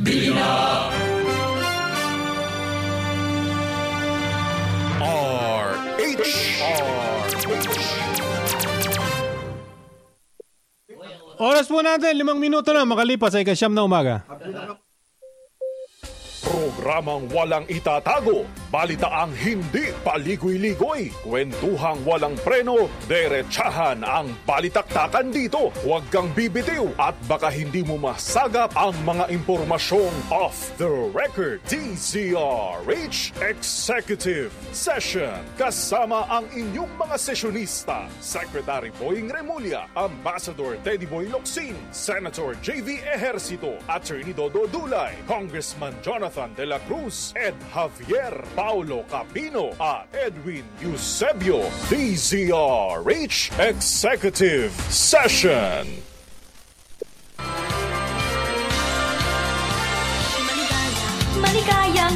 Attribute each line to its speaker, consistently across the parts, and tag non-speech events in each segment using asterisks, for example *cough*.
Speaker 1: ビギナー
Speaker 2: Oras po natin, limang minuto na makalipas sa ikasyam na umaga.
Speaker 3: Programang walang itatago, balitaang hindi paligoy-ligoy, kwentuhang walang preno, derechahan ang balitaktakan dito. Huwag kang bibitiw at baka hindi mo masagap ang mga impormasyong off the record. DZRH Executive Session kasama ang inyong mga sesyonista, Secretary Boying Remulla, Ambassador Teddy Boy Locsin, Senator JV Ejercito, Attorney Dodo Dulay, Congressman Jonathan de la Cruz, Ed Javier, Paulo Capino, at Edwin Eusebio, DZRH Executive Session.
Speaker 4: Maligayang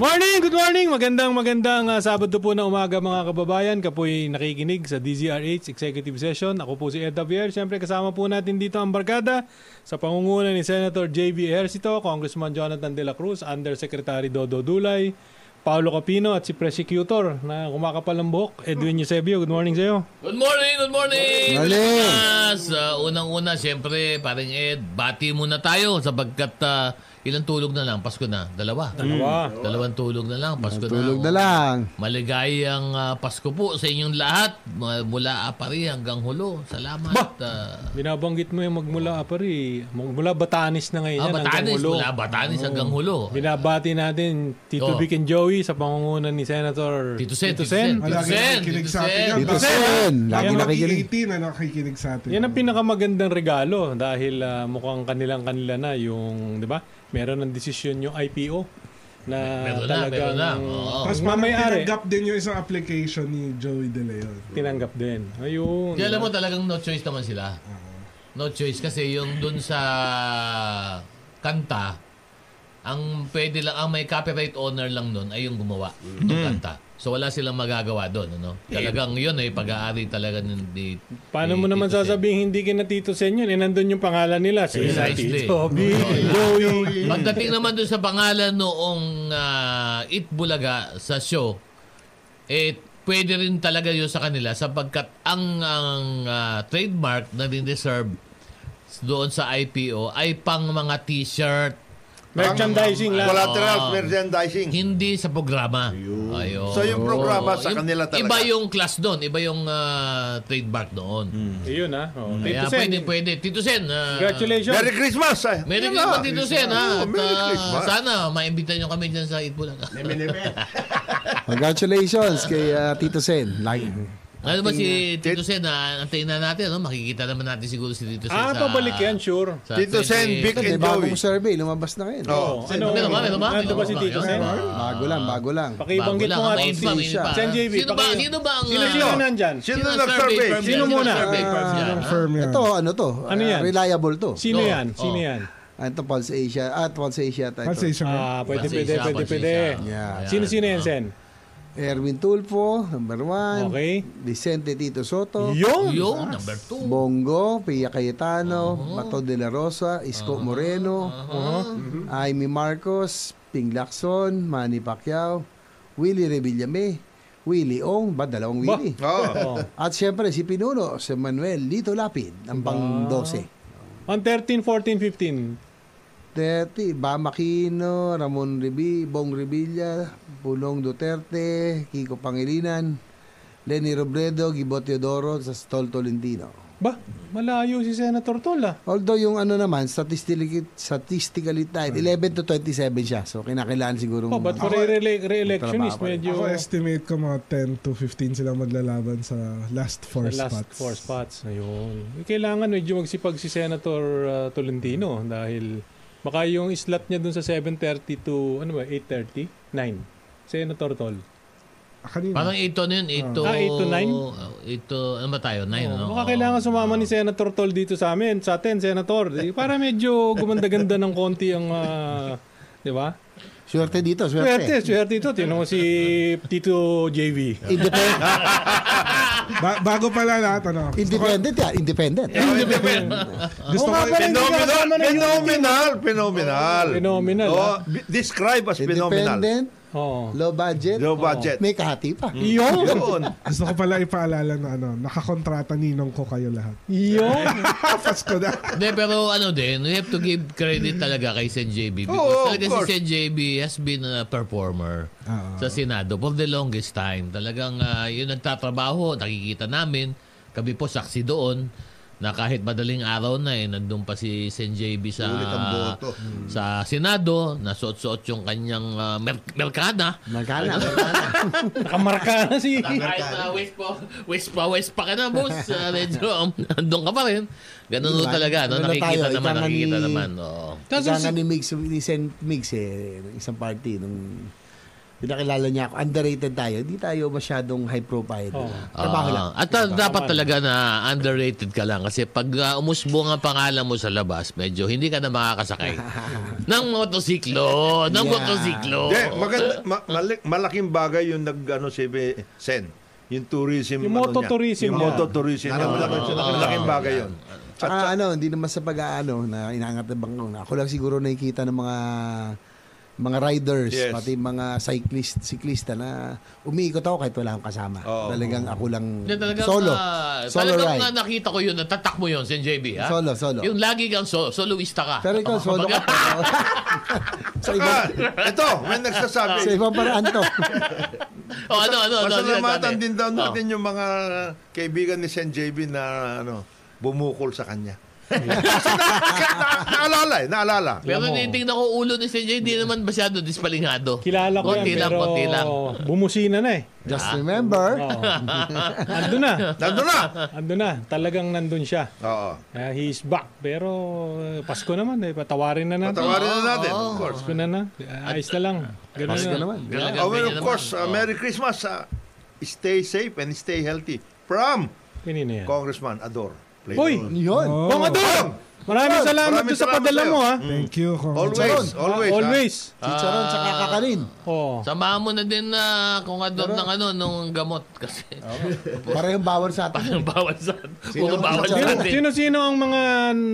Speaker 2: Morning! Good morning! Magandang magandang ah, Sabado po na umaga mga kababayan. Kapoy nakikinig sa DZRH Executive Session. Ako po si Ed Javier. Siyempre kasama po natin dito ang barkada sa pangunguna ni Senator J.B. Ejercito, Congressman Jonathan De La Cruz, Undersecretary Dodo Dulay, Paolo Capino at si Prosecutor na kumakapal ng buhok, Edwin Eusebio. Good morning sa iyo.
Speaker 1: Good morning, good morning!
Speaker 5: Morning.
Speaker 1: Pilipinas! Ah, unang-una, siyempre, parang Ed, bati muna tayo sapagkat ah, ilang tulog na lang, Pasko na, dalawa.
Speaker 2: Dalawa.
Speaker 1: Dalawang tulog na lang, Pasko na.
Speaker 5: Tulog na lang.
Speaker 1: Maligayang ah, Pasko po sa inyong lahat, ma- mula apari hanggang hulo. Salamat. ah.
Speaker 2: Binabanggit mo yung magmula apari. Magmula Batanes na ngayon.
Speaker 1: ah,
Speaker 2: yan, hanggang
Speaker 1: Batanes,
Speaker 2: ulo.
Speaker 1: mula Batanes hanggang hulo.
Speaker 2: Binabati natin Tito
Speaker 1: Oh.
Speaker 2: Vic and Joey sa pangungunan ni Senator
Speaker 1: Tito Sen, Tito Sen, Tito
Speaker 6: Lagi
Speaker 1: Sen, Tito
Speaker 6: nakikinig sa atin
Speaker 1: Sen.
Speaker 6: yan.
Speaker 5: Dito Sen, lagi
Speaker 2: Ayan,
Speaker 5: nakikinig.
Speaker 6: Mag-18 E na nakikinig sa atin.
Speaker 2: Yan ang pinakamagandang regalo dahil ah, mukhang kanilang kanila na yung, 'di ba? Meron ng desisyon yung IPO na
Speaker 1: Meron na,
Speaker 2: talagang
Speaker 1: meron na. Oo.
Speaker 6: Tapos
Speaker 2: mamayari
Speaker 6: tinanggap din yung isang application ni Joey De Leon.
Speaker 2: tinanggap din. Ayun.
Speaker 1: Kaya alam mo talagang no choice naman sila. No choice kasi yung dun sa kanta, ang pwede lang, ang may copyright owner lang nun ay yung gumawa ng kanta. So wala silang magagawa doon, ano? Talagang yun ay pag-aari talaga ni, ni
Speaker 2: Paano mo
Speaker 1: ni
Speaker 2: naman
Speaker 1: Tito Sen.
Speaker 2: sasabihin hindi kina Tito Sen yun? Eh, nandun yung pangalan nila. Si
Speaker 1: Precisely.
Speaker 2: Tito Vic, Joey.
Speaker 1: *laughs* Pagdating naman doon sa pangalan noong ah, Itbulaga sa show, eh, pwede rin talaga yun sa kanila sapagkat ang, ang ah, trademark na rin-reserve doon sa IPO ay pang mga t-shirt,
Speaker 2: Merchandising lang.
Speaker 7: Collateral merchandising.
Speaker 1: hindi sa programa. Ayun.
Speaker 7: So, yung programa sa
Speaker 1: Yung-
Speaker 7: kanila talaga.
Speaker 1: Iba yung class doon, iba yung ah, trademark doon.
Speaker 7: Hmm.
Speaker 2: Ayun ha. Oh,
Speaker 1: Kaya
Speaker 2: Tito Sen.
Speaker 1: pwede, pwede. Tito Sen, ah,
Speaker 2: Congratulations.
Speaker 7: Merry Christmas! eh.
Speaker 1: Merry
Speaker 7: Yun
Speaker 1: Christmas
Speaker 7: na.
Speaker 1: dito Sen ha.
Speaker 7: Oo,
Speaker 1: At,
Speaker 7: Merry
Speaker 1: ah,
Speaker 7: Christmas.
Speaker 1: sana maimbita nyo kami dyan sa Itbulaga.
Speaker 5: Congratulations kay ah, Tito Sen. Lagi.
Speaker 1: Ano ba si Tito Sen? Ah, antayin na natin. Ano? Makikita naman natin siguro si Tito Sen.
Speaker 2: Ah,
Speaker 1: sa-
Speaker 2: pabalik yan, sure.
Speaker 1: sa
Speaker 7: Tito
Speaker 1: 20
Speaker 7: Sen, Vic
Speaker 5: May
Speaker 7: and
Speaker 5: bagong
Speaker 7: Joey.
Speaker 5: eh, survey, lumabas na ngayon.
Speaker 2: Oh,
Speaker 7: Oo.
Speaker 2: ano?
Speaker 1: Meron ba? Meron ba?
Speaker 2: Nandun ba si
Speaker 1: Meron ba?
Speaker 2: Tito Sen?
Speaker 1: Meron ba?
Speaker 5: Bago lang, bago lang.
Speaker 2: Pakibanggit
Speaker 1: Bago
Speaker 2: mo
Speaker 1: lang.
Speaker 2: nga
Speaker 1: Mainit
Speaker 2: si
Speaker 1: pa, mainit pa.
Speaker 2: Sen JV.
Speaker 1: Sino ba?
Speaker 2: paki-
Speaker 1: Sino ba ang...
Speaker 2: Sino
Speaker 1: ah,
Speaker 2: sino nandyan?
Speaker 7: Sino
Speaker 1: ang
Speaker 7: nag-survey?
Speaker 1: firm
Speaker 2: Sino
Speaker 1: yan? ang
Speaker 2: muna?
Speaker 1: survey firm yan?
Speaker 6: Ah, firm yan.
Speaker 5: Ito, ano to?
Speaker 2: Ano yan?
Speaker 5: Ah, reliable to.
Speaker 2: Sino
Speaker 1: Oo.
Speaker 2: yan? Sino
Speaker 1: Oo.
Speaker 2: yan?
Speaker 5: Ah, ito, Pulse Asia. Ah, Pulse Asia tayo.
Speaker 6: Kasi siya nga.
Speaker 2: Ah, pwede,
Speaker 1: Pansin
Speaker 2: pwede,
Speaker 1: siya,
Speaker 2: pwede,
Speaker 1: pansin
Speaker 2: pwede.
Speaker 1: siya.
Speaker 5: Yeah.
Speaker 1: Ayan.
Speaker 2: Sino-sino yan, Sen?
Speaker 5: Erwin Tulfo, number one.
Speaker 2: Okay.
Speaker 5: Vicente Tito Soto.
Speaker 2: Yung!
Speaker 1: Yung number two.
Speaker 5: Bongo, Pia Cayetano, Bato de la Rosa, Isko Moreno, Mm-hmm. Aimee Marcos, Ping Lacson, Manny Pacquiao, Willie Revillame, Willie Ong, ba dalawang Willie?
Speaker 7: Oo.
Speaker 5: *laughs* At siyempre si Pinuno, si Manuel Lito Lapid, ang pang 12.
Speaker 2: On 13, 14, 15.
Speaker 5: 30, Bam Aquino, Ramon Ribi, Bong Revilla, Pulong Duterte, Kiko Pangilinan, Lenny Robredo, Gibo Teodoro, sa Tol Tolentino.
Speaker 2: Ba, malayo si Senator Tol ah.
Speaker 5: Although yung ano naman, statistically, statistically tied, 11 to 27 siya. So kinakilaan siguro.
Speaker 2: Oh, but for
Speaker 5: mga-
Speaker 2: re- re-election is
Speaker 5: Trabaho.
Speaker 2: medyo
Speaker 6: Ako eh. estimate ko mga 10 to 15 sila maglalaban sa last four
Speaker 2: the last
Speaker 6: spots.
Speaker 2: four spots. Ayun. Kailangan medyo magsipag si Senator ah, Tolentino dahil baka yung slot niya dun sa 7.30 to ano ba, 8.30? 9. Senator Tol.
Speaker 6: Ah, Kanina.
Speaker 1: Parang 8 to na yun. 8 to...
Speaker 2: Ah, eight to nine?
Speaker 1: Ah, eight to- Ano ba tayo? 9, ano?
Speaker 2: Baka kailangan sumama ni Senator Tol dito sa amin, sa atin, Senator. Para medyo gumanda-ganda ng konti ang ah, Di ba?
Speaker 5: Swerte dito,
Speaker 2: Swerte,
Speaker 5: swerte.
Speaker 2: swerte ito. Tinong si Tito JV.
Speaker 5: Independent.
Speaker 6: Ba- bago pala lahat, ano?
Speaker 5: Independent yan, independent.
Speaker 6: Gusto ko,
Speaker 7: Phenomenal, phenomenal, phenomenal.
Speaker 2: Phenomenal,
Speaker 7: Oh,
Speaker 2: ah.
Speaker 7: b- describe as phenomenal.
Speaker 5: Independent,
Speaker 2: Oo.
Speaker 5: low budget,
Speaker 7: Low budget.
Speaker 5: may kahati pa.
Speaker 6: Hmm.
Speaker 2: Yun!
Speaker 7: Yun.
Speaker 6: gusto ko pala ipaalala na ano, nakakontrata ninong ko kayo lahat.
Speaker 2: Yun!
Speaker 6: *laughs* Pasko na.
Speaker 1: Hindi, pero ano din, we have to give credit talaga kay Sen JB because
Speaker 7: Oo, of
Speaker 1: talaga
Speaker 7: course.
Speaker 1: si Sen JB has been a performer sa Senado for the longest time. Talagang ah, yun nagtatrabaho, nakikita namin. Kami po saksi doon na kahit madaling araw na eh, nandun pa si Sen JB sa,
Speaker 7: Ulit ang boto.
Speaker 1: sa Senado, nasuot-suot yung kanyang ah, mer- merkada.
Speaker 5: Magkala.
Speaker 2: Nakamarka na
Speaker 1: *laughs*
Speaker 2: si...
Speaker 1: Kahit na waste pa, waste pa, waste pa ka na, boss.
Speaker 5: *laughs*
Speaker 1: Uh, medyo, um, andun ka pa rin. Ganun
Speaker 5: Diba?
Speaker 1: talaga. No?
Speaker 5: Ano na
Speaker 1: Nakikita
Speaker 5: tayo,
Speaker 1: naman,
Speaker 5: ikaw nga ni-
Speaker 1: nakikita naman. Oo.
Speaker 5: Kaso si... ni Migs, ni Sen Migs eh, isang party nung pinakilala niya ako. Underrated tayo. Hindi tayo masyadong high profile.
Speaker 2: Oo.
Speaker 5: Trabaho
Speaker 1: Ah,
Speaker 5: lang.
Speaker 1: At ta- dapat talaga na underrated ka lang kasi pag ah, umusbo ang pangalan mo sa labas, medyo hindi ka na
Speaker 5: *laughs*
Speaker 1: makakasakay ng motosiklo, ng
Speaker 5: Yeah.
Speaker 1: motosiklo.
Speaker 7: Hindi, maganda, ma- mali- malaking bagay yung nag-ano si Be- Sen. Yung tourism.
Speaker 2: Yung
Speaker 7: ano niya.
Speaker 2: mototourism
Speaker 7: Yung
Speaker 2: niya.
Speaker 7: mototourism. niya. Malaking, malaking bagay yun.
Speaker 1: Ah,
Speaker 5: Tsaka ano, hindi naman sa pag-aano na inaangat ng bangko. Ako lang siguro nakikita ng mga mga riders,
Speaker 7: Yes.
Speaker 5: pati mga cyclist, siklista na umiikot ako kahit wala akong kasama.
Speaker 7: Oo.
Speaker 5: Talagang ako lang
Speaker 1: Hindi, talagang,
Speaker 5: solo.
Speaker 1: ah,
Speaker 5: solo
Speaker 1: talagang
Speaker 5: ride.
Speaker 1: nga nakita ko yun, natatak mo yun, Sen JB. Ha?
Speaker 5: Solo, solo.
Speaker 1: Yung lagi kang solo, soloista ka.
Speaker 5: Pero ikaw, solo
Speaker 1: *laughs*
Speaker 5: ka.
Speaker 1: Kumbaga,
Speaker 5: sa iba,
Speaker 7: Ah, ito, may nagsasabi.
Speaker 5: *laughs* sa iba paraan to.
Speaker 1: o ano, ano, ano. ano,
Speaker 7: Pasalamatan
Speaker 1: ano,
Speaker 7: din daw
Speaker 1: ano.
Speaker 7: natin yung mga kaibigan ni Sen JB na ano, bumukol sa kanya. Kasi na, na, naalala eh, naalala.
Speaker 1: Pero
Speaker 2: Alam mo.
Speaker 1: tinitingnan ko ulo ni Sen JB, hindi naman masyado dispalingado.
Speaker 2: Kilala ko yan,
Speaker 1: Konti lang,
Speaker 2: pero
Speaker 1: konti lang.
Speaker 2: bumusina na eh.
Speaker 5: Just
Speaker 1: Ah.
Speaker 5: remember,
Speaker 1: *laughs*
Speaker 2: Oo. Andun na.
Speaker 7: Nandun na!
Speaker 2: Andun na. Talagang nandun siya.
Speaker 7: Oo.
Speaker 2: Kaya he's back. Pero eh, Pasko naman eh. Patawarin na natin.
Speaker 7: Patawarin na natin, of course.
Speaker 2: Pasko na na. Ayos na lang. Ganun
Speaker 5: Pasko
Speaker 2: na.
Speaker 1: Ano?
Speaker 5: naman.
Speaker 1: Talagang
Speaker 7: Oh, well,
Speaker 1: ganyan
Speaker 7: of
Speaker 1: naman.
Speaker 7: course, uh,
Speaker 1: Oo.
Speaker 7: Merry Christmas. uh, stay safe and stay healthy. From
Speaker 2: Kanina yan.
Speaker 7: Congressman Ador. Play
Speaker 2: Uy!
Speaker 5: yun.
Speaker 6: Oh,
Speaker 2: Bong Adol! Maraming salamat
Speaker 7: Maraming
Speaker 2: doon sa
Speaker 7: salamat
Speaker 2: padala
Speaker 7: sa'yo.
Speaker 2: mo ha.
Speaker 6: thank you. Congrats.
Speaker 7: Always,
Speaker 2: Ah,
Speaker 7: always.
Speaker 2: Always.
Speaker 5: Chicharon sa
Speaker 1: Ah.
Speaker 5: kakakanin.
Speaker 2: Oh.
Speaker 1: Samahan mo na din na kung adon ng ano, nung gamot. Kasi
Speaker 5: Parehong bawal sa atin.
Speaker 1: parang bawal sa Puro
Speaker 5: ang
Speaker 1: bawal sa
Speaker 5: chicharon?
Speaker 1: atin.
Speaker 2: Sino-sino ang mga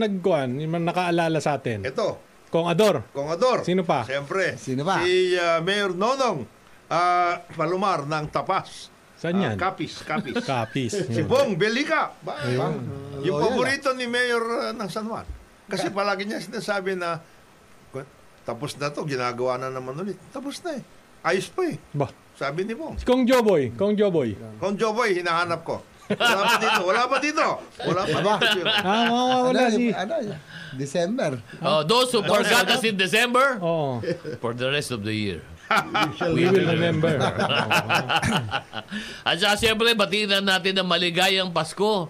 Speaker 2: nagkuhan, yung mga nakaalala sa atin?
Speaker 7: Ito,
Speaker 2: Kong Ador.
Speaker 7: Kong Ador.
Speaker 2: Sino pa?
Speaker 7: Siyempre.
Speaker 5: Sino pa?
Speaker 7: Si uh, Mayor Nonong ah, Palomar ng Tapas.
Speaker 2: Saan
Speaker 7: Ah,
Speaker 2: yan?
Speaker 7: Kapis, Kapis.
Speaker 2: *laughs* Kapis. Hmm.
Speaker 7: Si
Speaker 2: Yun. Oh,
Speaker 7: Bong Belica. Ba, yung
Speaker 2: ah.
Speaker 5: Loyal,
Speaker 7: paborito ni Mayor uh, ng San Juan. Kasi palagi niya sinasabi na "Ku- tapos na to, ginagawa na naman ulit. Tapos na eh. Ayos pa eh.
Speaker 2: Ba.
Speaker 7: Sabi ni Bong.
Speaker 2: Si Kong Joboy. Kong Joboy.
Speaker 7: Kung Joboy, hinahanap ko. Wala pa dito. Wala pa dito. Wala pa dito.
Speaker 2: Ah, mawawala
Speaker 5: ano,
Speaker 2: si...
Speaker 5: ano, December.
Speaker 1: Oh, those who forgot us in December,
Speaker 2: Oo.
Speaker 1: for the rest of the year.
Speaker 2: we will remember.
Speaker 1: At saka siyempre, batiin na natin ng maligayang Pasko.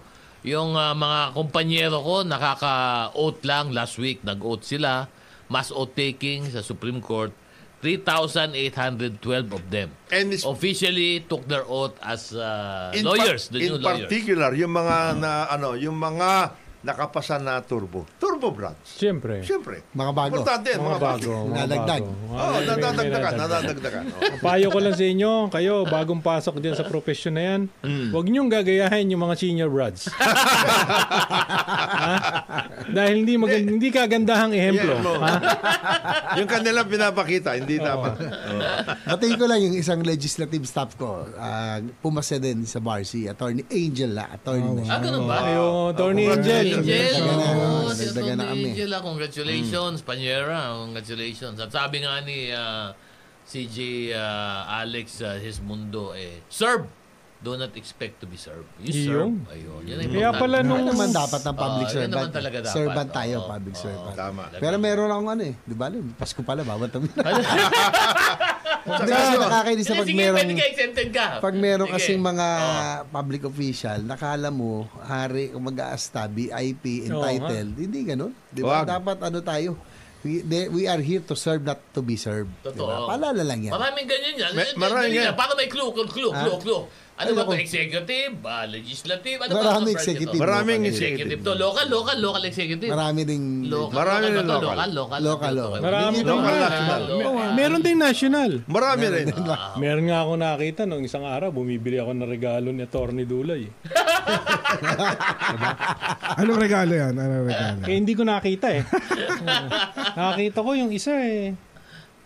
Speaker 1: Yung ah, mga kumpanyero ko, nakaka-oath lang last week. Nag-oath sila. Mass oath taking sa Supreme Court. 3,812 of them
Speaker 7: And it's-
Speaker 1: officially took their oath as ah,
Speaker 7: in,
Speaker 1: Oh, lawyers,
Speaker 7: par-
Speaker 1: the
Speaker 7: in
Speaker 1: new lawyers.
Speaker 7: particular, yung mga na ano, yung mga nakapasa na turbo. Turbo brands.
Speaker 2: Siyempre.
Speaker 7: Siyempre.
Speaker 5: Mga bago.
Speaker 7: Importante yan,
Speaker 2: Mga bago. Mga
Speaker 5: Nadagdag.
Speaker 2: bago.
Speaker 7: Oo,
Speaker 2: Ah,
Speaker 7: oh,
Speaker 2: may- may
Speaker 7: nadadagdagan,
Speaker 2: nadagdag.
Speaker 7: nadadagdagan. Oo.
Speaker 2: Payo ko lang sa inyo, kayo, bagong pasok dyan sa profession na yan,
Speaker 1: Mm.
Speaker 2: huwag niyong gagayahin yung mga senior
Speaker 1: *laughs*
Speaker 2: brads. Ha? Dahil hindi, mag- hindi kagandahang ehemplo.
Speaker 7: Yeah, no.
Speaker 2: Ha?
Speaker 7: yung kanilang pinapakita, hindi dapat.
Speaker 5: Batiin ko lang yung isang legislative staff ko. ah, pumasa din sa Barsi. Attorney Angel na. Attorney na siya.
Speaker 1: Ah, ganun ba?
Speaker 2: Ayun, Tony Angel.
Speaker 1: Angel.
Speaker 5: Congratulations.
Speaker 1: Oh, si
Speaker 5: Dagdagan na
Speaker 1: Atty.
Speaker 5: kami. Mm.
Speaker 1: Angel, ah, congratulations, Panyera. Congratulations. At sabi nga ni ah, CJ ah, Alex ah, Hismundo, eh, serve. Do not expect to be served. You serve.
Speaker 2: Yun.
Speaker 1: Ayun. Yan ang
Speaker 2: Kaya
Speaker 1: importante.
Speaker 2: pala
Speaker 5: Ano
Speaker 2: nung...
Speaker 5: naman dapat ng
Speaker 1: Oo, Oh,
Speaker 5: public
Speaker 1: yun
Speaker 5: servant.
Speaker 1: naman talaga dapat.
Speaker 5: Servant tayo,
Speaker 1: Oo,
Speaker 5: public
Speaker 1: oo,
Speaker 5: servant.
Speaker 7: Tama.
Speaker 5: Pero meron akong ano eh. Di ba? alam, Pasko pala, bawat
Speaker 1: *laughs*
Speaker 5: kami. *laughs* Hindi kasi
Speaker 7: Saka-
Speaker 5: nakakainis na
Speaker 1: Hindi,
Speaker 5: pag
Speaker 1: sige,
Speaker 5: merong...
Speaker 1: pwede ka exempted ka.
Speaker 5: Pag meron
Speaker 1: Sige.
Speaker 5: kasing mga
Speaker 1: Oo.
Speaker 5: public official, nakala mo, hari, kumag-aasta, VIP,
Speaker 2: Oo,
Speaker 5: entitled. Hindi ganun. Di ba?
Speaker 7: Wag.
Speaker 5: Dapat ano tayo. We, de- we are here to serve, not to be served. Di
Speaker 1: Totoo.
Speaker 5: ba? Paalala lang yan.
Speaker 1: Maraming ganyan yan.
Speaker 7: May-
Speaker 1: Yan, yan,
Speaker 7: maraming
Speaker 1: yan.
Speaker 7: ganyan.
Speaker 5: Ah.
Speaker 1: Para may clue, clue, clue, clue, clue. Ano ba to?
Speaker 5: Ayoko.
Speaker 1: Executive? Ah, legislative? Ano ba
Speaker 5: Maraming
Speaker 1: ito?
Speaker 5: executive.
Speaker 7: Maraming
Speaker 1: executive. to. Local, local, local executive.
Speaker 5: Marami ring...
Speaker 1: Local,
Speaker 7: Marami
Speaker 1: local,
Speaker 7: rin
Speaker 1: local,
Speaker 7: local.
Speaker 1: local, local,
Speaker 5: Local, local.
Speaker 2: Marami
Speaker 5: Local,
Speaker 2: din na.
Speaker 1: national.
Speaker 2: Mer-
Speaker 1: Local.
Speaker 2: Meron ding national.
Speaker 7: Marami rin.
Speaker 1: Ah,
Speaker 2: Meron nga ako nakita nung isang araw, bumibili ako ng regalo ni Attorney Dulay.
Speaker 6: Anong regalo yan? Anong regalo?
Speaker 2: Kaya hindi ko nakita
Speaker 1: *laughs*
Speaker 2: eh. Oo. nakita ko yung isa eh.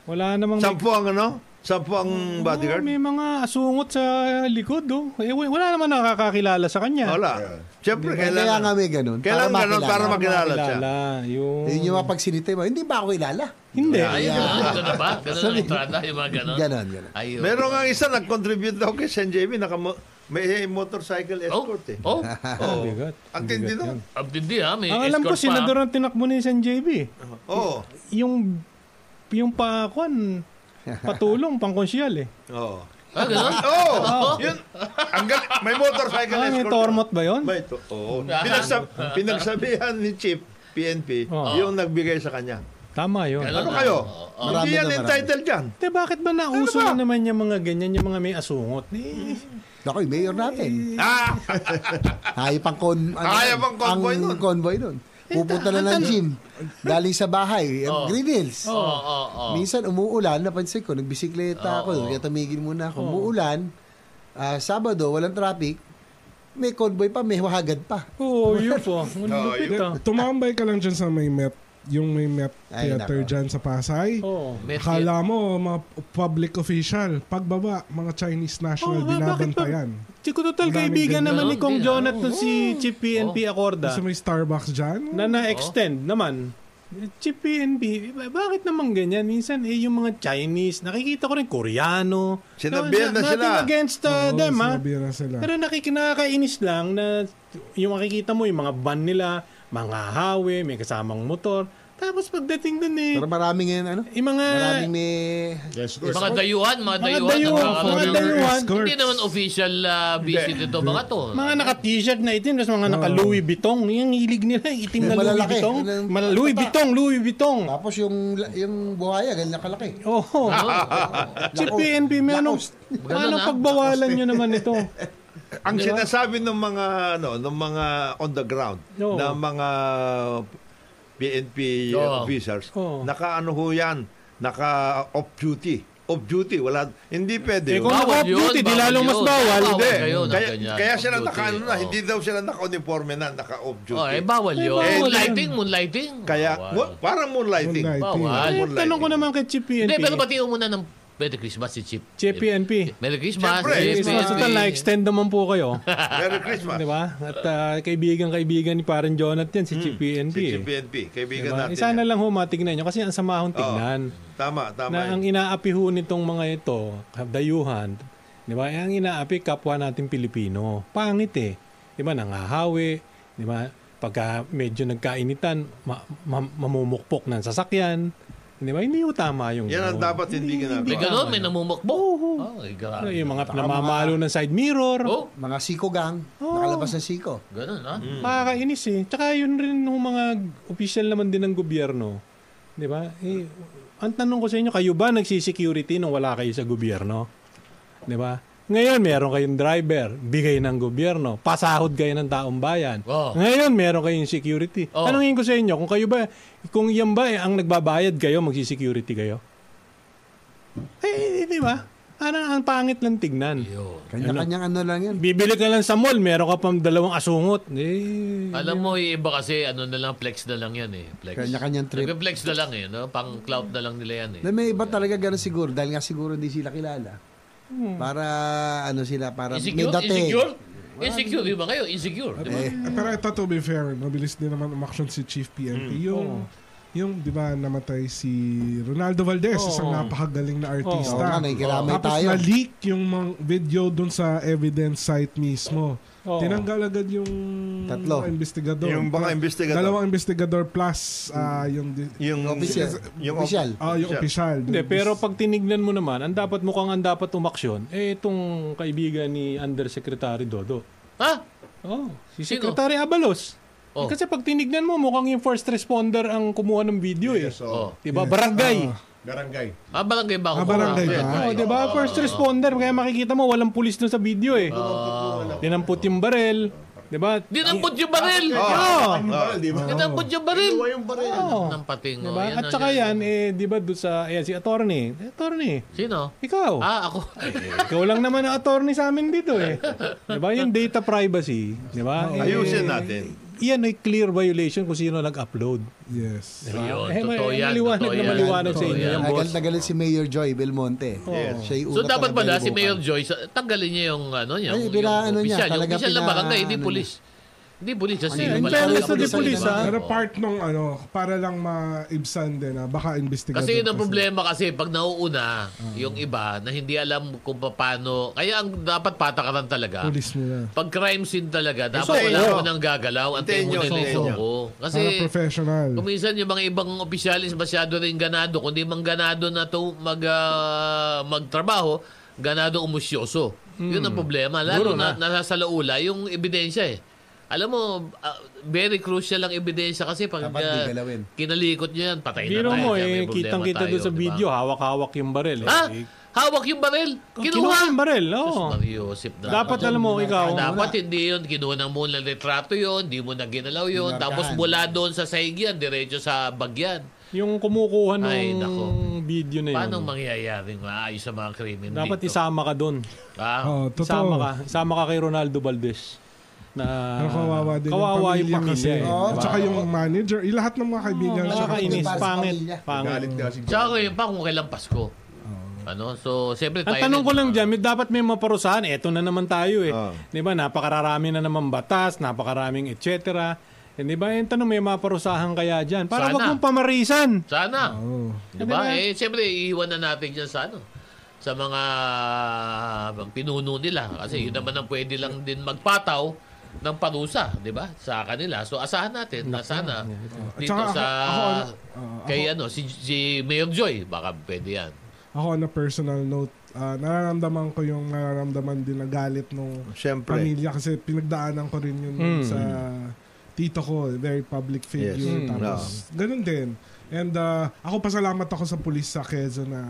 Speaker 2: Wala namang...
Speaker 7: Sampu ang ano? Sampu ang bodyguard?
Speaker 2: Oo, may mga asungot sa likod oh. Eh, w- wala naman nakakakilala sa kanya.
Speaker 7: Wala. Siyempre,
Speaker 5: Kaya nga
Speaker 7: kailangan.
Speaker 5: may ganun.
Speaker 7: Kailangan
Speaker 5: para
Speaker 7: ganun para
Speaker 5: makilala.
Speaker 7: makilala siya.
Speaker 2: Kilala, yung...
Speaker 5: Yun yung mapagsinitay mo. Hindi ba ako ilala?
Speaker 2: Hindi.
Speaker 1: Ayun,
Speaker 5: Yeah.
Speaker 1: ganun na ba? Ganun ang entrada, yung mga ganun.
Speaker 5: Ganon, ganon.
Speaker 1: Ayun.
Speaker 7: Meron nga isa nag-contribute daw kay San JB. Naka, may motorcycle
Speaker 1: Oh,
Speaker 7: escort eh.
Speaker 2: *laughs*
Speaker 1: oh,
Speaker 7: Oo.
Speaker 2: bigat.
Speaker 7: Ang tindi nun.
Speaker 1: abdindi ha. May
Speaker 2: Ang alam ko,
Speaker 1: escort pa.
Speaker 2: senador ang tinakbo ni San JB.
Speaker 7: Oo.
Speaker 2: Yung, yung
Speaker 7: *laughs*
Speaker 2: pakuan, patulong, pangkonsyal eh.
Speaker 7: Oo.
Speaker 1: Ah, ganun? Oh.
Speaker 7: Oo. Yun. Ang gal- may motorcycle
Speaker 2: Ah, may
Speaker 7: escort.
Speaker 2: tormot ba yun?
Speaker 7: Ba ito? Oo. Pinagsab-
Speaker 1: *laughs*
Speaker 7: pinagsabihan ni Chief PNP
Speaker 1: Oh.
Speaker 2: Oo.
Speaker 7: yung nagbigay sa kanya.
Speaker 2: Tama yun.
Speaker 1: Ganun
Speaker 7: Ano
Speaker 1: na.
Speaker 7: kayo?
Speaker 1: Oo.
Speaker 5: Marami
Speaker 7: Hindi yan
Speaker 5: na marami.
Speaker 7: entitled dyan.
Speaker 2: Te, bakit ba nauso
Speaker 7: Ano
Speaker 2: na naman yung mga ganyan, yung mga may asungot?
Speaker 7: *laughs*
Speaker 2: Eh,
Speaker 5: Ako, yung mayor natin.
Speaker 7: Ah!
Speaker 5: Hayop ang con... Ano,
Speaker 7: Hayop ang convoy
Speaker 5: ang
Speaker 7: nun.
Speaker 5: convoy nun. Pupunta na ng gym. Galing sa bahay. eh,
Speaker 1: Oh.
Speaker 5: Green Hills.
Speaker 1: Oo, oo, oo.
Speaker 5: Minsan umuulan, napansin ko, nagbisikleta
Speaker 1: Oo.
Speaker 7: Oh.
Speaker 5: ako, kaya tumigil muna ako. Umuulan, ah, Sabado, walang traffic, may convoy pa, may wahagad pa.
Speaker 2: Oo, yun
Speaker 7: *laughs*
Speaker 2: po. Ang lupit ah.
Speaker 6: Eh, Tumambay ka lang dyan sa may MEP. Yung may MEP
Speaker 5: Ay,
Speaker 6: theater
Speaker 5: nako.
Speaker 6: dyan sa Pasay.
Speaker 2: Oo.
Speaker 1: Met-
Speaker 6: Akala mo, mga public official. Pagbaba, mga Chinese national,
Speaker 2: Oo, ba- bakit Oh, pa-
Speaker 6: binabantayan.
Speaker 2: Chico Total,
Speaker 6: Ang daming
Speaker 2: kaibigan
Speaker 6: ganun.
Speaker 2: naman ni
Speaker 1: Hindi,
Speaker 2: Kong
Speaker 1: ah.
Speaker 2: Jonathan si Chief PNP Acorda
Speaker 6: Kasi may Starbucks dyan.
Speaker 2: na na-extend naman. Chief PNP, ba- bakit naman ganyan? Minsan eh, yung mga Chinese, nakikita ko rin Koreano.
Speaker 7: Sinabihan na sila.
Speaker 2: Nothing against uh,
Speaker 6: Oo,
Speaker 2: them ha.
Speaker 6: sinabi na sila.
Speaker 2: Pero nakikinakainis lang na yung makikita mo, yung mga van nila, mga hawe, may kasamang motor. Tapos pagdating dun eh,
Speaker 5: Pero marami ngayon, ano?
Speaker 2: yung mga...
Speaker 5: Maraming may...
Speaker 1: Mga dayuhan, mga
Speaker 2: Mga dayuhan,
Speaker 1: dayuhan. ang
Speaker 2: mga
Speaker 1: nakakatawa.
Speaker 2: dayuhan.
Speaker 1: Hindi naman official ah, visit ito, mga to.
Speaker 2: Mga naka-t-shirt na itim, tapos mga naka-Louis Vuitton. Yung hilig nila, yung itim na
Speaker 5: Yung
Speaker 2: Louis
Speaker 5: malalaki.
Speaker 2: Vuitton.
Speaker 5: Yung
Speaker 2: Mal- Louis
Speaker 5: bata.
Speaker 2: Vuitton, Louis Vuitton.
Speaker 5: Tapos yung, yung buhaya, ganyan kalaki.
Speaker 2: Oo. Si
Speaker 5: Laos.
Speaker 2: PNP, may ano? anong,
Speaker 5: Laos.
Speaker 2: paano
Speaker 1: na.
Speaker 2: pagbawalan nyo naman ito?
Speaker 7: Ang
Speaker 2: Di ba?
Speaker 7: sinasabi ng mga ano, ng mga on the ground
Speaker 2: Oo.
Speaker 7: ng mga PNP
Speaker 1: Oo.
Speaker 7: officers,
Speaker 2: Oo.
Speaker 7: naka-ano ho 'yan, naka off duty. Off duty, wala hindi pwede.
Speaker 2: Eh,
Speaker 7: yun.
Speaker 2: kung
Speaker 1: Bawal
Speaker 2: naka-off
Speaker 1: yun,
Speaker 2: duty, di
Speaker 1: bawal
Speaker 2: lalong mas
Speaker 1: yun.
Speaker 2: bawal.
Speaker 1: Bawal
Speaker 7: Hindi.
Speaker 1: kayo ng
Speaker 7: kaya,
Speaker 1: ganyan.
Speaker 7: kaya sila
Speaker 1: Off
Speaker 7: naka
Speaker 1: duty,
Speaker 7: ano na,
Speaker 1: oo.
Speaker 7: hindi daw sila naka-uniforme na, naka-off duty.
Speaker 1: Oh, eh, bawal
Speaker 2: Eh,
Speaker 1: yun.
Speaker 2: bawal yun.
Speaker 1: moonlighting, moonlighting.
Speaker 7: Kaya
Speaker 1: Bawal.
Speaker 7: mo- parang moonlighting.
Speaker 6: Moonlight.
Speaker 1: Bawal.
Speaker 2: Eh, tanong ko naman kay Chief PNP.
Speaker 1: Hindi, pero batiin mo muna ng Merry Christmas si Chip.
Speaker 2: Chief PNP.
Speaker 1: Merry Christmas.
Speaker 7: Siyempre.
Speaker 2: Eh,
Speaker 1: Merry Christmas.
Speaker 2: so, total, na-extend naman po kayo.
Speaker 7: *laughs* Merry Christmas.
Speaker 2: Di ba? At ah, kaibigan-kaibigan ni parang Jonathan, si Chief PNP.
Speaker 7: Hmm. Si
Speaker 2: eh.
Speaker 7: PNP, kaibigan
Speaker 2: Diba? Eh,
Speaker 7: natin.
Speaker 2: sana
Speaker 7: yan.
Speaker 2: lang ho matignan nyo kasi ang samahong tignan.
Speaker 7: Tama,
Speaker 2: na
Speaker 7: tama. yun.
Speaker 2: ang inaapi ho nitong mga ito, dayuhan, di ba? Eh, Ang inaapi kapwa natin Pilipino. Pangit eh. Di ba? Nangahawi, di ba? Pagka medyo nagkainitan, ma- ma- mamumukpok ng sasakyan. Di ba? Hindi ho tama yung
Speaker 7: Yan ang
Speaker 2: ganun.
Speaker 7: dapat hindi
Speaker 1: May
Speaker 7: ginagawa.
Speaker 1: ganun, may namumukbo.
Speaker 2: Oo.
Speaker 1: Oh, eh,
Speaker 2: Ano?
Speaker 1: grabe.
Speaker 2: Yung mga namamalo ng side mirror.
Speaker 1: Oh, ah.
Speaker 5: Mga siko gang,
Speaker 2: Oo.
Speaker 5: nakalabas ng siko.
Speaker 1: ganun, ha?
Speaker 2: Nakakainis eh. Tsaka yun rin ng mga official naman din ng gobyerno. Di ba? Eh, ang tanong ko sa inyo, kayo ba nagsisecurity nung wala kayo sa gobyerno? Di ba? Ngayon, meron kayong driver, bigay ng gobyerno, pasahod kayo ng taong bayan.
Speaker 1: Oo.
Speaker 2: Ngayon, meron kayong security.
Speaker 1: Oo.
Speaker 2: Tanungin ko sa inyo, kung kayo ba, kung yan ba eh, ang nagbabayad kayo, magsisecurity kayo? Eh, di ba? Parang ang pangit lang tignan.
Speaker 1: Yun.
Speaker 5: Kanya-kanyang ano lang yan.
Speaker 2: Bibili ka lang sa mall, meron ka pang dalawang asungot. Eh,
Speaker 1: Alam mo, yung iba kasi, ano na lang, flex na lang yan eh. Flex.
Speaker 5: Kanya-kanyang trip.
Speaker 1: Nag-flex na lang eh, no? Pang cloud na lang nila yan eh.
Speaker 5: Na may iba talaga ganun siguro, dahil nga siguro hindi sila kilala.
Speaker 2: Hmm.
Speaker 5: Para ano sila, para may
Speaker 1: Insecure?
Speaker 5: dating.
Speaker 1: Insecure? Insecure, di ba kayo? Insecure, di ba?
Speaker 6: Eh, pero ito to be fair, mabilis din naman umaksyon si Chief PNP.
Speaker 1: Hmm.
Speaker 6: Yung, yung di ba, namatay si Ronaldo Valdez, isang napakagaling na
Speaker 5: Oo
Speaker 6: artista.
Speaker 5: nga, nakikiramay
Speaker 6: Tapos
Speaker 5: tayo.
Speaker 6: na-leak yung mga video dun sa evidence site mismo.
Speaker 2: Oo.
Speaker 6: Tinanggal agad yung
Speaker 5: Tatlo.
Speaker 6: mga investigador.
Speaker 7: Yung mga
Speaker 6: Dal-
Speaker 7: investigador.
Speaker 6: Dalawang investigador plus
Speaker 1: Hmm.
Speaker 6: ah, yung, di-
Speaker 7: Yung
Speaker 5: Official.
Speaker 7: Yung
Speaker 5: Official.
Speaker 2: Ano
Speaker 6: ah, yung official.
Speaker 2: Hindi, pero pag tinignan mo naman, ang dapat mukhang ang dapat umaksyon, eh itong kaibigan ni Undersecretary Dodo.
Speaker 1: Ha?
Speaker 2: Oh, si
Speaker 1: Sino?
Speaker 2: Secretary Abalos.
Speaker 1: Oh.
Speaker 2: Eh,
Speaker 1: Oh.
Speaker 2: Kasi pag tinignan mo, mukhang yung first responder ang kumuha ng video eh.
Speaker 7: Oo.
Speaker 2: Diba? Barangay.
Speaker 4: Barangay.
Speaker 1: Ah, barangay ba ako?
Speaker 6: Ah, barangay
Speaker 1: Ah,
Speaker 6: ba?
Speaker 1: right.
Speaker 2: Oh, di ba? First responder. Kaya makikita mo, walang pulis dun sa video eh. Dinampot yung barel. Diba? Di ba?
Speaker 1: Dinampot yung baril!
Speaker 2: Ah.
Speaker 4: Oh, yung baril, di ba?
Speaker 1: Dinampot yung baril!
Speaker 4: Kinuha yung baril.
Speaker 2: Oo.
Speaker 1: Nang pating.
Speaker 2: Di
Speaker 1: oh,
Speaker 2: ba?
Speaker 1: yan,
Speaker 2: Diba? At
Speaker 1: oh,
Speaker 2: saka yan, eh, di ba doon sa, ayan, si attorney. Eh, Attorney,
Speaker 1: Sino?
Speaker 2: ikaw.
Speaker 1: Ah, ako.
Speaker 2: Ikaw lang naman ang attorney sa amin dito eh. Di ba? Yung data privacy. Di ba? Eh,
Speaker 7: Ayusin natin.
Speaker 2: Yan ay clear violation kung sino nag-upload.
Speaker 6: Yes.
Speaker 1: Ayun,
Speaker 2: Eh, may-
Speaker 1: totoo yan.
Speaker 2: maliwanag na
Speaker 1: totoo yan.
Speaker 2: maliwanag sa
Speaker 1: Totoo
Speaker 2: inyo
Speaker 1: yan.
Speaker 2: yung
Speaker 5: Nagal
Speaker 2: boss. Oh.
Speaker 5: na galit si Mayor Joy Belmonte. Siya yung
Speaker 1: So
Speaker 5: una
Speaker 1: dapat
Speaker 5: talaga
Speaker 1: pala si
Speaker 5: nilubukan.
Speaker 1: Mayor Joy, sa- tanggalin niya yung ano niya,
Speaker 5: Ay,
Speaker 1: yung,
Speaker 5: pina- ano niya,
Speaker 1: official, yung
Speaker 5: talaga
Speaker 1: official na
Speaker 5: pina-
Speaker 1: barangay, hindi
Speaker 5: ano
Speaker 1: pulis. Hindi pulis, just
Speaker 5: Ano
Speaker 1: sino
Speaker 5: yun?
Speaker 1: pala.
Speaker 5: In fairness
Speaker 1: Ang
Speaker 5: to the
Speaker 1: pulis,
Speaker 5: pulis,
Speaker 1: diba?
Speaker 2: ah.
Speaker 6: Pero
Speaker 1: Oo.
Speaker 6: part nung ano, para lang maibsan din na baka investigador.
Speaker 1: Kasi yun ang problema kasi pag nauuna yung iba na hindi alam kung paano. Kaya ang dapat patakaran talaga.
Speaker 6: Pulis nila.
Speaker 1: Pag crime scene talaga, dapat
Speaker 7: so,
Speaker 1: wala
Speaker 7: eh,
Speaker 1: ko
Speaker 7: oh.
Speaker 1: nang gagalaw. Antayin mo
Speaker 7: Tenyo,
Speaker 1: na yung
Speaker 7: tenyo.
Speaker 1: suko. Kasi
Speaker 6: Para professional.
Speaker 1: kuminsan yung mga ibang opisyalis masyado rin ganado. Kung di man ganado na to mag, ah, magtrabaho, ganado umusyoso. Yun
Speaker 2: Hmm.
Speaker 1: ang problema. Lalo na, nasa laula yung ebidensya eh. Alam mo, ah, very crucial ang ebidensya kasi pag
Speaker 5: Dapat
Speaker 1: ah,
Speaker 5: digalawin.
Speaker 1: kinalikot niya yan, patay na
Speaker 2: Biro
Speaker 1: tayo.
Speaker 2: mo
Speaker 1: Kaya
Speaker 2: eh,
Speaker 1: may problema
Speaker 2: kitang-kita
Speaker 1: tayo,
Speaker 2: doon sa
Speaker 1: di ba?
Speaker 2: video, hawak-hawak yung barel. eh.
Speaker 1: Ha? Hawak yung baril.
Speaker 2: Kinuha
Speaker 1: Kinuha.
Speaker 2: yung barel, oo.
Speaker 1: Mariusip na.
Speaker 2: Dapat
Speaker 1: Ano?
Speaker 2: alam mo, ikaw,
Speaker 1: Dapat hindi yun. Kinuha ng muna retrato yun. Hindi mo na ginalaw yun. Tapos mula doon sa saigyan, diretso sa bagyan.
Speaker 2: yung kumukuha ng
Speaker 1: Ay, nako.
Speaker 2: video na yun.
Speaker 1: Paano mangyayaring maayos sa mga krimen
Speaker 2: Dapat
Speaker 1: dito?
Speaker 2: isama ka doon.
Speaker 1: Ah,
Speaker 6: Oh, totoo.
Speaker 2: Isama ka. Isama ka kay Ronaldo Valdez. Na
Speaker 6: Pero Ah, kawawa din
Speaker 2: kawawa
Speaker 6: yung pamilya
Speaker 2: eh.
Speaker 6: kasi. Oh, Tsaka yung manager, eh, lahat ng mga kaibigan.
Speaker 2: Wala
Speaker 6: siya.
Speaker 2: ka inis.
Speaker 5: Para sa
Speaker 2: Pangit.
Speaker 5: pamilya.
Speaker 2: Pangit.
Speaker 4: Galit kasi.
Speaker 1: Tsaka ngayon pa kung kailang Pasko. Ano? So, siyempre
Speaker 2: Ang
Speaker 1: tayo...
Speaker 2: tanong
Speaker 1: rin-
Speaker 2: ko lang dyan, may, dapat may maparusahan. Eto na naman tayo eh.
Speaker 4: Ah.
Speaker 2: Di ba? Napakararami na naman batas, napakaraming et cetera. Eh, Di ba? Yung tanong, may maparusahan kaya dyan. Para
Speaker 1: Sana.
Speaker 2: wag mong pamarisan.
Speaker 1: Sana.
Speaker 6: Oo.
Speaker 1: Di ba?
Speaker 2: Diba?
Speaker 1: Eh, siyempre, iiwan na natin dyan sa ano sa mga pinuno nila kasi
Speaker 2: Mm.
Speaker 1: yun naman ang pwede lang din magpataw ng parusa, di ba? Sa kanila. So asahan natin, asahan na dito
Speaker 6: Tsaka ako-
Speaker 1: sa
Speaker 2: uh,
Speaker 6: ako ano- ah, ako-
Speaker 1: kay ano si, si Mayor Joy, baka pwede yan.
Speaker 6: Ako on a personal note, ah, nararamdaman ko yung nararamdaman din na galit nung
Speaker 7: Siyempre.
Speaker 6: pamilya kasi pinagdaanan ko rin yun sa tito ko, very public figure.
Speaker 7: Yes. Hmm,
Speaker 6: Tapos, ganun din. And ah, ako pasalamat ako sa pulis sa Quezon na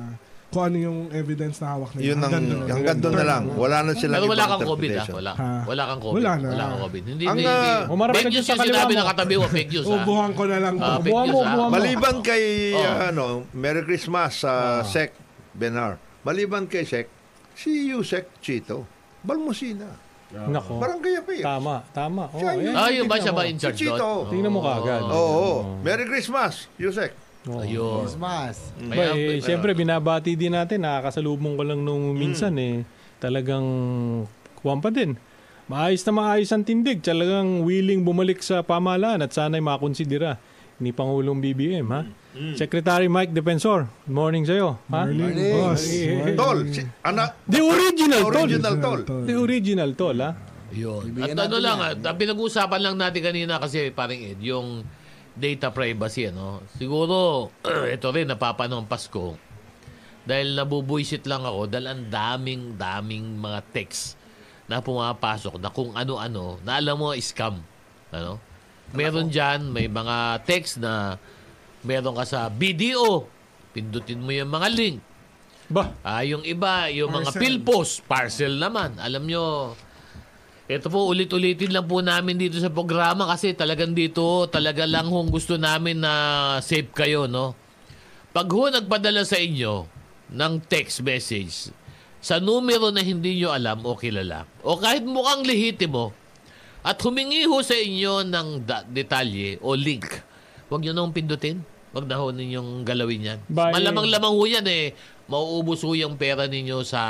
Speaker 6: kung ano yung evidence na hawak nila.
Speaker 7: Yun ang
Speaker 6: Hanggang doon.
Speaker 7: hanggang doon na lang. Wala na silang
Speaker 1: Pero wala
Speaker 7: ibang
Speaker 1: kang COVID ah,
Speaker 7: interpretation.
Speaker 1: wala.
Speaker 6: Ha?
Speaker 1: Wala kang COVID.
Speaker 6: Wala na.
Speaker 1: kang COVID. Hindi
Speaker 7: Ang,
Speaker 1: hindi.
Speaker 7: ah,
Speaker 2: Umarap
Speaker 1: Fake
Speaker 2: ka dyan Oh,
Speaker 1: news
Speaker 2: sa
Speaker 1: yung
Speaker 2: kaliwa
Speaker 1: sinabi
Speaker 2: mo. Oh,
Speaker 1: ng katabi mo, fake news ah.
Speaker 6: Ubuhan ko na lang.
Speaker 1: Ah,
Speaker 6: to.
Speaker 1: fake
Speaker 2: Buha mo,
Speaker 1: news
Speaker 2: buha
Speaker 1: ah.
Speaker 2: mo.
Speaker 7: Maliban kay
Speaker 1: Oh.
Speaker 7: uh, ano, Merry Christmas sa Sec Benar. Maliban kay Sec, si Yusek Chito, Balmosina.
Speaker 2: Nako.
Speaker 7: Barangay pa eh.
Speaker 2: Oh. Tama, tama. Oh,
Speaker 7: Siya,
Speaker 2: ayan.
Speaker 1: Ah, yun
Speaker 2: Tingnan
Speaker 1: ba siya
Speaker 2: mo.
Speaker 1: ba in charge
Speaker 7: Si Chito.
Speaker 1: doon? Oh,
Speaker 2: Tingnan mo kagad.
Speaker 7: Oo, oo. Merry Christmas, Yusek.
Speaker 2: Oh.
Speaker 1: Ayun.
Speaker 5: Mas.
Speaker 2: Ba, eh, siyempre, binabati din natin. Nakakasalubong ko lang
Speaker 7: Hmm.
Speaker 2: nung minsan eh. Talagang kuwan pa din. Maayos na maayos ang tindig. Talagang willing bumalik sa pamahalaan at sana'y makonsidera ni Pangulong BBM, ha?
Speaker 7: Hmm.
Speaker 2: Secretary Mike Defensor, good morning sa'yo. Ha?
Speaker 6: Morning,
Speaker 5: Morning.
Speaker 6: boss. Morning.
Speaker 7: Ah, Tol, si, anak,
Speaker 2: The original, tol.
Speaker 7: original tol.
Speaker 6: Tol.
Speaker 2: The original, tol, ha?
Speaker 1: Yun.
Speaker 5: Bibigyan
Speaker 1: At ano
Speaker 5: natin
Speaker 1: lang,
Speaker 5: yan.
Speaker 1: ah, pinag-uusapan lang natin kanina kasi parang Ed, yung data privacy, ano? Siguro, *clears throat* ito rin, napapanong Pasko. Dahil nabubuisit lang ako, dahil ang daming, daming mga text na pumapasok na kung ano-ano, na alam mo, scam. Ano? Meron dyan, may mga text na meron ka sa BDO, pindutin mo yung mga link.
Speaker 2: Bah,
Speaker 1: Ah, yung iba, yung mga
Speaker 6: Parcel.
Speaker 1: pilpos, parcel naman. Alam nyo, ito po, ulit-ulitin lang po namin dito sa programa kasi talagang dito, talaga lang hong gusto namin na safe kayo, no? Pag ho nagpadala sa inyo ng text message sa numero na hindi nyo alam o kilala, o kahit mukhang lehitimo, at humingi ho sa inyo ng da- detalye o link, huwag nyo nang pindutin. Huwag na ho ninyong galawin yan.
Speaker 2: Bye.
Speaker 1: Malamang-lamang ho yan eh. Mauubos ho yung pera ninyo sa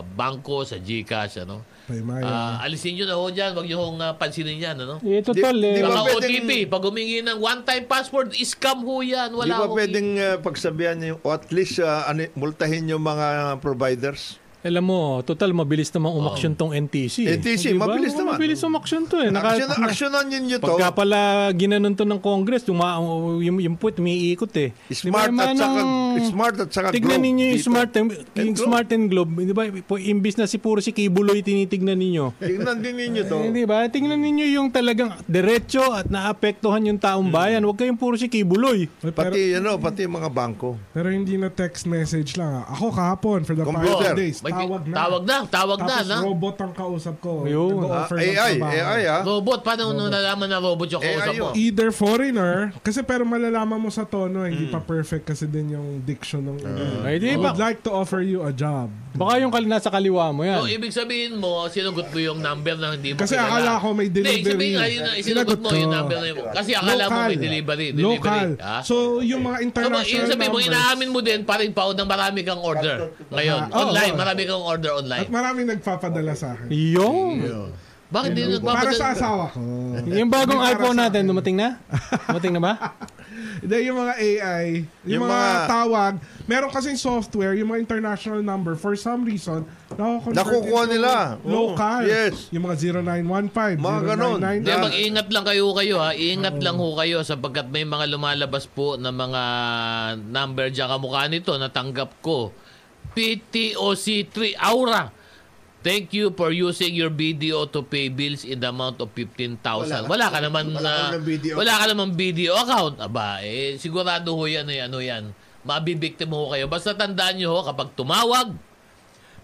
Speaker 1: bangko, sa Gcash, ano.
Speaker 6: Kay Maya.
Speaker 1: Ah, alisin nyo na ho dyan. Huwag nyo hong ah, pansinin yan, ano.
Speaker 2: ito,
Speaker 7: Di-
Speaker 2: tol, eh.
Speaker 7: di ba-
Speaker 1: Mga
Speaker 7: pwedeng-
Speaker 1: OTP, pag humingi ng one-time password, scam ho yan.
Speaker 7: Di
Speaker 1: Wala
Speaker 7: ba ah,
Speaker 1: hong-
Speaker 7: pwedeng uh, pagsabihan niyo, o at least uh, ano, multahin yung mga providers?
Speaker 2: Alam mo, total, mabilis namang
Speaker 7: Oh.
Speaker 2: umaksyon tong NTC. eh.
Speaker 7: NTC,
Speaker 2: Diba?
Speaker 7: mabilis naman.
Speaker 2: Mabilis umaksyon to eh. Naka-
Speaker 7: Aksyon, aksyonan ninyo to.
Speaker 2: Pagka pala ginanon to ng Congress, tuma, yung, yung puwet umiikot eh. Di ba,
Speaker 7: Smart
Speaker 2: yung mga
Speaker 7: at saka,
Speaker 2: nang-
Speaker 7: smart at saka
Speaker 2: Tignan
Speaker 7: globe
Speaker 2: ninyo yung
Speaker 7: dito.
Speaker 2: smart, and,
Speaker 7: And
Speaker 2: yung
Speaker 7: globe.
Speaker 2: smart and globe. Di ba, po, imbis na si puro si Kibuloy tinitignan ninyo.
Speaker 7: *laughs* Tignan din ninyo
Speaker 2: *laughs*
Speaker 7: to.
Speaker 2: Eh, di ba? Tingnan ninyo yung talagang diretso at naapektuhan yung taong
Speaker 7: Hmm.
Speaker 2: bayan. Huwag kayong puro si Kibuloy.
Speaker 6: Uy, pero,
Speaker 7: Pati, ano, pati mga bangko.
Speaker 6: pero hindi na text message lang. ah. Ako kahapon, for the past
Speaker 7: Computer.
Speaker 6: few days,
Speaker 1: May-
Speaker 6: tawag na.
Speaker 1: Tawag na, tawag na,
Speaker 6: Tapos
Speaker 1: na.
Speaker 6: robot ang kausap ko.
Speaker 2: Ayun.
Speaker 7: Ah,
Speaker 6: Nag-offer ng
Speaker 7: AI,
Speaker 6: trabaho.
Speaker 7: AI ah.
Speaker 1: Robot, paano nung nalaman na robot yung
Speaker 7: Eh,
Speaker 1: kausap mo?
Speaker 7: ayun.
Speaker 6: Either foreigner, kasi pero malalaman mo sa tono, eh, hindi pa perfect kasi din yung diction
Speaker 7: Ah.
Speaker 6: ng
Speaker 2: Ay, di
Speaker 6: I
Speaker 2: ba?
Speaker 6: would like to offer you a job.
Speaker 2: Baka yung kal- nasa kaliwa mo yan.
Speaker 7: Oh,
Speaker 1: So, ibig sabihin mo, sinugot mo yung number na hindi mo
Speaker 6: Kasi
Speaker 1: kilala.
Speaker 6: akala ko may
Speaker 1: Hindi, ibig sabihin nga,
Speaker 6: delivery.
Speaker 1: yun, sinugot mo
Speaker 6: Sinagot ko.
Speaker 1: yung number na yun. Kasi akala mo may delivery. delivery.
Speaker 6: Local.
Speaker 1: Ah.
Speaker 6: So, yung mga
Speaker 1: So,
Speaker 6: international
Speaker 1: ibig sabihin mo,
Speaker 6: numbers.
Speaker 1: inaamin mo din pa rin paod ng marami kang order. Ngayon,
Speaker 6: Ah, oo,
Speaker 1: online,
Speaker 6: oo.
Speaker 1: marami kang order
Speaker 6: At
Speaker 1: online.
Speaker 6: maraming nagpapadala sa akin.
Speaker 2: Yung,
Speaker 1: Bakit din
Speaker 6: Para
Speaker 1: nagpapadala?
Speaker 6: sa asawa ko.
Speaker 2: yung bagong
Speaker 6: Para
Speaker 2: iPhone
Speaker 6: sa
Speaker 2: natin,
Speaker 6: akin.
Speaker 2: dumating na? Dumating na
Speaker 7: *laughs*
Speaker 2: ba?
Speaker 6: Hindi, yung mga AI, yung,
Speaker 7: Yung
Speaker 6: mga,
Speaker 7: mga-
Speaker 6: tawag, meron kasing software, yung mga international number, for some reason, nakukonvert
Speaker 7: Nakukuha
Speaker 6: into
Speaker 7: nila. Oo.
Speaker 6: Local.
Speaker 7: Yes.
Speaker 6: Yung mga 0915,
Speaker 7: Mga ganon.
Speaker 1: Hindi,
Speaker 6: 0999.
Speaker 1: mag-ingat lang kayo kayo ha. Ingat lang ho kayo sapagkat may mga lumalabas po na mga number dyan kamukha nito na tanggap ko. PTOC3 Aura. Thank you for using your BDO to pay bills in the amount of 15,000. Wala, ka naman
Speaker 4: Wala ka
Speaker 1: na,
Speaker 4: ng BDO.
Speaker 1: wala ka naman BDO account. Aba, eh, sigurado ho yan, eh, ano yan. Mabibiktim ho kayo. Basta tandaan nyo ho, kapag tumawag,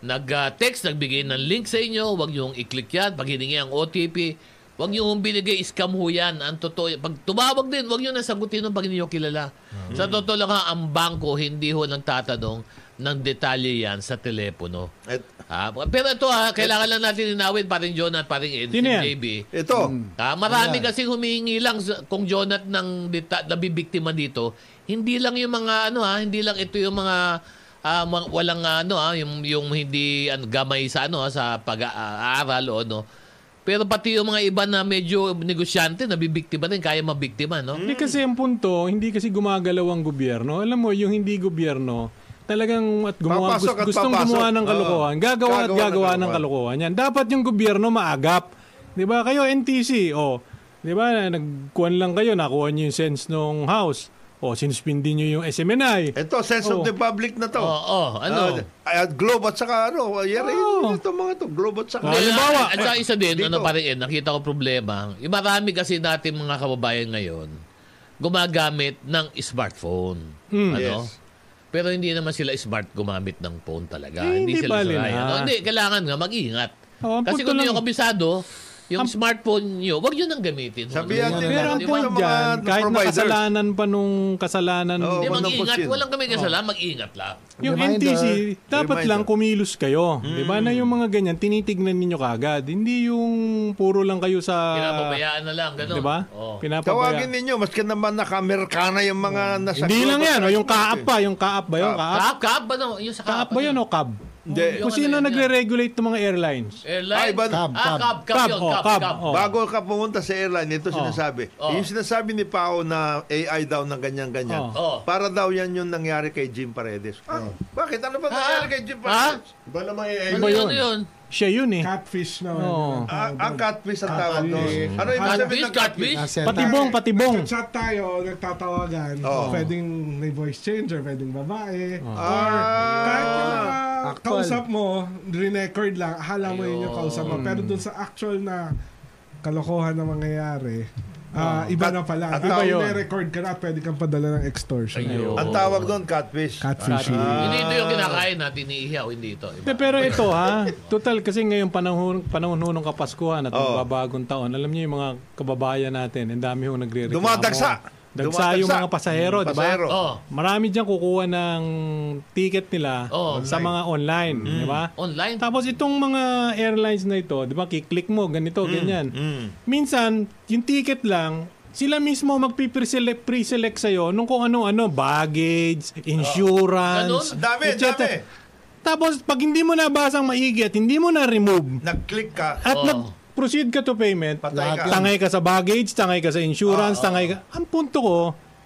Speaker 1: nag-text, nagbigay ng link sa inyo, huwag niyong i-click yan, pag hiningi ang OTP, huwag niyong binigay, scam ho yan. Ang totoo, pag tumawag din, huwag niyong nasagutin nung pag hindi niyo kilala.
Speaker 2: Hmm.
Speaker 1: Sa totoo lang ha, ang bangko hindi ho nagtatanong ng detalye yan sa telepono.
Speaker 7: Et,
Speaker 1: Ha? Pero ito ha, kailangan lang natin inawin, paring John at paring Ed,
Speaker 2: Sino yan?
Speaker 1: JB.
Speaker 7: ito,
Speaker 2: Hmm.
Speaker 1: Ah, marami kasi humingi lang sa- kung Jonat ng dita, nabibiktima dito. Hindi lang yung mga ano ha, hindi lang ito yung mga ah, mga- walang ano ha, yung yung hindi ano, gamay sa ano ha, sa pag-aaral o ano. Pero pati yung mga iba na medyo negosyante nabibiktima din, kaya mabiktima, no?
Speaker 2: Hindi kasi ang punto, hindi kasi gumagalaw ang gobyerno. Alam mo, yung hindi gobyerno, talagang at gumawa,
Speaker 7: Papasok
Speaker 2: gust-
Speaker 7: at
Speaker 2: gustong
Speaker 7: papasok.
Speaker 2: gumawa ng
Speaker 7: Oo.
Speaker 2: kalokohan. Gagawa at
Speaker 7: Gagawa ng
Speaker 2: gagawa ng
Speaker 7: kalokohan.
Speaker 2: kalokohan. Yan. Dapat yung gobyerno maagap. Di ba? Kayo, NTC, o. oh. Di ba? Nagkuhan lang kayo, nakuha nyo yung sense ng house. O, sinuspindi nyo yung SMNI.
Speaker 7: ito, sense
Speaker 2: Oh.
Speaker 7: of the public na to.
Speaker 1: Oo, oh, ano?
Speaker 7: Ah, at globe at saka ano, yari
Speaker 2: Oo.
Speaker 7: ito mga to, globe at saka.
Speaker 2: Oo. halimbawa,
Speaker 1: at saka isa din,
Speaker 7: Ah, dito.
Speaker 1: ano pa rin, eh, nakita ko problema. Yung marami kasi natin mga kababayan ngayon, gumagamit ng smartphone.
Speaker 2: Hmm.
Speaker 1: Ano?
Speaker 7: Yes.
Speaker 1: Pero hindi naman sila smart gumamit ng phone talaga.
Speaker 2: Eh,
Speaker 1: hindi,
Speaker 2: hindi
Speaker 1: sila
Speaker 2: pala
Speaker 1: sanay.
Speaker 2: na.
Speaker 1: Ano? Hindi, kailangan nga mag-ingat.
Speaker 2: Oo, Oh, ang
Speaker 1: kasi
Speaker 2: punto
Speaker 1: kung hindi
Speaker 2: lang-
Speaker 1: nyo kabisado, yung smartphone nyo, wag nyo nang gamitin.
Speaker 7: Sabihan
Speaker 1: Ano,
Speaker 7: nila.
Speaker 2: Pero ang
Speaker 1: di ba?
Speaker 2: point
Speaker 7: Yung mga
Speaker 2: dyan, kahit
Speaker 7: providers.
Speaker 2: nakasalanan pa nung kasalanan
Speaker 7: Oo,
Speaker 1: Hindi,
Speaker 7: Walang
Speaker 1: mag-ingat.
Speaker 7: pagsin.
Speaker 1: Walang
Speaker 2: Oh.
Speaker 1: kami kasalanan, mag-ingat lang.
Speaker 2: Yung
Speaker 5: Reminder.
Speaker 2: NTC, dapat
Speaker 7: Reminder.
Speaker 2: lang kumilos kayo. Di ba na yung mga ganyan, tinitignan ninyo kagad. Hindi yung puro lang kayo sa...
Speaker 1: Pinapabayaan na lang, Oh. gano'n.
Speaker 2: Di ba?
Speaker 1: Oo.
Speaker 2: Pinapabaya.
Speaker 7: Tawagin ninyo, maski naman naka-Amerikana yung mga nasa
Speaker 2: Hindi lang yan. O yung kaap
Speaker 7: eh. kaap
Speaker 2: pa. Yung kaap ba yun? Kaap,
Speaker 1: Kaap, ano kaap ba no? Yung sa
Speaker 2: kaap ba yun o cab?
Speaker 7: Hindi.
Speaker 2: Kung sino nagre-regulate ng mga airlines?
Speaker 1: Airline?
Speaker 7: Ay, ba-
Speaker 1: cab, ah, cab, cab,
Speaker 2: oh? Cab,
Speaker 1: yun,
Speaker 2: oh,
Speaker 1: cab,
Speaker 2: cab,
Speaker 1: cab.
Speaker 2: oh.
Speaker 7: Bago ka pumunta sa airline, ito sinasabi.
Speaker 1: Oh.
Speaker 7: Yung sinasabi ni Pao na AI daw ng ganyan-ganyan.
Speaker 1: Oh. Oh.
Speaker 7: Para daw yan yung nangyari kay Jim Paredes. Ah, Bakit? Ano ba nangyari kay Jim
Speaker 1: Ha?
Speaker 7: Paredes?
Speaker 4: Iba naman yung
Speaker 1: Ano
Speaker 4: AI.
Speaker 1: yun? Ano yun?
Speaker 2: Siya yun eh.
Speaker 6: Catfish na.
Speaker 2: Oo.
Speaker 7: Ah, ang catfish ang tawag doon.
Speaker 6: Catfish.
Speaker 7: Ano ibig sabihin
Speaker 1: Catfish,
Speaker 7: ng catfish?
Speaker 1: catfish?
Speaker 5: Nasa-
Speaker 2: Patibong, patibong.
Speaker 6: Chat tayo, nagtatawagan.
Speaker 7: Oo.
Speaker 6: Pwedeng may voice changer, pwedeng babae. Or
Speaker 7: Ah.
Speaker 6: kahit yung mga
Speaker 5: Actual.
Speaker 6: kausap mo, record lang, akala mo yun yung kausap mo. Pero dun sa actual na kalokohan na mangyayari, ah, iba na pala. At,
Speaker 7: At- at
Speaker 6: iba
Speaker 7: tao-
Speaker 6: yun. record ka na at pwede kang padala ng extortion.
Speaker 1: Ayun. Ah,
Speaker 7: Ang tawag doon, Oh. catfish.
Speaker 6: Catfishing.
Speaker 1: Hindi ito yung kinakain natin, iniihaw, hindi ito. Iba.
Speaker 2: Hindi, pero ito ha, total kasi ngayon panahon, panahon ho ng Kapaskuhan at
Speaker 7: Oo.
Speaker 2: magbabagong taon. Alam niyo yung mga kababayan natin, ang dami ho nagre-reklamo.
Speaker 7: Dumadagsa.
Speaker 2: Dagsa yung
Speaker 7: Dumadagsa. Hmm,
Speaker 2: mga pasahero, di ba?
Speaker 7: Pasahero.
Speaker 1: Oh,
Speaker 2: Marami dyan kukuha ng ticket nila
Speaker 7: Oh,
Speaker 1: Oo.
Speaker 2: sa mga online,
Speaker 7: Mm-hmm.
Speaker 2: di ba?
Speaker 1: online.
Speaker 2: Tapos itong mga airlines na ito, di ba, kiklik mo, ganito,
Speaker 7: Mm-hmm.
Speaker 2: ganyan. Minsan, yung ticket lang, sila mismo magpipreselect pre-select sa'yo nung kung ano-ano, baggage, insurance,
Speaker 1: Ganun?
Speaker 7: Oh. Dami,
Speaker 2: et cetera.
Speaker 7: dami.
Speaker 2: Tapos, pag hindi mo nabasang maigi at hindi mo na-remove,
Speaker 7: Nag-click ka,
Speaker 2: at
Speaker 1: Oo.
Speaker 2: nag-proceed ka to payment,
Speaker 7: Oh. patay ka.
Speaker 2: tangay ka sa baggage, tangay ka sa insurance, tangay ka... Ang punto ko,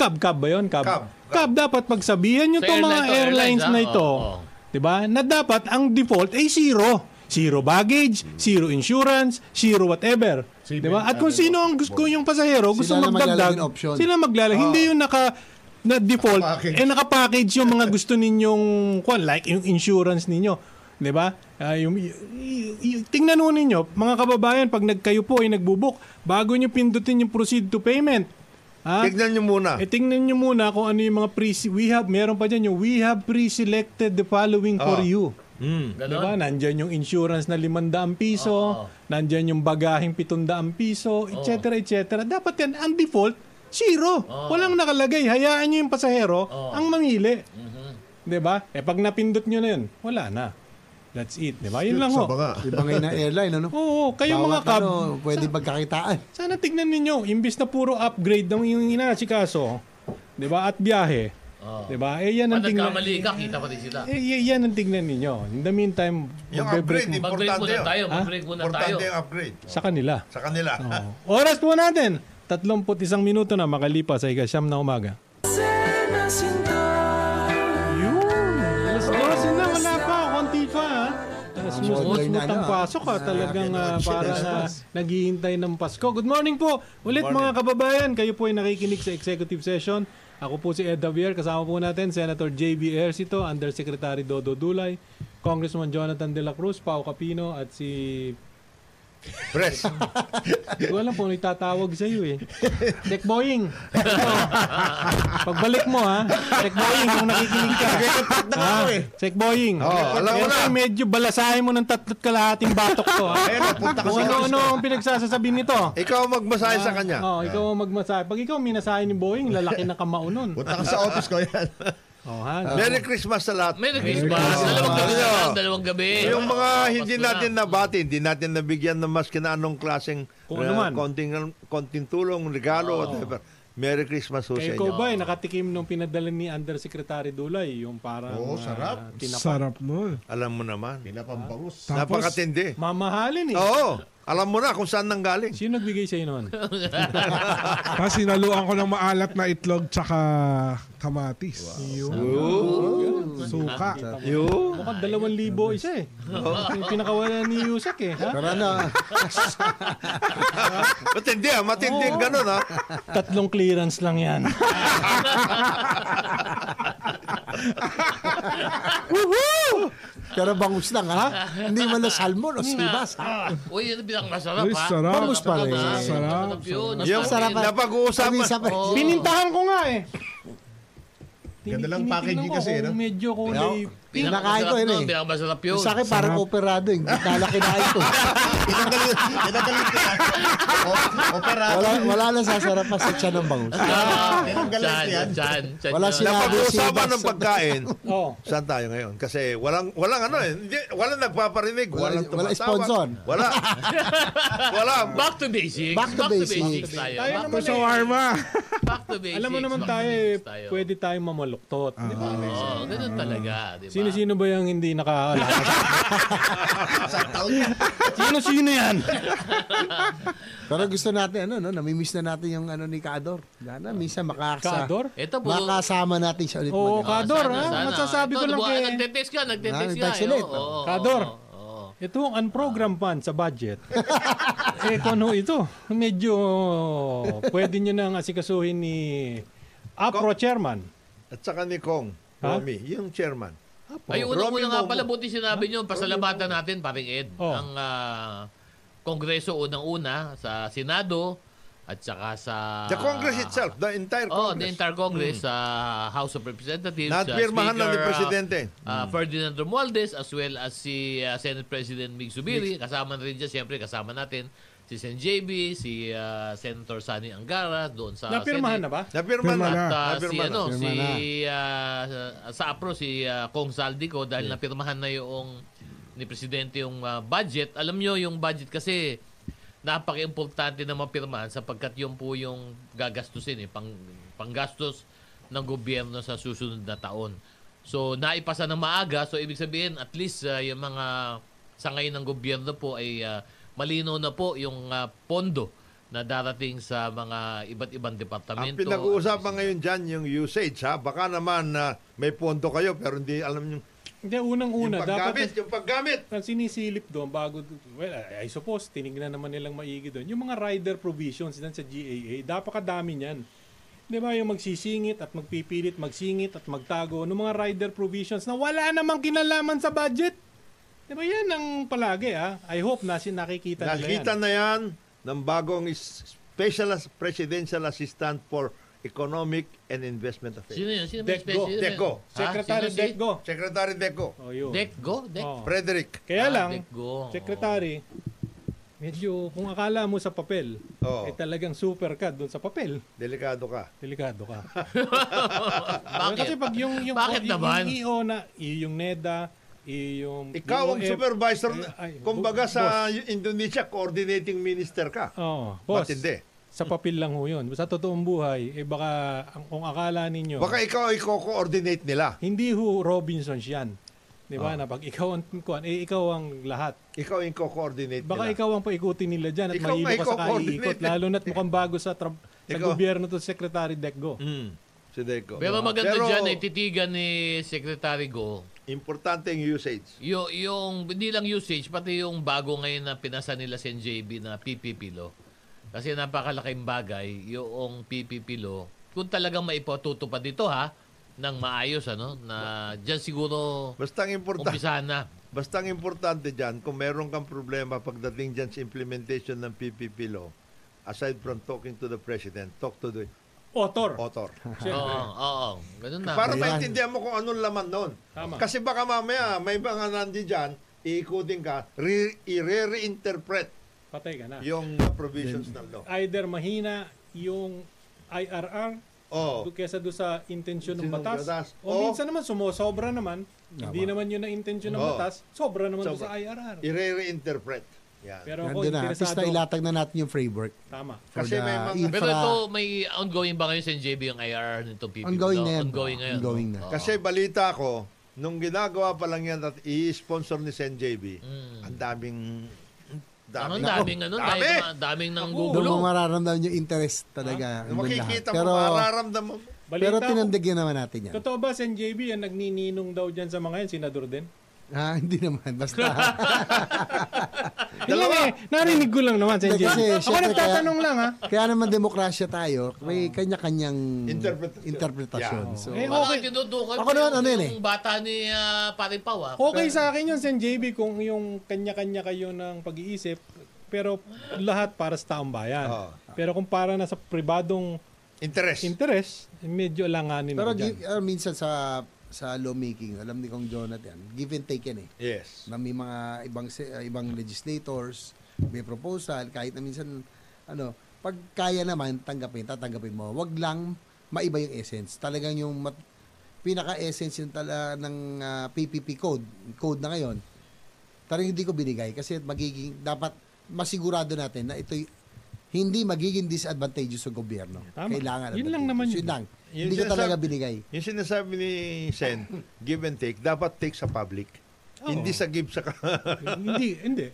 Speaker 2: cab, cab ba yun? Cab.
Speaker 7: Cab,
Speaker 2: Cab, dapat pagsabihan nyo
Speaker 1: Sa
Speaker 2: itong mga
Speaker 1: airline to,
Speaker 2: airlines
Speaker 1: airlines,
Speaker 2: na
Speaker 1: ah,
Speaker 2: ito
Speaker 1: oo, oo.
Speaker 2: 'Diba? Na dapat ang default ay zero. Zero baggage, zero insurance, zero whatever.
Speaker 4: Seatbelt,
Speaker 2: 'Di ba? At kung
Speaker 4: ano,
Speaker 2: sino ang gusto yung pasahero gusto
Speaker 5: Sila na
Speaker 2: magdagdag,
Speaker 5: maglalagay ng option.
Speaker 2: sila maglalagay. Hindi yung naka na default
Speaker 4: Nakapackage.
Speaker 2: eh naka-package yung mga gusto ninyong kwan like yung insurance ninyo. 'Di ba? Ah, yung, y- y- y- tingnan nun ninyo, mga kababayan, pag nagkayo po ay nagbubuk, bago nyo pindutin yung proceed to payment. Ha?
Speaker 7: Tignan nyo muna.
Speaker 2: E tingnan nyo muna kung ano yung mga pre we have meron pa dyan yung we have pre-selected the following for
Speaker 7: Oo.
Speaker 2: you. Diba?
Speaker 1: Ganon.
Speaker 2: Nandyan yung insurance na 500 piso,
Speaker 1: Oo.
Speaker 2: nandyan yung bagaheng 700 piso, etc. etc. Dapat yan, ang default, zero. Walang nakalagay. Hayaan nyo yung pasahero ang mamili. Diba? E pag napindot nyo na yun, wala na. That's it. Diba? Yun lang ho.
Speaker 4: Sa banga.
Speaker 5: Iba ngayon ng airline, ano?
Speaker 2: Oo, kayo mga
Speaker 5: Bawat
Speaker 2: cab.
Speaker 5: ano, pwede magkakitaan.
Speaker 2: Sana tignan ninyo, imbis na puro upgrade ng yung inasikaso, 'di ba? At biyahe. 'Di ba? Eh yan ang
Speaker 1: Pag
Speaker 2: tingnan.
Speaker 1: nagkamali ka, kita pa rin sila.
Speaker 2: Eh y- yan ang tignan ninyo. In the meantime,
Speaker 7: Yung
Speaker 2: magbe-break mo-
Speaker 7: upgrade,
Speaker 1: Mag-break
Speaker 7: Importante
Speaker 1: muna
Speaker 7: yun.
Speaker 1: tayo. Mag-break muna tayo.
Speaker 7: Importante yung upgrade.
Speaker 2: sa kanila.
Speaker 7: Sa kanila.
Speaker 2: Oo. Oras po natin. 31 minuto na makalipas sa ikasyam na umaga. Yun. Alas 12 na, wala pa. Konti pa, ha? Ah, Smooth,
Speaker 5: Modern
Speaker 2: smooth
Speaker 5: na,
Speaker 2: ang
Speaker 5: ano,
Speaker 2: pasok ha. Talagang ah, para
Speaker 5: yes,
Speaker 2: na
Speaker 5: yes.
Speaker 2: naghihintay ng Pasko. Good morning po. Ulit mga kababayan, kayo po ay nakikinig sa executive session. Ako po si Ed Davier. Kasama po natin Senator J.B. Ercito, Undersecretary Dodo Dulay, Congressman Jonathan De La Cruz, Pao Capino, at si...
Speaker 7: Press.
Speaker 2: Hindi ko alam kung ano itatawag sa iyo eh. Tech Boying. Pagbalik mo ha. Tech Boying, kung nakikinig ka. Ha? Check boying.
Speaker 7: eh. Oo, alam ko
Speaker 2: Ito
Speaker 7: na.
Speaker 2: ay medyo balasahin mo ng tatlot kalahating batok to. Ha?
Speaker 7: Ayun, napunta ka
Speaker 2: Kung
Speaker 7: sa Ah.
Speaker 2: ano-ano ang pinagsasasabi nito.
Speaker 7: Ikaw ang magmasahe sa kanya.
Speaker 2: Oh, ikaw ang magmasahe. Pag ikaw minasahe ni Boying, lalaki na kamao nun.
Speaker 4: Punta ka sa office ko yan.
Speaker 2: Oh, ha?
Speaker 7: Ah. Merry Christmas sa lahat.
Speaker 1: Merry Christmas. Dalawang gabi na lang. Dalawang gabi.
Speaker 7: Yung mga hindi
Speaker 1: Pasko na.
Speaker 7: natin nabati, hindi natin nabigyan ng mas kina anong klaseng
Speaker 2: Kung
Speaker 7: uh,
Speaker 2: ano man.
Speaker 7: konting, konting tulong, regalo, whatever. Merry Christmas ho sa
Speaker 2: Kaya
Speaker 7: inyo.
Speaker 2: ikaw ba, eh, nakatikim nung pinadala ni Undersecretary Dulay, yung parang ah,
Speaker 4: Oo, sarap.
Speaker 2: tinapa.
Speaker 6: Sarap nun.
Speaker 7: Alam mo naman.
Speaker 4: Pinapambangus.
Speaker 6: Tapos-
Speaker 7: Napakatindi.
Speaker 2: Mamahalin eh.
Speaker 7: Oo. Alam mo na kung saan nanggaling.
Speaker 2: Sino nagbigay sa'yo naman?
Speaker 6: Tapos sinaluan ko ng maalat na itlog tsaka kamatis. Suka.
Speaker 7: Yo.
Speaker 2: Mukhang dalawang libo isa eh. Yung pinakawala ni Yusek eh. Ha?
Speaker 5: Tara na.
Speaker 7: Matindi ah, matindi ganun ah.
Speaker 2: Tatlong clearance lang yan. *laughs*
Speaker 5: Woohoo! Oh! Pero bangus lang, ha? Hindi man na salmon o sibas, ha?
Speaker 2: Ah.
Speaker 1: Uy, yun ang pinakamasarap,
Speaker 6: Uy,
Speaker 1: ha?
Speaker 6: sarap.
Speaker 5: Bangus pa rin.
Speaker 6: Sarap,
Speaker 7: Yung
Speaker 5: Masarap ah. Sabi
Speaker 7: *laughs* napag-uusapan.
Speaker 5: sa pa.
Speaker 1: Oo.
Speaker 2: Pinintahan ko nga eh.
Speaker 4: Ganda lang
Speaker 2: Tinitingnan
Speaker 4: packaging
Speaker 2: ko
Speaker 4: kasi,
Speaker 2: kung
Speaker 4: no?
Speaker 2: Medyo kulay.
Speaker 5: Pinakain ko yun, eh.
Speaker 1: Pinakamasarap yun.
Speaker 5: Sa akin, parang operado eh. yung kinakain ko.
Speaker 4: Pinagaling. Pinagaling ko yan. O- Opera.
Speaker 5: Wala, wala na sasarap pa sa tiyan ng *laughs* bangus.
Speaker 1: Ah,
Speaker 4: Pinanggalan
Speaker 1: Chan,
Speaker 4: yan.
Speaker 1: chan, chan.
Speaker 5: Wala
Speaker 1: yun.
Speaker 5: sila-
Speaker 7: Napag-uusapan ng pagkain.
Speaker 2: Oh.
Speaker 7: Saan tayo ngayon? Kasi walang walang ano eh. Hindi, walang nagpaparinig,
Speaker 5: Wala-
Speaker 7: walang
Speaker 5: wala
Speaker 7: tumatawag.
Speaker 5: sponsor.
Speaker 7: Wala. wala.
Speaker 1: Back to basics.
Speaker 5: Back to basics.
Speaker 1: tayo.
Speaker 2: Tayo
Speaker 1: Back-
Speaker 2: naman
Speaker 6: Sa
Speaker 2: eh.
Speaker 6: warma.
Speaker 1: Back to basics.
Speaker 2: Alam mo naman
Speaker 1: Back to
Speaker 2: tayo, eh,
Speaker 1: basics tayo.
Speaker 2: pwede tayong mamaluktot. di ba?
Speaker 4: Ah.
Speaker 1: Oo, ganun talaga, di ba?
Speaker 2: Sino-sino ba yung hindi nakakalakas?
Speaker 4: *laughs* Sa taon yan.
Speaker 2: Sino-sino yan?
Speaker 5: Pero gusto natin, ano, no? Namimiss na natin yung ano ni Kador. Dana, minsan makakasa,
Speaker 2: Kador?
Speaker 1: Ito po.
Speaker 5: makasama natin siya ulit.
Speaker 2: Oo,
Speaker 5: mag-
Speaker 2: Kador,
Speaker 1: Sana,
Speaker 2: ha?
Speaker 1: sana.
Speaker 2: ah. Masasabi
Speaker 1: Ito,
Speaker 2: ko lang
Speaker 1: diba,
Speaker 2: kay...
Speaker 1: Nagte-text ka, nagte-text ka.
Speaker 5: Nagte-text
Speaker 1: eh,
Speaker 5: ulit.
Speaker 1: oo, oo,
Speaker 2: Kador.
Speaker 1: oo, oo.
Speaker 2: Ito ang unprogram fund sa
Speaker 4: *laughs*
Speaker 2: budget. eh, kung ano ito? Medyo pwede nyo nang asikasuhin ni Apro Chairman.
Speaker 7: At saka ni Kong,
Speaker 2: Ha?
Speaker 7: Romy, yung chairman.
Speaker 1: Ay,
Speaker 7: Robin
Speaker 1: unang-una nga
Speaker 7: Momo.
Speaker 1: pala, buti sinabi nyo, pasalamatan natin, paring Ed,
Speaker 2: Oh.
Speaker 1: ang ah, Kongreso unang-una sa Senado at saka sa...
Speaker 7: The Congress itself, the entire
Speaker 1: Ah. Oh, the
Speaker 7: Congress.
Speaker 1: entire Congress, sa House of Representatives, sa
Speaker 7: Napirmahan lang ni
Speaker 1: Speaker, ah,
Speaker 7: Presidente. Hmm.
Speaker 1: ah, Ferdinand Romualdez as well as si ah, Senate President Mig Zubiri. Kasama na rin dyan, siyempre kasama natin si Sen JB, si ah, Senator Sani Angara doon sa
Speaker 2: Napirmahan na
Speaker 1: Senate.
Speaker 2: ba?
Speaker 7: Napirma na.
Speaker 6: Pirma
Speaker 1: At ah, si
Speaker 7: Napirma na.
Speaker 1: ano, si
Speaker 5: Pirma na.
Speaker 1: ah, sa apro si ah, Kong Saldi ko dahil napirmahan na yung ni presidente yung ah, budget. Alam nyo yung budget kasi napaka-importante na mapirmahan sapagkat yun po yung gagastusin eh, pang, panggastos ng gobyerno sa susunod na taon. So naipasa na maaga so ibig sabihin at least ah, yung mga sangay ng gobyerno po ay ah, malinaw na po yung ah, pondo na darating sa mga iba't ibang
Speaker 7: Ang
Speaker 1: departamento.
Speaker 7: uh, pinag-uusapan ngayon dyan, yung usage ha. Baka naman na may pondo kayo pero hindi alam yung
Speaker 2: Hindi, unang-una.
Speaker 7: yung
Speaker 2: dapat
Speaker 7: paggamit, yung paggamit.
Speaker 2: ang sinisilip doon bago, well, I I suppose, tinignan naman nilang maigi doon. Yung mga rider provisions dyan sa GAA, napakadami niyan. Di ba yung magsisingit at magpipilit, magsingit at magtago ng mga rider provisions na wala namang kinalaman sa budget. Di ba yan ang palagi ah? I hope na sin nakikita nila
Speaker 7: Nakita
Speaker 2: yan.
Speaker 7: na yan ng bagong is- Special as- Presidential Assistant for Economic and Investment
Speaker 1: Sino
Speaker 7: Affairs.
Speaker 1: yun? Sino
Speaker 2: Dekgo.
Speaker 1: special-
Speaker 7: Dekgo.
Speaker 1: Ha?
Speaker 2: Secretary
Speaker 1: Sino si-
Speaker 2: Dekgo.
Speaker 7: Secretary Deco,
Speaker 2: Oh, yun.
Speaker 1: Dekgo? Dek?
Speaker 2: Oh.
Speaker 7: Frederick.
Speaker 2: Kaya
Speaker 1: Ah,
Speaker 2: lang,
Speaker 1: Dekgo.
Speaker 2: Secretary, medyo kung akala mo sa papel,
Speaker 7: Oo.
Speaker 2: eh talagang super ka doon sa papel.
Speaker 7: Delikado ka.
Speaker 2: Delikado ka.
Speaker 1: Ah, Bakit?
Speaker 2: Kasi pag yung yung
Speaker 1: Bakit
Speaker 2: yung,
Speaker 1: naman?
Speaker 2: yung EO na iyo yung NEDA, iyo yung
Speaker 7: Ikaw ang
Speaker 2: EOF.
Speaker 7: supervisor,
Speaker 2: Ay, ay,
Speaker 7: kumbaga
Speaker 2: boss.
Speaker 7: sa Indonesia, coordinating minister ka.
Speaker 2: Oh, boss.
Speaker 7: Matindi.
Speaker 2: Sa papel lang ho 'yun. Sa totoong buhay, eh baka ang kung akala ninyo
Speaker 7: Baka ikaw ay co-coordinate nila.
Speaker 2: hindi ho Robinsons 'yan. 'Di ba? Na
Speaker 7: Ah.
Speaker 2: pag ikaw ang kuan, eh ikaw ang lahat.
Speaker 7: Ikaw yung co-coordinate
Speaker 2: Baka
Speaker 7: nila.
Speaker 2: ikaw ang paikutin nila diyan at
Speaker 7: Ikaw
Speaker 2: mahilo
Speaker 7: nga,
Speaker 2: ka
Speaker 7: ikaw
Speaker 2: sa kaiikot
Speaker 7: coordinate.
Speaker 2: lalo na't mukhang bago sa tra- sa
Speaker 7: Ikaw.
Speaker 2: gobyerno to Secretary Dekgo.
Speaker 7: Mm, si Deco.
Speaker 1: Hmm. Pero maganda
Speaker 7: Pero,
Speaker 1: dyan, eh, ay titigan ni Secretary Go.
Speaker 7: Importante yung usage.
Speaker 1: Yung, yung hindi lang usage, pati yung bago ngayon na pinasa nila sa NJB na PPP law. Kasi napakalaking bagay yung PPP law. Kung talagang maipatutupad dito ha, ng maayos ano, na dyan siguro
Speaker 7: Basta ang importante.
Speaker 1: umpisahan na.
Speaker 7: Basta ang importante dyan, kung meron kang problema pagdating dyan sa implementation ng PPP law, aside from talking to the President, talk to the
Speaker 2: Otor.
Speaker 7: author.
Speaker 1: Oo, oo, ganun na.
Speaker 7: Para
Speaker 5: Ayan.
Speaker 7: maintindihan mo kung anong laman nun.
Speaker 2: Tama.
Speaker 7: Kasi baka mamaya, may mga nandi dyan, iikutin ka, re- i-reinterpret
Speaker 2: Patay ka na.
Speaker 7: yung uh, provisions ng law.
Speaker 2: Either mahina yung IRR
Speaker 7: Oh,
Speaker 2: do kesa do sa intensyon ng
Speaker 7: Sinong
Speaker 2: batas.
Speaker 7: batas.
Speaker 2: O
Speaker 7: Oh. O-
Speaker 2: minsan naman sumosobra naman. Hindi naman yun ang intensyon ng
Speaker 7: Oo.
Speaker 2: batas. Sobra naman doon
Speaker 7: Oh. Sobra.
Speaker 2: sa IRR.
Speaker 7: i-reinterpret. Yan.
Speaker 2: Pero ako
Speaker 5: Nandun na. ah. At least
Speaker 2: interesado.
Speaker 5: na ilatag na natin yung framework.
Speaker 2: Tama.
Speaker 5: For
Speaker 7: Kasi
Speaker 5: the
Speaker 7: may mga-
Speaker 5: infra-
Speaker 1: Pero ito, may ongoing ba ngayon sa NJB yung IRR nitong PPP
Speaker 5: Ongoing
Speaker 1: law?
Speaker 5: na yan.
Speaker 1: Ongoing ngayon.
Speaker 5: Ongoing na.
Speaker 1: Oo.
Speaker 7: Kasi balita ko, nung ginagawa pa lang yan at i-sponsor ni SenJB, ang daming...
Speaker 1: Ang
Speaker 7: Nako,
Speaker 1: daming ano, Hmm. dami.
Speaker 7: dami!
Speaker 1: daming nang
Speaker 5: Doon mo
Speaker 1: gugulo.
Speaker 5: mararamdaman yung interest
Speaker 2: Ah.
Speaker 5: talaga. ng lahat.
Speaker 7: Makikita
Speaker 5: pero,
Speaker 7: mo, mararamdam mo.
Speaker 2: Balita
Speaker 5: pero
Speaker 2: ko-
Speaker 5: tinandag yan naman natin yan.
Speaker 2: Totoo ba, Sen JB, yan nagnininong daw dyan sa mga yan, senador
Speaker 7: *laughs*
Speaker 2: din?
Speaker 5: Ha, Ah, *laughs* hindi naman. Basta.
Speaker 2: Dalawa. Eh, narinig ko lang naman, Sen
Speaker 5: Hindi, kasi
Speaker 2: JB. Ako
Speaker 5: syempre
Speaker 2: nagtatanong lang, ha?
Speaker 5: kaya naman demokrasya tayo. May kanya-kanyang
Speaker 7: Interpretasyon.
Speaker 5: interpretasyon.
Speaker 2: Yeah.
Speaker 5: So,
Speaker 2: Eh,
Speaker 1: Parang
Speaker 2: okay.
Speaker 1: tinutukan
Speaker 5: Ako
Speaker 1: mo
Speaker 5: naman,
Speaker 1: yung-
Speaker 5: ano yun eh.
Speaker 1: Yung bata ni ah, Paring Pau, ah.
Speaker 2: Okay sa akin yun, Sen JB, kung yung kanya-kanya kayo ng pag-iisip, pero lahat para sa taong bayan.
Speaker 7: Oo.
Speaker 2: Pero kung para na sa pribadong
Speaker 7: Interest.
Speaker 2: interest, medyo langanin
Speaker 5: pero
Speaker 2: ako dyan.
Speaker 5: give, ah, minsan sa sa lawmaking, alam ni Kong Jonathan, give and take yan eh.
Speaker 7: yes.
Speaker 5: na may mga ibang se- uh, ibang legislators, may proposal kahit na minsan ano, pag kaya naman tanggapin, tatanggapin mo. Wag lang maiba yung essence. Talagang yung mat- pinaka-essence yung tala ng ah, PPP code, code na ngayon. Talagang hindi ko binigay kasi magiging dapat masigurado natin na ito'y hindi magiging disadvantageous sa gobyerno.
Speaker 2: Tama.
Speaker 5: Kailangan.
Speaker 2: Yun lang
Speaker 5: advantageous.
Speaker 2: naman yun.
Speaker 5: Yun lang.
Speaker 7: Yun
Speaker 5: hindi ko
Speaker 7: siya
Speaker 5: talaga
Speaker 7: sa-
Speaker 5: binigay.
Speaker 7: Yung sinasabi ni Sen, give and take, dapat take sa public.
Speaker 2: Oo.
Speaker 7: Hindi sa give sa...
Speaker 2: hindi, hindi.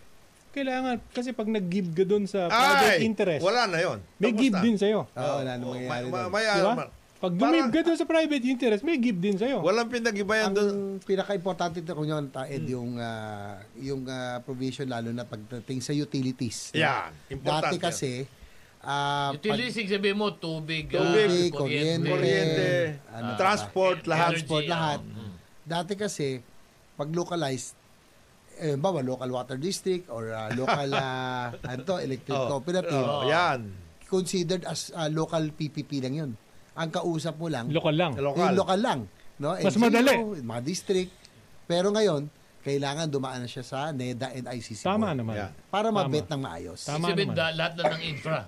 Speaker 2: Kailangan, kasi pag nag-give ka doon sa
Speaker 7: *laughs*
Speaker 2: private interest,
Speaker 7: wala na yon.
Speaker 2: may give din sa'yo.
Speaker 5: Oo, wala nang mangyayari
Speaker 7: ma-
Speaker 5: doon.
Speaker 7: ma- may
Speaker 2: Di ba?
Speaker 7: alaman.
Speaker 2: Pag dumib
Speaker 7: Parang-
Speaker 2: ka doon sa private interest, may give din sa'yo.
Speaker 7: Walang pinag-ibayan doon.
Speaker 5: ang pinaka-importante ito kunyon ta Ed, yung ah, yung ah, provision lalo na pagdating sa utilities. no?
Speaker 7: Yan.
Speaker 5: Dati
Speaker 7: Importante.
Speaker 5: kasi ah, pag-
Speaker 1: Utilities, sabi mo, tubig, ah,
Speaker 5: tubig,
Speaker 7: Tubig,
Speaker 5: kuryente,
Speaker 7: Kuryente,
Speaker 5: ano pa ba?
Speaker 7: transport, lahat.
Speaker 1: Energy.
Speaker 5: transport, lahat.
Speaker 1: Mm.
Speaker 5: Dati kasi pag localized eh, bawa local water district or ah, local ah, ano to, electric
Speaker 7: Oh.
Speaker 5: cooperative
Speaker 7: Oh, yan.
Speaker 5: considered as ah, local PPP lang yun. Ang kausap mo lang
Speaker 2: Lokal lang.
Speaker 5: Yung
Speaker 7: Local.
Speaker 5: local lang. No?
Speaker 2: Mas madali.
Speaker 5: Mga district. Pero ngayon, kailangan dumaan na siya sa E NEDA and ICC.
Speaker 2: Tama
Speaker 5: board
Speaker 2: naman.
Speaker 7: Yeah.
Speaker 5: Para
Speaker 2: Tama.
Speaker 5: mabet ng maayos.
Speaker 2: Tama
Speaker 1: Ibig sabihin,
Speaker 2: naman.
Speaker 1: da- lahat na ng infra.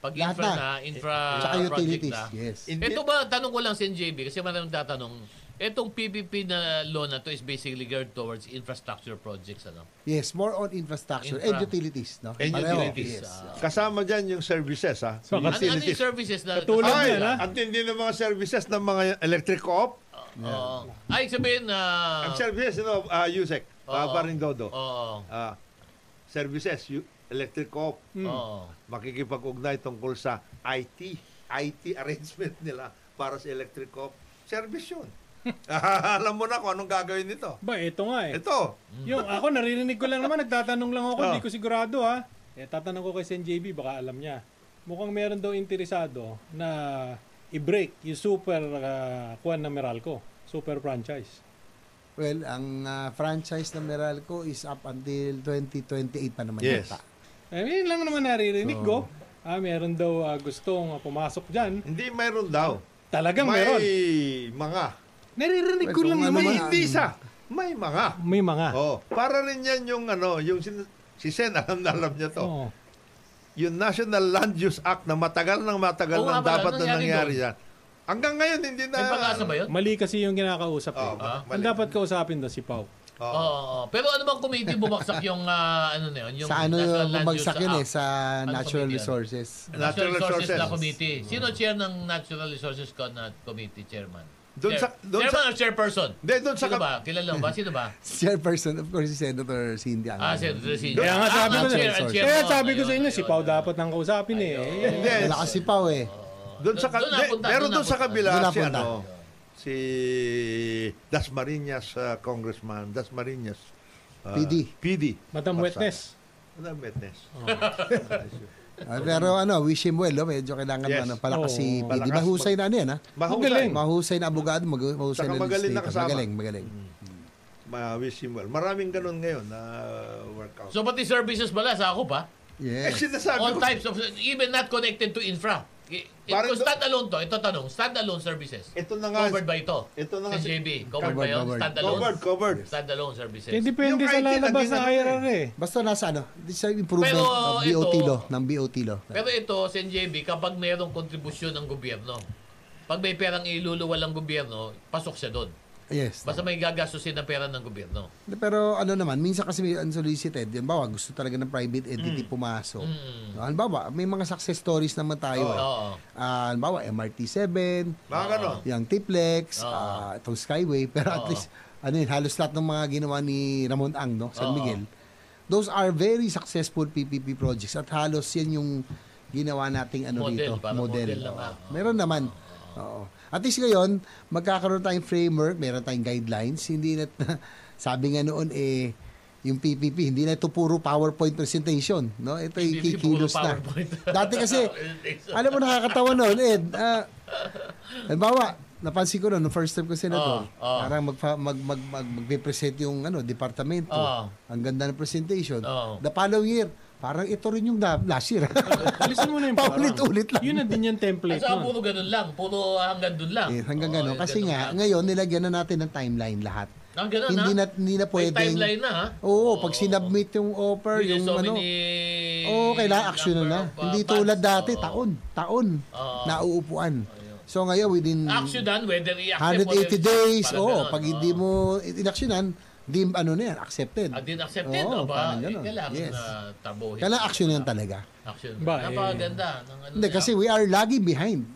Speaker 1: Pag
Speaker 5: Lahat
Speaker 1: infra
Speaker 5: na. Eh,
Speaker 1: na, infra
Speaker 5: Tsaka
Speaker 1: project
Speaker 5: utilities.
Speaker 1: na.
Speaker 5: Yes.
Speaker 7: In-
Speaker 1: Ito ba, tanong ko lang si NJB, kasi maraming tatanong, itong PPP na law na to is basically geared towards infrastructure projects, ano?
Speaker 5: Yes, more on infrastructure
Speaker 1: Infra. ah.
Speaker 5: and utilities. No?
Speaker 7: And
Speaker 5: Pareho.
Speaker 7: utilities.
Speaker 5: Yes.
Speaker 7: Kasama dyan yung services, ha?
Speaker 2: So,
Speaker 1: Ano, ano
Speaker 7: Utilities.
Speaker 1: yung services na... Ah,
Speaker 2: Katulad
Speaker 1: kasama
Speaker 7: Ay,
Speaker 2: yan,
Speaker 1: nila?
Speaker 2: ha?
Speaker 7: ang tindi ng mga services ng mga electric co-op.
Speaker 1: Oo. Ay, sabihin na...
Speaker 7: ang services, you know, uh, USEC, uh,
Speaker 1: Ah. Oo.
Speaker 7: Paring Dodo.
Speaker 1: Oo.
Speaker 7: Ah, services, u- electric co-op.
Speaker 2: Hmm.
Speaker 1: Oo.
Speaker 7: Makikipag-ugnay tungkol
Speaker 2: *laughs*
Speaker 7: sa IT, IT arrangement nila para sa electric co-op. Service yun. Alam mo na kung anong gagawin nito.
Speaker 2: Ba, ito nga eh.
Speaker 7: Ito,
Speaker 2: Yung ako, naririnig ko lang naman, nagtatanong lang ako,
Speaker 7: Oh.
Speaker 2: hindi ko sigurado ha. Eh, tatanong ko kay Sen JB, baka alam niya. Mukhang meron daw interesado na i-break yung super uh, kuwan ng Meralco, super franchise.
Speaker 5: Well, ang ah, franchise ng Meralco is up until 2028 pa naman
Speaker 7: Yes.
Speaker 5: yata.
Speaker 2: I mean, Eh, yun lang naman naririnig ko.
Speaker 7: Oh.
Speaker 2: Ah, meron daw ah, gustong ah, pumasok dyan.
Speaker 7: hindi mayroon daw.
Speaker 2: Talagang
Speaker 7: may
Speaker 2: meron.
Speaker 7: mga.
Speaker 2: Naririnig ko
Speaker 5: Well,
Speaker 2: lang
Speaker 5: kung ano
Speaker 2: naman.
Speaker 7: May
Speaker 5: man-
Speaker 7: hindi sa. May mga.
Speaker 2: May mga.
Speaker 7: Oh, para rin yan yung ano, yung sin- si Sen, *laughs* alam na alam niya to.
Speaker 1: Oh.
Speaker 2: Oo.
Speaker 7: Yung National Land Use Act na matagal nang matagal
Speaker 1: Oo
Speaker 7: nang
Speaker 1: nga pala,
Speaker 7: dapat na
Speaker 1: nangyari
Speaker 7: nangyari yan. Hanggang ngayon, hindi na... Hmm.
Speaker 1: May pag-asa ba yun?
Speaker 2: Mali kasi yung kinakausap. eh.
Speaker 7: Oo, Oh, ma-
Speaker 2: Ang
Speaker 7: mali.
Speaker 2: dapat kausapin daw si Pau.
Speaker 1: Oo.
Speaker 7: Oo.
Speaker 1: oo. pero ano bang committee bumagsak yung ah, ano na yun? Yung
Speaker 5: sa ano
Speaker 1: National Land
Speaker 5: bumagsak
Speaker 1: Use
Speaker 5: yun eh,
Speaker 1: Act?
Speaker 5: sa
Speaker 1: Ano
Speaker 5: natural
Speaker 1: committee yan?
Speaker 5: resources. *laughs*
Speaker 1: Natural
Speaker 7: Natural
Speaker 1: Resources
Speaker 7: Resources.
Speaker 1: na Committee. Sino chair ng Natural Resources Co- na Committee, Chairman?
Speaker 7: Doon
Speaker 1: Chair-
Speaker 7: sa- doon
Speaker 1: chairman or chairperson?
Speaker 7: Hindi, doon sa
Speaker 1: Sino
Speaker 7: kap-
Speaker 1: ba? Kilala mo ba? Sino ba?
Speaker 5: Chairperson, of course, si Senator Cindy Ang.
Speaker 1: Ah, si Rosina.
Speaker 2: Kaya nga sabi ko,
Speaker 1: Ah,
Speaker 2: eh.
Speaker 5: sa-
Speaker 2: Kaya sabi ko sa inyo, si Pau dapat nang kausapin eh.
Speaker 1: Ayun.
Speaker 7: Hindi.
Speaker 5: Wala kasi pa eh.
Speaker 1: Oh.
Speaker 7: Doon sa
Speaker 1: Doon- doon
Speaker 7: kabila,
Speaker 1: napunta,
Speaker 7: pero
Speaker 1: doon
Speaker 7: doon sa
Speaker 1: napunta.
Speaker 7: kabila
Speaker 5: Doon
Speaker 7: si
Speaker 5: napunta.
Speaker 7: ano, si Dasmariñas uh, Congressman, Dasmariñas uh,
Speaker 5: PD.
Speaker 7: PD.
Speaker 2: Madam
Speaker 7: Basta.
Speaker 2: Wetness.
Speaker 7: Madam Wetness.
Speaker 1: Oh.
Speaker 5: Ah, pero ano, wish him well. Oh, medyo kailangan
Speaker 7: Yes.
Speaker 5: ano, pala
Speaker 2: Oo,
Speaker 5: kasi hindi
Speaker 7: palakas.
Speaker 5: mahusay na ano yan. Ha?
Speaker 7: Mahusay.
Speaker 2: Magaling.
Speaker 5: Mahusay na abogado, mag- mahusay na
Speaker 7: Saka magaling na
Speaker 5: legislator.
Speaker 7: kasama.
Speaker 5: Magaling, magaling.
Speaker 1: Mm.
Speaker 7: Ma wish him well. Maraming ganun ngayon na workout.
Speaker 1: So pati services bala sa ako pa.
Speaker 7: eh,
Speaker 5: Yes.
Speaker 7: sinasabi
Speaker 1: All
Speaker 7: ko,
Speaker 1: types of even not connected to infra. I- Ito
Speaker 7: Parang do-
Speaker 1: stand alone to. Ito tanong, stand alone services.
Speaker 7: ito na nga,
Speaker 1: Covered ba ito?
Speaker 7: ito na nga
Speaker 1: Si
Speaker 7: si-
Speaker 1: JB, covered ba
Speaker 5: Covered,
Speaker 1: yun?
Speaker 5: covered.
Speaker 1: Stand alone?
Speaker 7: covered, covered.
Speaker 1: Stand alone services.
Speaker 2: Eh, depende
Speaker 7: Yung
Speaker 2: sa
Speaker 7: IT
Speaker 2: lalabas
Speaker 7: naging
Speaker 2: na
Speaker 7: ano
Speaker 2: IRR eh.
Speaker 5: Basta nasa ano, this is improvement
Speaker 1: Pero
Speaker 5: of BOT
Speaker 1: ito-
Speaker 5: law, ng BOT law.
Speaker 1: Pero ito, Sen JB, kapag mayroong kontribusyon ng gobyerno, pag may perang iluluwal ng gobyerno, pasok siya doon.
Speaker 5: Yes.
Speaker 1: Basta may gagastusin na pera ng gobyerno.
Speaker 5: Pero ano naman, minsan kasi may unsolicited. Yan bawa, gusto talaga ng private entity
Speaker 1: Mm.
Speaker 5: pumasok. No, halimbawa, may mga success stories naman tayo. eh.
Speaker 1: Oo.
Speaker 5: Ah, halimbawa, MRT7,
Speaker 7: mga ganun.
Speaker 5: ah, yung Tiplex,
Speaker 1: Oo.
Speaker 5: ah, itong Skyway, pero at
Speaker 1: Oo.
Speaker 5: least, ano yun, halos lahat ng mga ginawa ni Ramon Ang, no? San
Speaker 1: Oo.
Speaker 5: Miguel. Those are very successful PPP projects at halos yan yung ginawa nating ano
Speaker 1: Model,
Speaker 5: dito,
Speaker 1: parang model
Speaker 5: Oo.
Speaker 1: naman.
Speaker 5: Meron naman. Oo. At least ngayon, magkakaroon tayong framework, meron tayong guidelines, hindi na, *laughs* sabi nga noon eh, yung PPP, hindi na ito puro PowerPoint presentation, no? Ito ay
Speaker 1: Hindi puro
Speaker 5: kikilos na.
Speaker 1: PowerPoint.
Speaker 5: Dati kasi, alam mo nakakatawa noon, Ed. ah, halimbawa, napansin ko noon, nung first time ko senador,
Speaker 1: Oo, oo.
Speaker 5: parang magpa, mag, mag, mag, magpe-present yung ano, departamento.
Speaker 1: Oo.
Speaker 5: Ang ganda ng presentation.
Speaker 1: Oo.
Speaker 5: The following year, parang ito rin yung da- last year.
Speaker 2: Alisin mo na
Speaker 7: *laughs*
Speaker 2: yung parang.
Speaker 5: Paulit-ulit lang.
Speaker 2: Yun na din yung template
Speaker 1: Saka
Speaker 2: nun.
Speaker 1: puro ganun lang. Puro hanggang doon lang.
Speaker 5: Eh, hanggang
Speaker 1: Oo,
Speaker 5: gano'n.
Speaker 1: eh,
Speaker 5: Kasi
Speaker 1: ganun
Speaker 5: nga,
Speaker 1: lang. Ah,
Speaker 5: ngayon, nilagyan na natin ng timeline lahat.
Speaker 1: Ang ganun,
Speaker 5: hindi,
Speaker 1: ha?
Speaker 5: na, hindi na
Speaker 1: May
Speaker 5: pwedeng...
Speaker 1: timeline na, ha?
Speaker 5: Oo, pag sinubmit yung offer,
Speaker 1: Hindi
Speaker 5: yung
Speaker 1: so
Speaker 5: ano...
Speaker 1: many
Speaker 5: Oo, kailangan action na
Speaker 1: number
Speaker 5: na.
Speaker 1: of, uh,
Speaker 5: Hindi
Speaker 1: months.
Speaker 5: tulad dati,
Speaker 1: Oo.
Speaker 5: taon, taon,
Speaker 1: Oo.
Speaker 5: nauupuan. So ngayon, within
Speaker 1: Actionan, whether i-accept mo.
Speaker 5: 180 days,
Speaker 1: Parang
Speaker 5: oo,
Speaker 1: ganun. oh.
Speaker 5: pag hindi mo inaksyonan, di ano na yan, accepted.
Speaker 1: Ah, din accepted,
Speaker 5: Oo,
Speaker 1: oh, ba?
Speaker 5: parang
Speaker 1: Eh,
Speaker 5: ganun.
Speaker 1: kailangan
Speaker 5: Yes.
Speaker 1: na tabuhin.
Speaker 5: Kailangan action yan talaga.
Speaker 1: Action.
Speaker 2: Ba, eh.
Speaker 1: Napakaganda. Ng, ano
Speaker 5: Hindi,
Speaker 1: niya.
Speaker 5: kasi we are lagging behind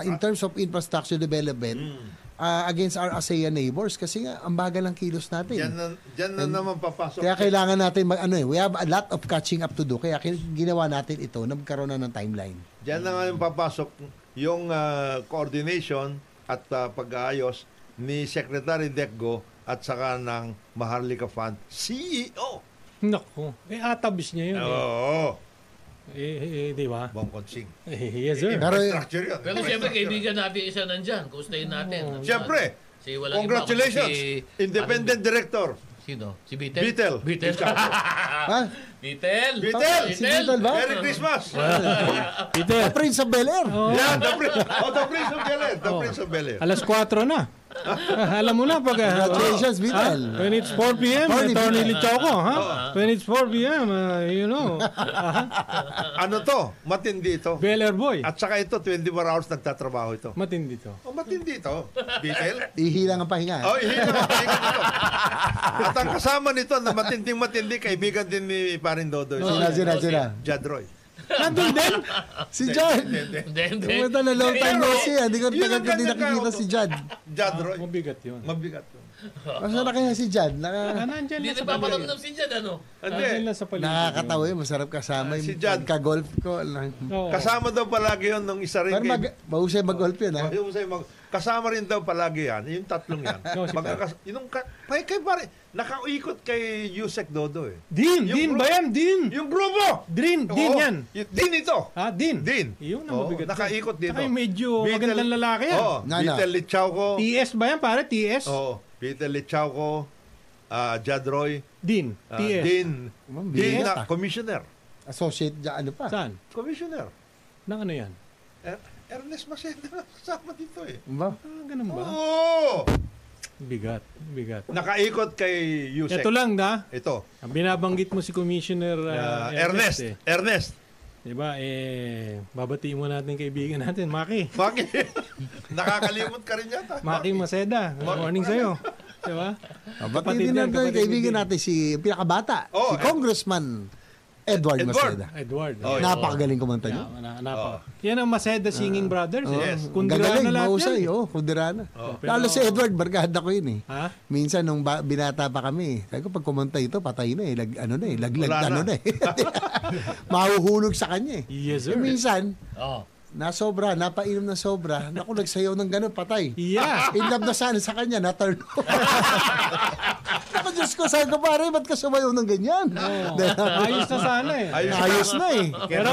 Speaker 1: Ah.
Speaker 5: in terms of infrastructure development
Speaker 1: Hmm.
Speaker 5: uh, against our ASEAN neighbors kasi nga, ang bagal ng kilos
Speaker 7: Diyan
Speaker 5: natin.
Speaker 7: na, diyan na naman papasok.
Speaker 5: Kaya kailangan natin mag ano eh, we have a lot of catching up to do. Kaya kin- ginawa natin ito, nagkaroon na ng timeline.
Speaker 7: Diyan na ngayon papasok yung ah, coordination at ah, pag-aayos ni Secretary Decgo at saka ng Maharlika Fund E CEO.
Speaker 2: Naku. Eh, atabis niya yun.
Speaker 7: Oo,
Speaker 2: Eh.
Speaker 7: oh,
Speaker 2: Eh, eh, eh, di ba?
Speaker 7: Bongkot Singh.
Speaker 2: Eh, yes, sir.
Speaker 5: Pero
Speaker 7: Infrastructure yun.
Speaker 1: Pero siyempre, kaibigan natin isa nandyan. Kustahin natin.
Speaker 5: Oh.
Speaker 1: Ano,
Speaker 7: Siyempre.
Speaker 1: Si walang iba kundi
Speaker 7: Congratulations,
Speaker 1: si-
Speaker 7: Independent Director.
Speaker 1: ano, sino? Si Beetle?
Speaker 7: Beetle.
Speaker 1: Beetle.
Speaker 5: Ha?
Speaker 1: *laughs* Beetle.
Speaker 7: Beetle!
Speaker 5: Si Beetle ba?
Speaker 7: Merry Christmas!
Speaker 2: Peter,
Speaker 5: Prince of Bel-Air.
Speaker 7: Yeah, the, prin- oh, the Prince of Bel-Air. The Prince of Bel-Air.
Speaker 2: alas 4 na. *laughs* Ah, Alam mo na pag...
Speaker 5: Congratulations, Vital.
Speaker 2: Ah, when it's 4 p.m.,
Speaker 5: Attorney
Speaker 2: Attorney
Speaker 5: Vital.
Speaker 2: Lichoco, ha? When it's 4 p.m., ah, you know,
Speaker 7: Ano to? Matindi ito.
Speaker 2: Bel Air Boy.
Speaker 7: At saka ito, 24 hours nagtatrabaho ito.
Speaker 2: Matindi to.
Speaker 7: Oh, matindi ito. Beetle. *laughs*
Speaker 5: Ihilang ang pahinga.
Speaker 7: Oh, hindi na matigas ito. At ang kasama nito na matinding-matindi, kaibigan din ni Parin Dodoy.
Speaker 5: Sina, sina, sina.
Speaker 7: Jadroy.
Speaker 2: Nandun din.
Speaker 5: Si John.
Speaker 1: Hindi, hindi.
Speaker 5: Pumunta na long time no see. ah. Hindi ko
Speaker 7: Yun ang
Speaker 5: tagal ko din
Speaker 7: ganda
Speaker 5: nakikita
Speaker 7: ka,
Speaker 5: si John.
Speaker 7: Jadroy.
Speaker 2: Mabigat yun.
Speaker 7: Mabigat. yun. oh.
Speaker 5: Masarap na kaya si John?
Speaker 2: Ah,
Speaker 5: Naka,
Speaker 2: nandyan
Speaker 1: Hindi
Speaker 2: na
Speaker 1: na
Speaker 2: sa paligid.
Speaker 1: paparamdam si Jan, ano?
Speaker 2: Nandyan
Speaker 7: Hindi.
Speaker 2: na sa paligid.
Speaker 5: nakakatawa yun. Masarap kasama
Speaker 7: Ah, si
Speaker 5: yung
Speaker 7: John.
Speaker 5: pagka-golf ko. Ano?
Speaker 2: Oo.
Speaker 7: Kasama daw palagi yun nung isa rin.
Speaker 5: Pero mag,
Speaker 7: kay-
Speaker 5: mahusay mag-golf yun
Speaker 2: Ano?
Speaker 5: ah. ha.
Speaker 7: Oh, Yung sa'yo mag- Kasama rin daw palagi yan, yung tatlong yan.
Speaker 2: No, si
Speaker 7: Magkakas- yung ka, kay, kay pare, nakauikot kay Yusek Dodo eh.
Speaker 2: Din,
Speaker 7: Yung
Speaker 2: din ba
Speaker 7: bro-
Speaker 2: yan? Din.
Speaker 7: Yung grupo!
Speaker 2: Din, din
Speaker 7: Oo,
Speaker 2: yan.
Speaker 7: y- Din ito!
Speaker 2: Ah, din.
Speaker 7: Din.
Speaker 2: Yun ang
Speaker 7: Oo,
Speaker 2: mabigat.
Speaker 7: Nakaikot dito.
Speaker 2: Saka yung medyo magandang lalaki yan.
Speaker 7: Oo,
Speaker 5: Nana.
Speaker 7: Peter Lichauco.
Speaker 2: TS ba yan pare? TS?
Speaker 7: Oo, Peter Lichauco. ah Jad Roy.
Speaker 2: Din.
Speaker 7: ah,
Speaker 2: TS.
Speaker 7: Din.
Speaker 5: Ma'am, bilis
Speaker 7: Din na,
Speaker 5: ah.
Speaker 7: commissioner.
Speaker 5: Associate dyan, ano pa?
Speaker 2: Saan?
Speaker 7: Commissioner.
Speaker 2: Nang ano yan?
Speaker 7: Er- Ernest Maceda na kasama dito eh.
Speaker 5: Ano Ba?
Speaker 2: Ah, ganun ba?
Speaker 7: Oo!
Speaker 2: Bigat. Bigat.
Speaker 7: Nakaikot kay Yusek.
Speaker 2: Ito lang na.
Speaker 7: Ito.
Speaker 2: Ang binabanggit mo si Commissioner
Speaker 7: ah,
Speaker 2: uh,
Speaker 7: Ernest.
Speaker 2: eh.
Speaker 7: Ernest.
Speaker 2: Diba, eh, babatiin mo natin kaibigan natin, Maki.
Speaker 7: Maki. *laughs* Nakakalimot ka rin yata.
Speaker 2: Maki Maceda, good
Speaker 7: Maki.
Speaker 2: morning sa'yo. Diba?
Speaker 5: Ah,
Speaker 2: Kapatid
Speaker 5: Batidin
Speaker 2: yan,
Speaker 5: natin,
Speaker 2: kapatid
Speaker 5: kaibigan
Speaker 2: din.
Speaker 5: natin si pinakabata,
Speaker 7: Oh,
Speaker 5: si
Speaker 7: Ed-
Speaker 5: Congressman Edward,
Speaker 7: Edward.
Speaker 5: Maceda.
Speaker 2: Edward.
Speaker 7: Oh, yeah. Oh.
Speaker 5: Napakagaling kumanta niya.
Speaker 2: Na, na, napa. Yan ang Maceda Singing Brothers.
Speaker 5: Oo,
Speaker 2: eh.
Speaker 7: Ah. Yes.
Speaker 5: Ang
Speaker 2: Kundirano
Speaker 5: gagaling,
Speaker 2: lahat
Speaker 5: mahusay.
Speaker 2: yan. eh.
Speaker 5: Oh, kundirana.
Speaker 2: Pero-
Speaker 5: Lalo si Edward, barkada ko yun eh.
Speaker 2: Ha?
Speaker 5: Minsan nung ba- binata pa kami, sabi ko pag kumanta ito, patay na eh. Lag, ano na eh, laglag
Speaker 7: Wala
Speaker 5: ano
Speaker 7: na.
Speaker 5: na
Speaker 2: *laughs*
Speaker 5: eh. Mahuhulog sa kanya eh.
Speaker 2: Yes,
Speaker 5: Eh,
Speaker 2: sir.
Speaker 5: minsan,
Speaker 1: Oh.
Speaker 5: nasobra, napainom na sobra, naku, nagsayaw ng ganun, patay.
Speaker 2: Yeah.
Speaker 5: In love na sana sa kanya, na-turn
Speaker 2: *laughs*
Speaker 5: off. Ako, Diyos ko, sabi ko, pare, ba't ka sumayaw ng ganyan? *laughs*
Speaker 2: Ayos na sana eh.
Speaker 7: Ayos.
Speaker 5: Ayos na eh.
Speaker 2: Pero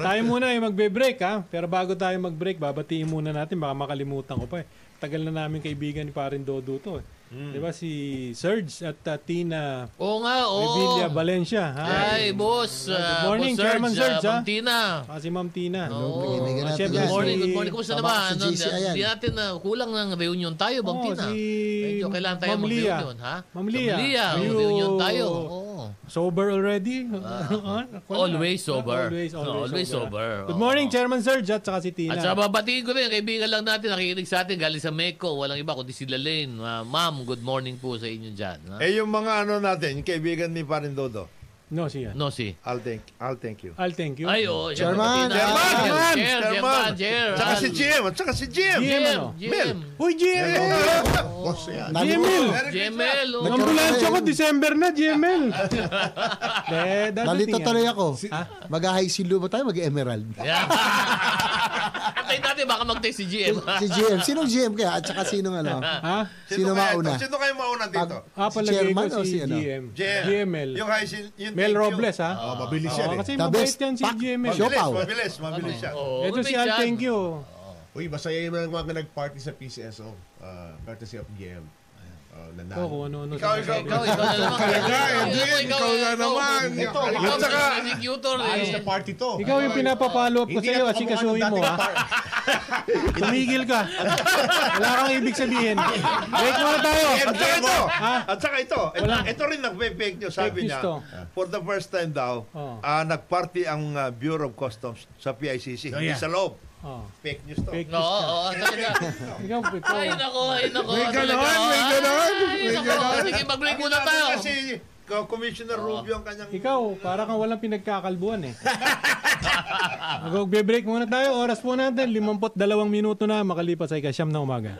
Speaker 2: tayo muna yung magbe-break ha. Pero bago tayo mag-break, babatiin muna natin. Baka makalimutan ko pa eh. Tagal na namin kaibigan ni Parin Dodo to eh.
Speaker 7: Hmm.
Speaker 2: Di ba si Serge at uh, Tina
Speaker 1: Oo nga, oo.
Speaker 2: Revilla Valencia. Ha?
Speaker 1: Oh. Ay, boss.
Speaker 2: Good
Speaker 1: ah,
Speaker 2: morning,
Speaker 1: boss Serge,
Speaker 2: Chairman Serge,
Speaker 1: ah,
Speaker 2: ah.
Speaker 1: Mantina.
Speaker 2: Ah, si Ma'am Tina.
Speaker 1: Oo.
Speaker 5: Kaibigan
Speaker 2: Ah,
Speaker 5: natin
Speaker 2: syempre,
Speaker 5: yan.
Speaker 1: Good morning,
Speaker 2: si-
Speaker 1: good morning. Kumusta
Speaker 5: Tabak
Speaker 1: naman?
Speaker 5: si
Speaker 1: Ano,
Speaker 5: GC, ayan.
Speaker 1: Hindi natin na kulang ng reunion tayo, Bang
Speaker 2: Oo,
Speaker 1: Tina.
Speaker 2: Oh, si
Speaker 1: Medyo kailangan tayo
Speaker 2: Ma'am Lia.
Speaker 1: mag-reunion, ha? oh,
Speaker 2: Ma'am Lia. Ayun.
Speaker 1: reunion tayo. Oh. Oo.
Speaker 2: Sober already? *laughs* Ah,
Speaker 1: Always sober.
Speaker 2: Always,
Speaker 1: No, always
Speaker 2: Good
Speaker 1: sober. Oo.
Speaker 2: morning, Chairman Serge at saka si Tina.
Speaker 1: At sa babatiin ko rin, kaibigan lang natin, nakikinig sa atin, galing sa Meco, walang iba kundi si Lalaine. Ah, Ma'am, good morning po sa inyo dyan. ha?
Speaker 7: Eh yung mga ano natin, yung kaibigan ni Parin Dodo.
Speaker 2: No, siya.
Speaker 1: No, si.
Speaker 7: I'll thank, I'll thank you.
Speaker 2: I'll thank you.
Speaker 1: Ay, oh, oo.
Speaker 5: Chairman!
Speaker 1: Chairman! Chairman!
Speaker 7: Chairman!
Speaker 1: Chairman! Chairman!
Speaker 7: Tsaka si Jim! At saka si Jim!
Speaker 2: Jim,
Speaker 1: Jim!
Speaker 2: ano?
Speaker 1: Jim!
Speaker 2: Uy, GML!
Speaker 4: Boss yan.
Speaker 2: GML!
Speaker 1: Jemel! oh.
Speaker 5: Nag-
Speaker 2: Ambulansya ko, December na,
Speaker 1: *laughs*
Speaker 2: GML! Eh, dadating
Speaker 5: Nalito
Speaker 2: yan.
Speaker 5: tuloy ako. Mag-high silo ba tayo? Mag-emerald.
Speaker 1: Yeah. Antayin natin, baka mag-text si GM.
Speaker 2: Diba?
Speaker 5: si GM. Sinong GM kaya? At saka sinong ano?
Speaker 2: Ha?
Speaker 5: Sino
Speaker 7: kaya-
Speaker 5: mauna?
Speaker 7: Sino kayo mauna dito?
Speaker 5: Pag-
Speaker 2: Ah,
Speaker 5: Si
Speaker 2: palagay
Speaker 5: chairman
Speaker 2: ko
Speaker 5: o
Speaker 2: si
Speaker 5: si ano?
Speaker 2: GM.
Speaker 7: Jim.
Speaker 2: GML.
Speaker 7: Yung high seal. Yung
Speaker 2: Mel
Speaker 7: thank you. Ah,
Speaker 2: Robles, ha?
Speaker 4: Oh, mabilis yan
Speaker 2: Oo,
Speaker 4: eh.
Speaker 2: kasi
Speaker 5: The
Speaker 2: mabait
Speaker 5: best
Speaker 2: yan si
Speaker 5: pack.
Speaker 2: GML.
Speaker 5: Show.
Speaker 7: Mabilis,
Speaker 5: Siopaw.
Speaker 7: mabilis, mabilis yan.
Speaker 1: Oo,
Speaker 2: Ito si
Speaker 1: may
Speaker 2: Al,
Speaker 1: tiyan.
Speaker 2: thank you.
Speaker 4: Uy, masaya yung mga mga nag-party sa PCSO. Uh, courtesy of GM.
Speaker 2: Ito Oh,
Speaker 4: Uh,
Speaker 2: kung
Speaker 4: nanalo.
Speaker 2: ano-ano.
Speaker 7: Ikaw, ikaw,
Speaker 1: Ikaw, Oh, ikaw na naman.
Speaker 4: Talaga, Edwin, ikaw na naman.
Speaker 1: Ito,
Speaker 4: Ikaw,
Speaker 1: ikaw
Speaker 4: tsaka-
Speaker 1: na executor
Speaker 4: Ayos
Speaker 1: eh.
Speaker 4: na party to.
Speaker 2: Ikaw yung pinapapalo up ko
Speaker 4: Hindi
Speaker 2: sa'yo
Speaker 4: na
Speaker 2: at sikasuhin
Speaker 4: kamukha ng
Speaker 2: mo, ha?
Speaker 4: dating par-
Speaker 2: *laughs* Tumigil ka. Wala kang ibig sabihin. Break muna tayo.
Speaker 7: At saka ito,
Speaker 2: Ha?
Speaker 7: at saka ito, ito,
Speaker 2: Wala.
Speaker 7: ito rin nagpe-fake nyo,
Speaker 2: Fake
Speaker 7: sabi
Speaker 2: news
Speaker 7: niya,
Speaker 2: to.
Speaker 7: for the first time daw,
Speaker 2: Oo.
Speaker 7: ah, nagparty ang ah, Bureau of Customs sa PICC,
Speaker 4: Oh, yeah.
Speaker 7: sa loob.
Speaker 2: Oh,
Speaker 7: Fake news to.
Speaker 2: fake
Speaker 1: Oo,
Speaker 2: news ka.
Speaker 1: oo, talaga.
Speaker 2: Ikaw, ikaw.
Speaker 1: Ay, nako, ay, nako.
Speaker 4: May
Speaker 1: talaga.
Speaker 4: ganon, may
Speaker 1: Ay,
Speaker 4: ganon, may
Speaker 1: nako.
Speaker 4: ganon.
Speaker 1: Sige, mag-break
Speaker 7: Ang
Speaker 1: muna
Speaker 7: sabi
Speaker 1: tayo.
Speaker 7: Kasi ko- Commissioner Rubio ang kanyang...
Speaker 2: Ikaw, para kang walang pinagkakalbuan eh. *laughs* Magbe-break muna tayo. Oras po natin, 52 minuto na makalipas ay kasyam na umaga.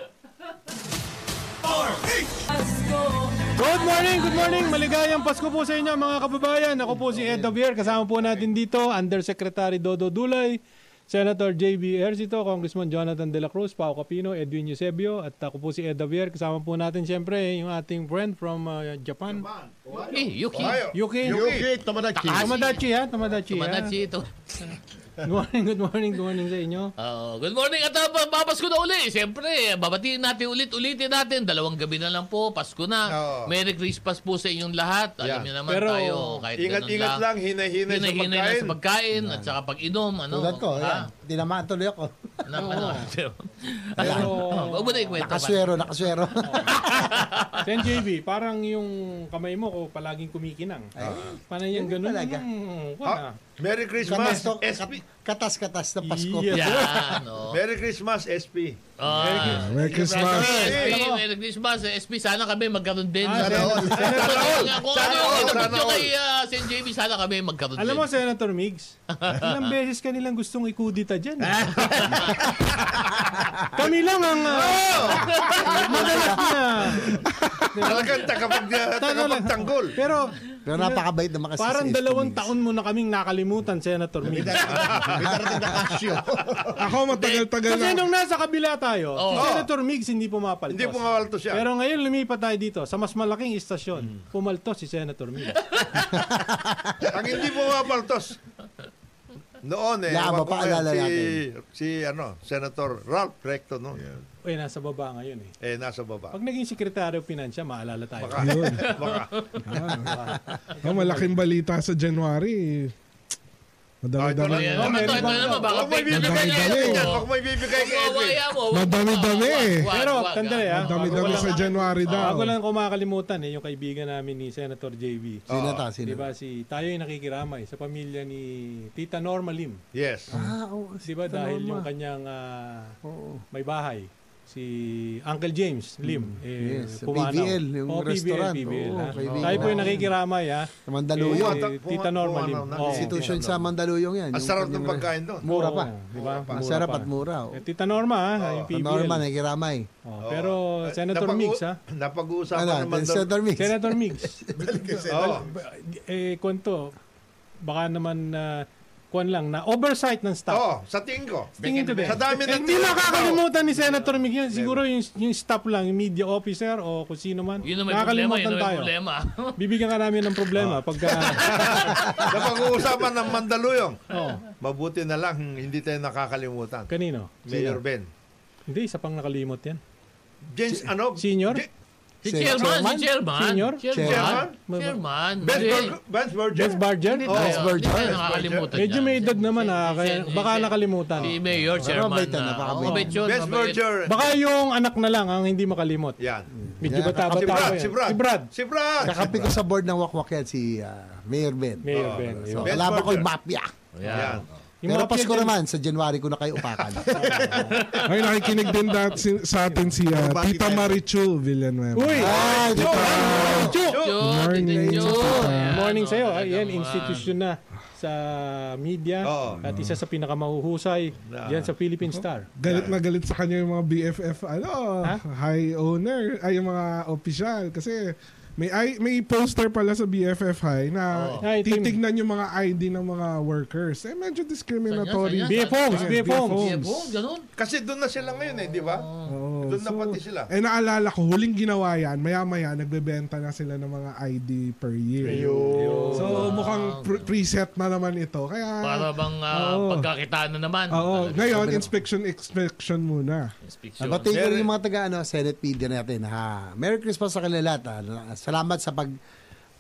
Speaker 2: Good morning, good morning. Maligayang Pasko po sa inyo mga kababayan. Ako po si Ed Davier. Kasama po natin dito, Undersecretary Dodo Dulay, Senator JB Ercito, Congressman Jonathan De La Cruz, Pao Capino, Edwin Eusebio, at ako po si Ed Davier. Kasama po natin siyempre eh, yung ating friend from uh, Japan.
Speaker 1: Eh, Yuki.
Speaker 7: Ayaw.
Speaker 2: Yuki.
Speaker 4: Yuki, Tamadachi.
Speaker 1: Ah,
Speaker 2: Tamadachi ha, Tamadachi ha.
Speaker 1: Tumanachi ito.
Speaker 2: Good morning, good morning, good morning sa inyo.
Speaker 1: Ah, good morning at uh, papasko na uli. Siyempre, babatiin natin ulit-ulitin natin. Dalawang gabi na lang po, Pasko na.
Speaker 7: Oo.
Speaker 1: Merry Christmas po sa inyong lahat. Alam
Speaker 7: Yan.
Speaker 1: niyo naman
Speaker 2: Pero,
Speaker 1: tayo, kahit
Speaker 7: Ingat-ingat lang, hinahinay sa
Speaker 1: Hinahinay na
Speaker 7: pagkain.
Speaker 1: sa pagkain at saka pag-inom. Ano,
Speaker 5: Tulad ko,
Speaker 1: ha?
Speaker 5: ayan. Tinamaan tuloy ako.
Speaker 1: Ano, ano, *laughs*
Speaker 2: Pero,
Speaker 1: Huwag mo na ikwento.
Speaker 5: Nakaswero,
Speaker 2: *laughs*
Speaker 5: nakaswero.
Speaker 2: Sen JB, parang yung kamay mo ko palaging kumikinang. Panay yung ganun.
Speaker 5: talaga.
Speaker 2: Mm,
Speaker 7: Ah,
Speaker 2: wala.
Speaker 7: Merry Christmas,
Speaker 5: Katas to,
Speaker 7: SP.
Speaker 5: katas-katas na Pasko.
Speaker 2: Yeah.
Speaker 1: Yan, oh.
Speaker 7: Merry Christmas, SP.
Speaker 1: Ah,
Speaker 6: Merry Christmas.
Speaker 1: SP,
Speaker 2: Alam mo.
Speaker 1: Merry Christmas. Eh, SP, sana kami magkaroon din.
Speaker 2: Ah,
Speaker 1: Sana
Speaker 2: Sen- Senator-
Speaker 1: all. Kung
Speaker 7: Sana
Speaker 1: ano yung
Speaker 7: all,
Speaker 1: inagot
Speaker 7: sana
Speaker 1: nyo
Speaker 7: all.
Speaker 1: kay ah, Sen. JB, sana kami magkaroon din.
Speaker 2: Alam mo, Senator Migs, ilang beses ka nilang gustong ikudita dyan. eh. Kami lang ang ah, madalas na
Speaker 7: Talagang tagapag, tagapagtanggol.
Speaker 2: Pero
Speaker 5: Pero napakabait naman kasi
Speaker 2: parang
Speaker 5: si
Speaker 2: dalawang
Speaker 5: Escamilla.
Speaker 2: taon mo na kaming nakalimutan, Senator Ming.
Speaker 4: May darating- may darating na
Speaker 2: *laughs*
Speaker 4: kasyo.
Speaker 6: Ako matagal-tagal
Speaker 2: Kasi
Speaker 6: na.
Speaker 2: nung nasa kabila tayo,
Speaker 1: Oo.
Speaker 2: si Senator Migs hindi pumapaltos.
Speaker 7: Hindi pumawalto siya.
Speaker 2: Pero ngayon lumipat tayo dito sa mas malaking
Speaker 5: Mm.
Speaker 2: istasyon. Pumaltos si Senator Migs.
Speaker 7: Ang hindi pumapaltos. Noon eh.
Speaker 5: Lama
Speaker 7: ewan ko
Speaker 5: pa,
Speaker 7: ngayon,
Speaker 5: alala
Speaker 7: si,
Speaker 5: natin.
Speaker 7: si ano, Senator Ralph Recto noon.
Speaker 2: Uy, nasa baba ngayon eh.
Speaker 7: Eh, nasa baba.
Speaker 2: Pag naging sekretaryo pinansya, maalala tayo.
Speaker 7: Baka, baka.
Speaker 6: Oh, malaking balita sa January.
Speaker 1: Ano
Speaker 6: Madami-dami.
Speaker 1: yan?
Speaker 2: Oh,
Speaker 1: Ano
Speaker 2: meron
Speaker 1: to? Ito
Speaker 2: bang-
Speaker 1: na naman. Baka
Speaker 7: Huwag mo
Speaker 1: fake news.
Speaker 7: ibibigay kay Edwin
Speaker 6: Dami-dami.
Speaker 7: yan.
Speaker 1: Oo.
Speaker 7: Huwag mo ibibigay kay
Speaker 1: Huwag mo,
Speaker 7: Edwin.
Speaker 1: hayaan mo. Huwag-
Speaker 6: Madami-dami
Speaker 1: wag-
Speaker 6: eh.
Speaker 1: wag-
Speaker 2: Pero,
Speaker 1: wag-
Speaker 2: tandali,
Speaker 1: wag-
Speaker 2: ah.
Speaker 6: Dami-dami sa January
Speaker 1: Ah,
Speaker 6: daw.
Speaker 2: Ako lang kumakalimutan eh, yung kaibigan namin ni Senator JB.
Speaker 5: Sino ta? Sino?
Speaker 2: Di ba si tayo ay nakikiramay sa pamilya ni Tita Norma Lim.
Speaker 7: Yes.
Speaker 5: Ah, oo.
Speaker 2: Di ba dahil yung kanyang ah, may bahay si Uncle James Lim eh
Speaker 5: Mm. Yes, sa
Speaker 2: pumanaw.
Speaker 5: PBL, yung
Speaker 2: Oo,
Speaker 5: restaurant.
Speaker 2: PBL,
Speaker 5: Oo,
Speaker 2: ah.
Speaker 5: kaibigan
Speaker 2: Tayo po yung
Speaker 5: namin.
Speaker 2: nakikiramay ah. ha.
Speaker 5: Sa Mandaluyong.
Speaker 7: Eh,
Speaker 2: Tita Norma Lim.
Speaker 7: pumanaw na.
Speaker 2: Oo.
Speaker 5: Institution sa Mandaluyong yan.
Speaker 7: Ang
Speaker 5: Yung
Speaker 7: sarap ng
Speaker 5: kanyang-
Speaker 7: pagkain doon.
Speaker 5: Mura pa.
Speaker 2: Di ba?
Speaker 5: Ang
Speaker 2: Mura
Speaker 5: sarap
Speaker 2: pa.
Speaker 5: at mura. eh, oh.
Speaker 2: Eh, Tita Norma ha, yung
Speaker 5: Sa
Speaker 2: PBL.
Speaker 5: Norma, nagiramay.
Speaker 2: Oo, Oh, pero
Speaker 7: Eh,
Speaker 2: Senator
Speaker 7: Napag-
Speaker 2: Mix ha.
Speaker 7: Napag-uusapan
Speaker 5: Ano,
Speaker 7: naman doon.
Speaker 5: Senator Mix.
Speaker 2: Senator Mix. *laughs*
Speaker 7: Oo.
Speaker 2: eh kwento baka naman na kwan lang na oversight ng staff.
Speaker 7: Oo, sa tingin ko.
Speaker 2: Tingin ko din.
Speaker 7: Sa dami ng
Speaker 2: Hindi nakakalimutan ni Senator Mick yun. Siguro yung, yung staff lang, yung media officer o kung sino man.
Speaker 1: Yun ang may problema. Yun
Speaker 2: nakakalimutan
Speaker 1: ang may
Speaker 2: tayo.
Speaker 1: problema.
Speaker 2: Bibigyan ka namin ng problema ah,
Speaker 7: Ah.
Speaker 2: pagka...
Speaker 7: Napag-uusapan ng Mandaluyong.
Speaker 2: oh,
Speaker 7: Mabuti na lang, hindi tayo nakakalimutan.
Speaker 2: *laughs* kanino?
Speaker 7: Mayor Ben.
Speaker 2: Hindi, isa pang nakalimot yan.
Speaker 7: James, ano?
Speaker 2: Senior?
Speaker 7: J-
Speaker 1: Si Chairman. Si Chairman.
Speaker 2: Senior?
Speaker 1: Chairman.
Speaker 5: Chairman?
Speaker 1: Chairman.
Speaker 7: Best,
Speaker 1: Hindi.
Speaker 7: Burger- Best Virgin.
Speaker 2: Jeff Barger? Oh.
Speaker 1: Hindi
Speaker 7: Best
Speaker 1: tayo- Oh,
Speaker 7: Virgin.
Speaker 1: hindi tayo
Speaker 7: Best
Speaker 1: nakakalimutan
Speaker 2: Medyo
Speaker 1: yan.
Speaker 2: may edad naman ah,
Speaker 1: Si-
Speaker 2: kaya
Speaker 1: si-
Speaker 2: baka
Speaker 1: si-
Speaker 2: nakalimutan.
Speaker 1: Si Mayor, Chairman.
Speaker 5: mabait yan,
Speaker 1: ah.
Speaker 5: napakabait.
Speaker 1: Oo, mabait yun,
Speaker 7: Best
Speaker 1: mabait.
Speaker 7: Virgin.
Speaker 2: Baka yung anak na lang ang hindi makalimot.
Speaker 7: Yan. Ah,
Speaker 2: Medyo
Speaker 5: Yeah.
Speaker 2: bata-bata
Speaker 7: Si Brad,
Speaker 2: ko yan.
Speaker 7: si Brad.
Speaker 2: Si Brad.
Speaker 7: Si Brad.
Speaker 5: Kakampi ko sa board ng wakwak yan si ah, Mayor Ben.
Speaker 2: Mayor Ben. yun.
Speaker 5: So,
Speaker 7: Ben
Speaker 5: kalaban ko
Speaker 7: Porter.
Speaker 5: yung mafia.
Speaker 1: Yan.
Speaker 7: Yan.
Speaker 2: Yung
Speaker 5: Pero
Speaker 2: mga
Speaker 5: Pasko
Speaker 2: PNP
Speaker 5: naman, sa January ko na kayo
Speaker 2: *laughs*
Speaker 5: upakan.
Speaker 6: Ay, nakikinig din dati si- sa atin si ah,
Speaker 4: Bakit
Speaker 6: Tita
Speaker 4: tayo?
Speaker 6: Marichu Villanueva.
Speaker 2: Uy!
Speaker 5: Ah, di ba?
Speaker 2: Chu!
Speaker 1: Yun,
Speaker 6: Morning.
Speaker 1: yun, yun. Ayan,
Speaker 2: Morning
Speaker 1: oh,
Speaker 2: sa'yo. ah.
Speaker 1: talagang,
Speaker 2: Yan,
Speaker 1: ah,
Speaker 2: institution na sa media
Speaker 7: Oo.
Speaker 2: at isa sa pinakamahuhusay
Speaker 7: Ah.
Speaker 2: yan sa Philippine Star.
Speaker 6: Galit na galit sa kanya yung mga BFF, ano,
Speaker 2: Ha?
Speaker 6: high owner, ay yung mga official. Kasi may i- may poster pala sa BFF
Speaker 1: Oh.
Speaker 6: High na
Speaker 2: Ay, team.
Speaker 6: titignan yung mga ID ng mga workers. Eh, medyo discriminatory.
Speaker 1: Saan yan?
Speaker 2: BF Homes!
Speaker 6: Saan?
Speaker 2: BF Homes!
Speaker 6: BF
Speaker 1: Yeah, boom, ganun.
Speaker 5: Ah.
Speaker 7: Kasi doon na sila ngayon eh, di ba?
Speaker 6: Oo,
Speaker 7: Doon na
Speaker 6: Oh, so-
Speaker 7: pati sila.
Speaker 6: Eh, naalala ko, huling ginawa yan, maya-maya, nagbebenta na sila ng mga ID per year. So, mukhang pre- preset na naman ito. Kaya,
Speaker 1: Para bang ah,
Speaker 6: Oo.
Speaker 1: pagkakitaan na naman.
Speaker 6: oo,
Speaker 1: Talaga.
Speaker 6: ngayon, inspection, inspection muna.
Speaker 1: Inspection.
Speaker 5: Batiin ko
Speaker 7: Merry-
Speaker 5: rin yung mga taga ano, Senate media natin. Ha. Merry Christmas sa kanila lahat. ha. Salamat sa pag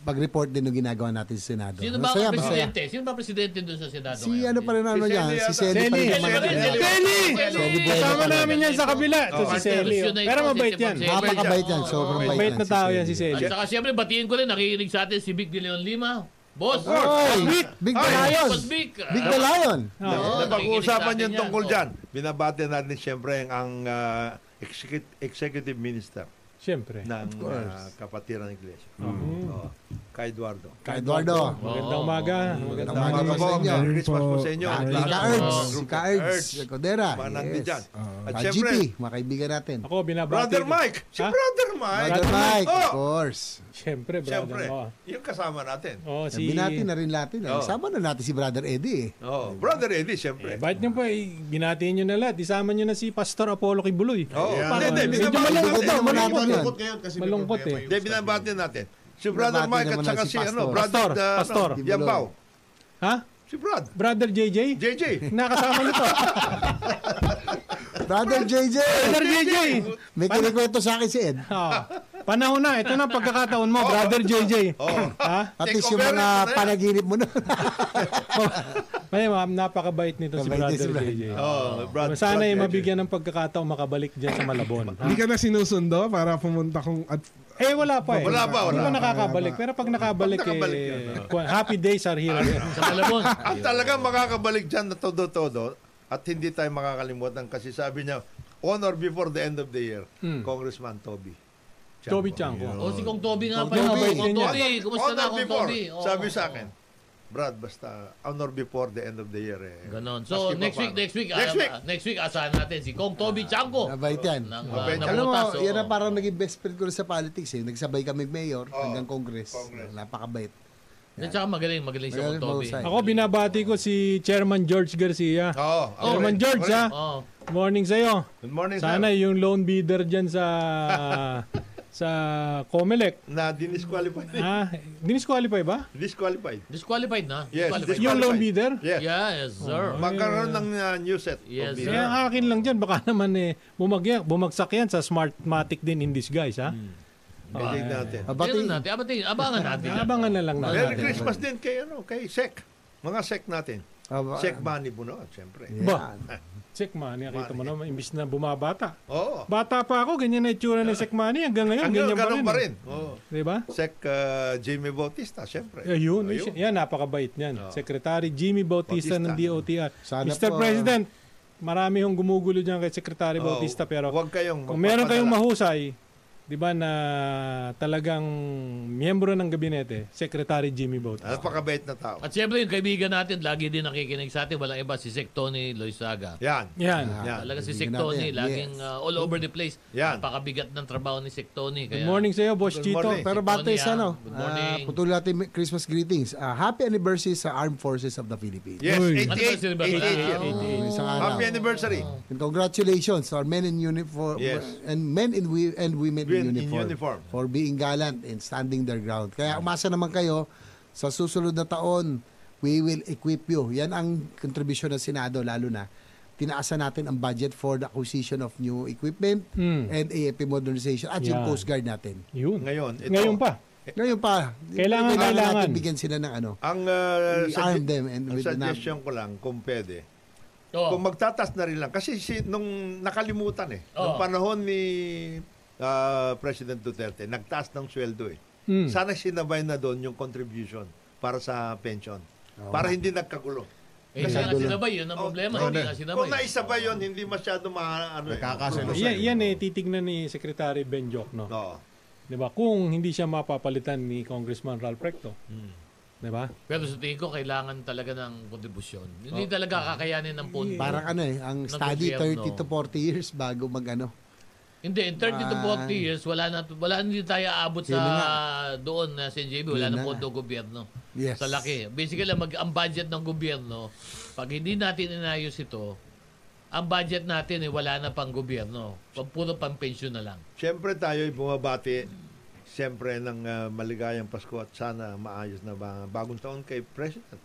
Speaker 5: pag-report din ng ginagawa natin sa Senado.
Speaker 1: Sino ba ang
Speaker 5: Masaya, masaya.
Speaker 1: presidente? Sino ba ang presidente doon sa Senado
Speaker 5: Si
Speaker 1: ngayon?
Speaker 5: ano pa rin ano
Speaker 7: Si
Speaker 5: yan, si
Speaker 7: Selly yata.
Speaker 5: Selly pa rin
Speaker 2: Selly!
Speaker 5: naman.
Speaker 7: Selly!
Speaker 5: yan.
Speaker 2: Selly!
Speaker 1: Selly!
Speaker 2: Kasama namin yan sa kabila. Ito si
Speaker 1: Carter,
Speaker 2: Selly.
Speaker 1: yun
Speaker 2: oh.
Speaker 1: na
Speaker 2: Pero
Speaker 1: ito,
Speaker 2: mabait
Speaker 1: si
Speaker 2: yan.
Speaker 1: Ponsel.
Speaker 5: Napakabait yan.
Speaker 1: Oo,
Speaker 5: Sobrang
Speaker 1: oo.
Speaker 5: bait,
Speaker 2: Mabait na
Speaker 5: si
Speaker 2: tao yan si
Speaker 1: At
Speaker 2: Selly.
Speaker 1: saka siyempre, batiin ko rin, nakikinig sa atin si Big De Leon Lima. Boss!
Speaker 5: Oy! Big the Lion!
Speaker 1: Boss Big!
Speaker 5: Oh,
Speaker 1: ah,
Speaker 5: Big the Lion!
Speaker 2: Oh.
Speaker 1: Oo,
Speaker 7: Napag-uusapan
Speaker 1: nakikinig sa
Speaker 7: yung
Speaker 1: atin
Speaker 7: tungkol
Speaker 1: yan.
Speaker 7: dyan. Binabati natin siyempre ang ah, execu- executive minister
Speaker 2: Siyempre.
Speaker 7: ng
Speaker 5: course.
Speaker 7: uh, kapatiran ng iglesia. Oo. Kay Eduardo.
Speaker 5: Ka Eduardo.
Speaker 2: Magandang umaga. Magandang
Speaker 5: Magandang
Speaker 2: umaga.
Speaker 5: umaga po.
Speaker 7: Merry
Speaker 6: Meron
Speaker 7: Christmas po
Speaker 6: po.
Speaker 7: sa inyo.
Speaker 5: Ka
Speaker 7: At
Speaker 5: Ka-
Speaker 7: lahat
Speaker 5: Ka
Speaker 7: ng
Speaker 5: Erds.
Speaker 7: mga grupo.
Speaker 5: Ka
Speaker 7: Erds.
Speaker 5: Erds. Codera.
Speaker 7: Oh. Mga nandyan dyan.
Speaker 5: Yes. Ah,
Speaker 7: At
Speaker 5: Ka
Speaker 7: siyempre,
Speaker 5: GP, mga kaibigan natin.
Speaker 2: Ako, binabati.
Speaker 7: Brother
Speaker 2: ko.
Speaker 7: Mike. Si
Speaker 2: Ha?
Speaker 7: Brother Mike.
Speaker 5: Brother Mike,
Speaker 7: Oh!
Speaker 5: of course.
Speaker 2: Siyempre, brother.
Speaker 7: Siyempre,
Speaker 2: Oh.
Speaker 7: yung kasama natin.
Speaker 2: Oh, si...
Speaker 5: Binati na rin natin. eh.
Speaker 7: Oo.
Speaker 5: Sama na natin si Brother Eddie eh.
Speaker 7: Oh, Brother Eddie,
Speaker 2: Eh,
Speaker 7: siyempre.
Speaker 2: Bakit nyo pa, eh, binatiin nyo na lahat. Isama nyo na si Pastor Apollo Kibuloy.
Speaker 7: Oo.
Speaker 4: Yeah.
Speaker 7: Oh, Hindi, hindi,
Speaker 2: Medyo
Speaker 7: binabati
Speaker 2: malungkot
Speaker 7: natin.
Speaker 2: na, malungkot na.
Speaker 4: Malungkot ngayon kasi may
Speaker 2: Malungkot eh.
Speaker 4: problema yung
Speaker 7: Hindi, binabati natin. Si Brother
Speaker 5: Binabati
Speaker 7: Mike at
Speaker 5: naman
Speaker 7: saka
Speaker 5: natin
Speaker 7: si
Speaker 5: si
Speaker 7: ano,
Speaker 5: Pastor.
Speaker 7: Brother
Speaker 2: Pastor,
Speaker 7: ah,
Speaker 2: Pastor.
Speaker 7: ano, Yambaw.
Speaker 2: Ha?
Speaker 7: Si Brad.
Speaker 2: Brother JJ? *laughs*
Speaker 7: JJ.
Speaker 2: Nakasama
Speaker 7: *laughs*
Speaker 2: nito.
Speaker 5: Brother JJ!
Speaker 2: Brother JJ!
Speaker 5: May kinikwento sa akin si Ed.
Speaker 2: Oh, panahon na. Ito na ang pagkakataon mo, Brother JJ.
Speaker 7: Oh.
Speaker 2: Ha?
Speaker 5: At
Speaker 7: Take
Speaker 5: least yung
Speaker 7: over na
Speaker 5: mga
Speaker 7: yan.
Speaker 5: panaginip mo na.
Speaker 2: May ma'am, napakabait nito si
Speaker 5: Kabait
Speaker 2: Brother
Speaker 5: din si Brad.
Speaker 2: JJ.
Speaker 7: Oh, Brad.
Speaker 2: Sana ay
Speaker 7: Brad JJ.
Speaker 2: mabigyan ng pagkakataon makabalik dyan sa Malabon. Ha?
Speaker 7: *laughs*
Speaker 6: Hindi ka na sinusundo para pumunta kung at
Speaker 2: Eh, wala pa eh.
Speaker 7: Wala pa, wala
Speaker 2: Hindi pa
Speaker 7: pa.
Speaker 2: nakakabalik. Pero pag nakabalik,
Speaker 7: Pag nakabalik yun, ah.
Speaker 2: eh, kwan- happy days are here. *laughs*
Speaker 1: Sa Malabon.
Speaker 5: *laughs*
Speaker 7: At talagang makakabalik dyan na todo-todo at hindi tayo makakalimutan kasi sabi niya, on or before the end of the year, Congressman Toby.
Speaker 2: Hmm. Toby Chanko.
Speaker 1: O si Kong Toby nga
Speaker 5: Kong
Speaker 1: pala.
Speaker 5: Toby.
Speaker 1: Kong Toby,
Speaker 7: On or-
Speaker 1: kumusta
Speaker 7: on
Speaker 1: na
Speaker 7: or
Speaker 1: Kong
Speaker 7: before,
Speaker 1: Toby? Oo.
Speaker 7: Sabi sa akin, Brad, basta honor before the end of the year. Eh.
Speaker 1: Ganon. So,
Speaker 7: Maski pa
Speaker 1: next week,
Speaker 7: paano.
Speaker 1: next week,
Speaker 7: Next
Speaker 1: ah,
Speaker 7: week!
Speaker 1: next week, asahan natin si Kong Toby Chanko.
Speaker 5: Mabait yan.
Speaker 1: Nang,
Speaker 5: Oo.
Speaker 1: ah,
Speaker 7: Mabait.
Speaker 5: Alam
Speaker 1: Oh.
Speaker 5: mo,
Speaker 1: nabutas, oo.
Speaker 5: yan ang parang naging best friend ko rin sa politics eh. Nagsabay kami mayor
Speaker 1: Oh.
Speaker 7: Oo.
Speaker 5: hanggang congress.
Speaker 7: Congress.
Speaker 5: Napakabait.
Speaker 1: At saka magaling, magaling siya Kong
Speaker 5: Magaling
Speaker 1: Toby.
Speaker 5: mahusay.
Speaker 2: Ako binabati ko si Chairman George Garcia.
Speaker 7: Oo. Oh,
Speaker 2: Chairman George, ha?
Speaker 1: Oh,
Speaker 2: Morning sa'yo.
Speaker 7: Good morning,
Speaker 2: Sana
Speaker 7: sir.
Speaker 2: yung loan bidder dyan
Speaker 7: *laughs*
Speaker 2: sa sa Comelec.
Speaker 7: Na dinisqualified.
Speaker 2: Ha? Dinisqualify ba?
Speaker 7: disqualified.
Speaker 1: disqualified na.
Speaker 7: Yes,
Speaker 1: Disqualified.
Speaker 2: Yung loan bidder?
Speaker 7: Yes.
Speaker 1: Yes, sir.
Speaker 7: Magkaroon ng uh, new set. of
Speaker 2: Kaya
Speaker 1: Yes,
Speaker 7: video.
Speaker 1: sir.
Speaker 2: ang akin lang dyan, baka *laughs* naman eh, bumagya, bumagsak yan sa Smartmatic din in disguise, ha?
Speaker 7: Hmm. Bigyan natin.
Speaker 5: Abati,
Speaker 1: Tingnan natin, abatin, abangan natin. yan.
Speaker 2: Abangan na lang
Speaker 7: Merry
Speaker 2: natin.
Speaker 7: Christmas din kay, ano, kay SEC. Mga SEC natin.
Speaker 5: aba-
Speaker 7: SEC money bunot, siyempre.
Speaker 5: Yan.
Speaker 2: Ba? Check money, nakita mo naman, imbis na bumabata.
Speaker 7: Oo.
Speaker 2: Bata pa ako, ganyan na itsura ni Sek Money, hanggang ngayon,
Speaker 7: Hanggang
Speaker 2: ganyan
Speaker 7: ganun
Speaker 2: pa
Speaker 7: pa
Speaker 2: rin.
Speaker 7: rin. Oo.
Speaker 2: eh. Di ba?
Speaker 7: Sec uh, Jamie Bautista, siyempre.
Speaker 2: Ayun,
Speaker 7: Ayun.
Speaker 2: yan, napakabait niyan.
Speaker 7: Oo.
Speaker 2: Secretary Jimmy Bautista, ng DOTR.
Speaker 5: Sana
Speaker 2: Mr.
Speaker 5: po, ah.
Speaker 2: President, marami hong gumugulo dyan kay Secretary
Speaker 7: Oo.
Speaker 2: Bautista, pero
Speaker 7: Huwag kayong
Speaker 2: kung meron kayong
Speaker 7: magpapadala.
Speaker 2: mahusay, di ba, na talagang miyembro ng gabinete, Secretary Jimmy Bautista.
Speaker 7: Napakabait na tao.
Speaker 1: At siyempre yung kaibigan natin, lagi din nakikinig sa atin, walang iba, si Sec Tony Loizaga.
Speaker 7: Yan.
Speaker 2: Yan.
Speaker 5: Ah,
Speaker 7: Yan.
Speaker 1: Talaga si Sec
Speaker 5: Kaibigan
Speaker 1: Tony,
Speaker 5: natin,
Speaker 1: laging
Speaker 5: yes.
Speaker 1: uh, all over the place.
Speaker 7: Yan.
Speaker 1: Napakabigat ng trabaho ni Sec Tony. Kaya,
Speaker 2: Good morning sa'yo, Boss
Speaker 7: Good
Speaker 2: Chito.
Speaker 7: morning.
Speaker 5: Pero
Speaker 1: Good
Speaker 5: bate
Speaker 1: morning,
Speaker 5: sa
Speaker 1: ah.
Speaker 5: ano,
Speaker 1: Good morning.
Speaker 5: ah, putol natin may Christmas greetings. Ah, happy anniversary sa Armed Forces of the Philippines.
Speaker 7: Yes,
Speaker 2: Uy.
Speaker 5: Ano
Speaker 7: 88, 88 years.
Speaker 5: Ah, isang araw.
Speaker 7: Happy anniversary.
Speaker 5: And congratulations to our men in uniform
Speaker 7: Yes.
Speaker 5: and men in wi- and women
Speaker 7: Men
Speaker 5: in
Speaker 7: in
Speaker 5: uniform,
Speaker 7: uniform.
Speaker 5: for being gallant and standing their ground. Kaya umasa naman kayo sa susunod na taon, we will equip you. Yan ang contribution ng Senado lalo na tinaasan natin ang budget for the acquisition of new equipment
Speaker 2: Mm.
Speaker 5: and AFP modernization at yung
Speaker 2: Yan.
Speaker 5: Coast Guard natin.
Speaker 2: Yun.
Speaker 7: Ngayon, ito.
Speaker 2: Ngayon pa.
Speaker 5: Ngayon pa,
Speaker 2: Kailangan, kailangan.
Speaker 5: natin bigyan sila ng ano.
Speaker 7: Ang, uh,
Speaker 5: We
Speaker 7: sugge-
Speaker 5: arm them and
Speaker 7: ang
Speaker 5: with an arm.
Speaker 7: suggestion ko lang, kung pwede,
Speaker 1: Oh,
Speaker 7: kung magtatas na rin lang. Kasi si, nung nakalimutan eh,
Speaker 2: Oh.
Speaker 1: Oo.
Speaker 7: nung panahon ni ah, President Duterte, nagtaas ng sweldo eh.
Speaker 2: Mm.
Speaker 7: Sana sinabay na doon yung contribution para sa pension. para hindi nagkagulo.
Speaker 1: eh, hindi nga sinabay, yun ang
Speaker 7: Oh,
Speaker 1: problema.
Speaker 7: kung-
Speaker 1: hindi nga sinabay.
Speaker 7: Kung naisabay yun, hindi masyado ma... Ano, eh.
Speaker 4: Nakakasalo.
Speaker 2: Yan, yan eh, titignan ni Secretary Benjok, no?
Speaker 7: Oo.
Speaker 2: Di ba? Kung hindi siya mapapalitan ni Congressman Ralph Recto.
Speaker 7: Mm.
Speaker 2: Di ba?
Speaker 1: Pero sa tingin ko, kailangan talaga ng kontribusyon. Hindi
Speaker 7: Oh.
Speaker 1: talaga kakayanin ng pondo.
Speaker 5: Parang ano eh, ang study
Speaker 1: gobyerno.
Speaker 5: 30 to 40 years bago mag ano.
Speaker 1: Hindi, in 30 to
Speaker 5: Ah.
Speaker 1: 40 years, wala na, wala na hindi tayo aabot sa
Speaker 5: Yun nga.
Speaker 1: doon na si JB, wala
Speaker 5: Yun
Speaker 1: na
Speaker 5: na
Speaker 1: pondo gobyerno.
Speaker 5: Yes.
Speaker 1: Sa laki. Basically, mag, ang budget ng gobyerno, pag hindi natin inayos ito, ang budget natin, eh, wala na pang gobyerno. Pag puro pang pensyon na lang.
Speaker 7: Siyempre tayo ay bumabati siyempre ng ah, maligayang Pasko at sana maayos na ba bagong taon kay President.